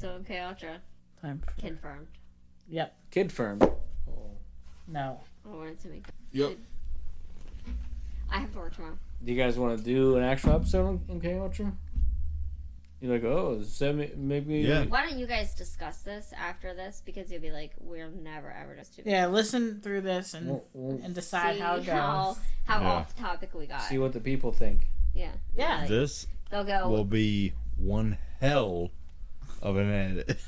D: So okay, Ultra
C: Time for
D: confirmed.
C: yep.
A: Kid firm.
C: No.
D: I wanted to make.
B: Yep.
D: I have to work tomorrow.
A: Do you guys want to do an actual episode on MK Ultra? You're like, oh, semi, maybe.
B: Yeah.
D: Why don't you guys discuss this after this because you'll be like, we're never ever just stupid.
C: Yeah. Listen through this and
A: We'll, we'll
C: and
D: See
C: decide how
D: how
C: it goes.
D: how,
B: Yeah.
D: off topic we got.
A: see what the people think.
D: yeah.
C: Yeah.
D: Like,
B: This
D: they'll go.
B: will be one hell of an edit.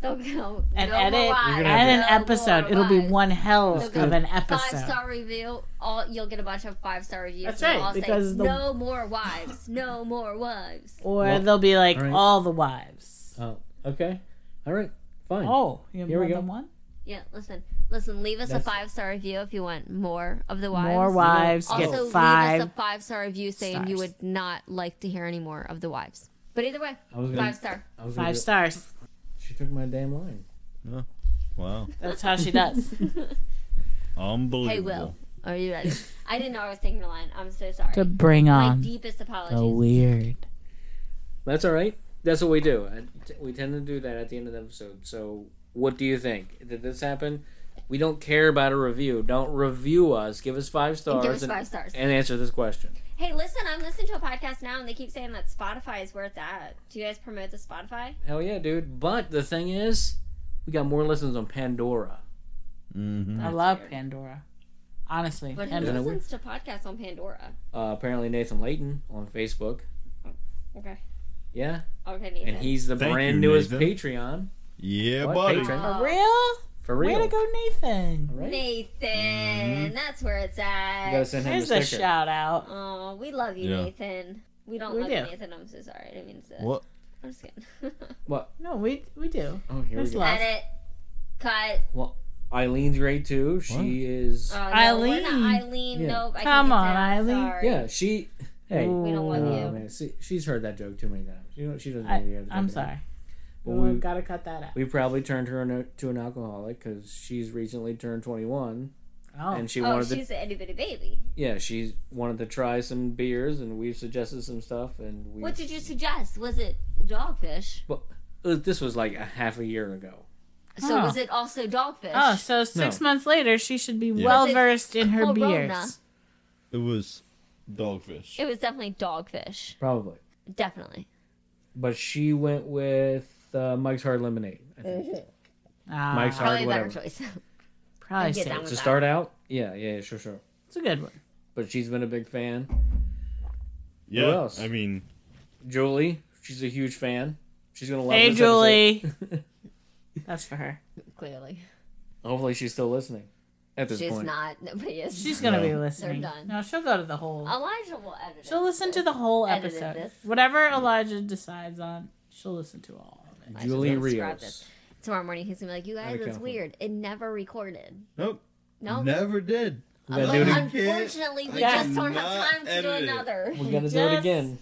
D: they'll go.
C: An
D: no
C: edit
D: More lies,
C: and
D: no
C: an
D: more
C: episode. It'll be
D: lies.
C: one hell
D: Let's go.
C: of an
D: Five
C: episode.
D: star review. All you'll get a bunch of five star reviews.
C: That's
D: and they'll
C: right,
D: all say,
C: because the-
D: no more wives. No more wives.
C: Or
A: Well,
C: they'll be like
A: all right.
C: all the wives.
A: Oh, okay. All right. Fine.
C: Oh, you have
A: Here we
C: more
A: go.
C: than one.
D: Yeah. Listen. Listen. Leave us
A: That's-
D: a five star review if you want more of the wives.
C: More wives
D: Also,
C: get
D: leave
C: five.
D: us a five star review saying you
C: stars.
D: would not like to hear any more of the wives. But either way,
A: I was gonna.
D: five star.
A: I was gonna
C: Five
A: do-
C: stars.
A: She took my damn line.
B: Wow.
C: That's how she does.
B: Unbelievable.
D: Hey, Will, are you ready? I didn't know I was taking the line. I'm so sorry.
C: to bring
D: My
C: on
D: deepest apologies.
C: the weird.
A: That's all right. That's what we do. I t- We tend to do that at the end of the episode. So, what do you think? Did this happen? We don't care about a review. Don't review us. Give us five stars
D: Give us
A: and-
D: five stars.
A: and answer this question.
D: Hey, listen, I'm listening to a podcast now, and they keep saying that Spotify is where it's at. Do you guys promote the Spotify?
A: Hell yeah, dude. But the thing is, we got more listens on Pandora.
B: Mm-hmm.
C: Mm. I
D: That's
C: love
D: weird.
C: Pandora. Honestly,
D: But who
C: and
A: Yeah.
D: listens to podcasts on Pandora?
A: Uh, apparently, Nathan Layton on Facebook.
D: Okay.
A: Yeah.
D: Okay,
A: And
D: Nathan.
A: he's the
B: Thank
A: brand
B: you,
A: newest
B: Nathan.
A: Patreon.
B: Yeah,
A: What
B: buddy.
A: patron?
D: Oh,
C: for real?
A: For
C: Way
A: real.
C: to go, Nathan!
A: Right?
D: Nathan, that's where it's
A: Mm-hmm. You gotta
D: at.
A: send him a
C: There's a
A: sticker.
C: shout out.
D: Oh, we love you,
B: Yeah.
D: Nathan. We don't
C: We
D: love
C: do.
D: you, Nathan. I'm so sorry. I didn't mean to say that.
B: What?
D: I'm just kidding.
A: What?
C: No, we we do.
A: Oh, here we
C: There's
A: go.
C: love.
D: Edit. Cut.
A: Eileen's great too. She is.
D: Oh, no, we're
C: Eileen.
D: not Eileen.
A: Yeah.
D: Nope. I
C: Come
D: can't
C: on,
D: say that.
C: Eileen.
D: Sorry.
A: yeah, she. Hey,
D: We don't love
A: oh,
D: you.
A: man, see, she's heard that joke too many times. You know, she doesn't. know the
C: I,
A: other
C: I'm
A: joke.
C: sorry.
A: But
C: we
A: we,
C: gotta cut that out.
A: we probably turned her in- to an alcoholic because she's recently turned 21
C: oh,
A: and she
D: oh,
A: wanted to.
D: she's an itty bitty baby.
A: Yeah, she wanted to try some beers, and we've suggested some stuff, and we.
D: What did you suggest? Was it dogfish?
A: But uh, this was like a half a year ago.
D: So
C: Oh.
D: was it also dogfish?
C: oh, so six
A: No.
C: months later, she should be well versed in her
D: Corona?
C: beers.
B: It was dogfish.
D: It was definitely dogfish.
A: Probably.
D: Definitely.
A: But she went with uh, Mike's Hard Lemonade. I think.
C: Ah,
A: Mike's Hard
D: Probably a better
A: Whatever.
D: choice.
C: probably
D: get that
C: six.
D: one.
A: To start out, yeah, yeah, yeah, sure, sure.
C: It's a good one.
A: But she's been a big fan.
F: Yeah,
A: else?
F: I mean,
A: Julie, she's a huge fan. She's gonna love.
C: Hey,
A: this
C: Julie. That's for her.
D: Clearly.
A: episode. Hopefully, she's still listening. At this
D: She's
A: point,
D: not. Nobody is.
C: She's gonna
F: No.
C: be listening.
D: They're done.
C: No, she'll go to the whole.
D: Elijah will edit it.
C: she'll listen to the whole
D: Edited
C: episode.
D: this.
C: Whatever Elijah decides on, she'll listen to all of it.
D: I should
A: Julie
D: describe
A: Rios.
D: this. Tomorrow morning, he's gonna be like, "You guys,
A: Out of
D: it's
A: California.
D: weird. It never recorded.
B: Nope.
D: No,
B: Never did.
A: gotta
D: Look,
A: do it again.
D: unfortunately, we
B: I
D: just don't have
B: cannot
D: time to do
B: edit it.
D: another.
A: We're gonna do it
C: Yes.
A: again.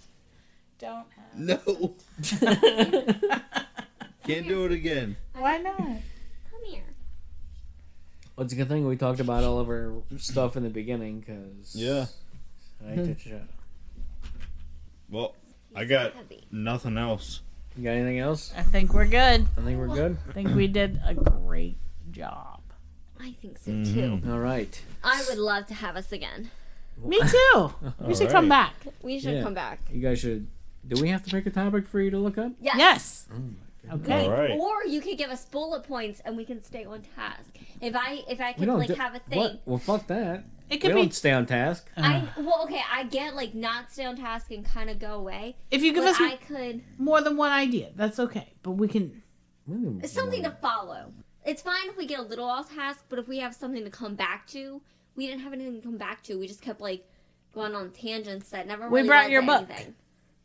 C: Don't have.
B: No. Can't do it again.
C: Why not?
D: Come here.
A: Well, it's a good thing we talked about all of our stuff in the beginning because
B: Yeah.
A: I hate that show.
B: Well, I got
D: Heavy.
B: nothing else.
A: You got anything else?
C: I think we're good.
A: I think we're good.
C: I think we did a great job.
D: I think so too.
A: All right.
D: I would love to have us again.
C: Me too. We should come back.
D: We should
A: Yeah.
D: come back.
A: You guys should. Do we have to pick a topic for you to look up?
D: Yes.
C: Yes.
A: Oh
C: Okay.
F: right.
D: Or you could give us bullet points and we can stay on task. If I if I
A: We
D: could
A: don't
D: like
A: do-
D: have a thing.
A: What? Well, fuck that.
C: It
A: We
C: could be
A: don't stay on task.
C: Uh.
D: I well okay, I get like not stay on task and kind of go away.
C: if you give
D: But
C: us
D: I could
C: more than one idea. That's okay. But we can.
A: Really?
D: it's something to follow. It's fine if we get a little off task, but if we have something to come back to, we didn't have anything to come back to. We just kept like going on tangents that never.
C: We
D: really
C: brought
D: led
C: your
D: to
C: book.
D: anything.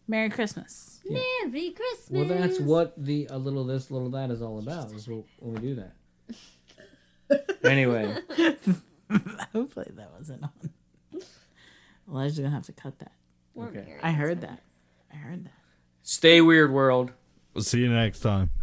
C: Merry Christmas.
D: Merry Christmas.
A: Well, that's what the a little this, little that is all about. Is what, when we do that. anyway,
C: Hopefully that wasn't on. Elijah's gonna have to cut that.
D: We're
A: Okay.
D: married.
C: I heard that. I heard that.
A: stay weird, world.
F: see you next time.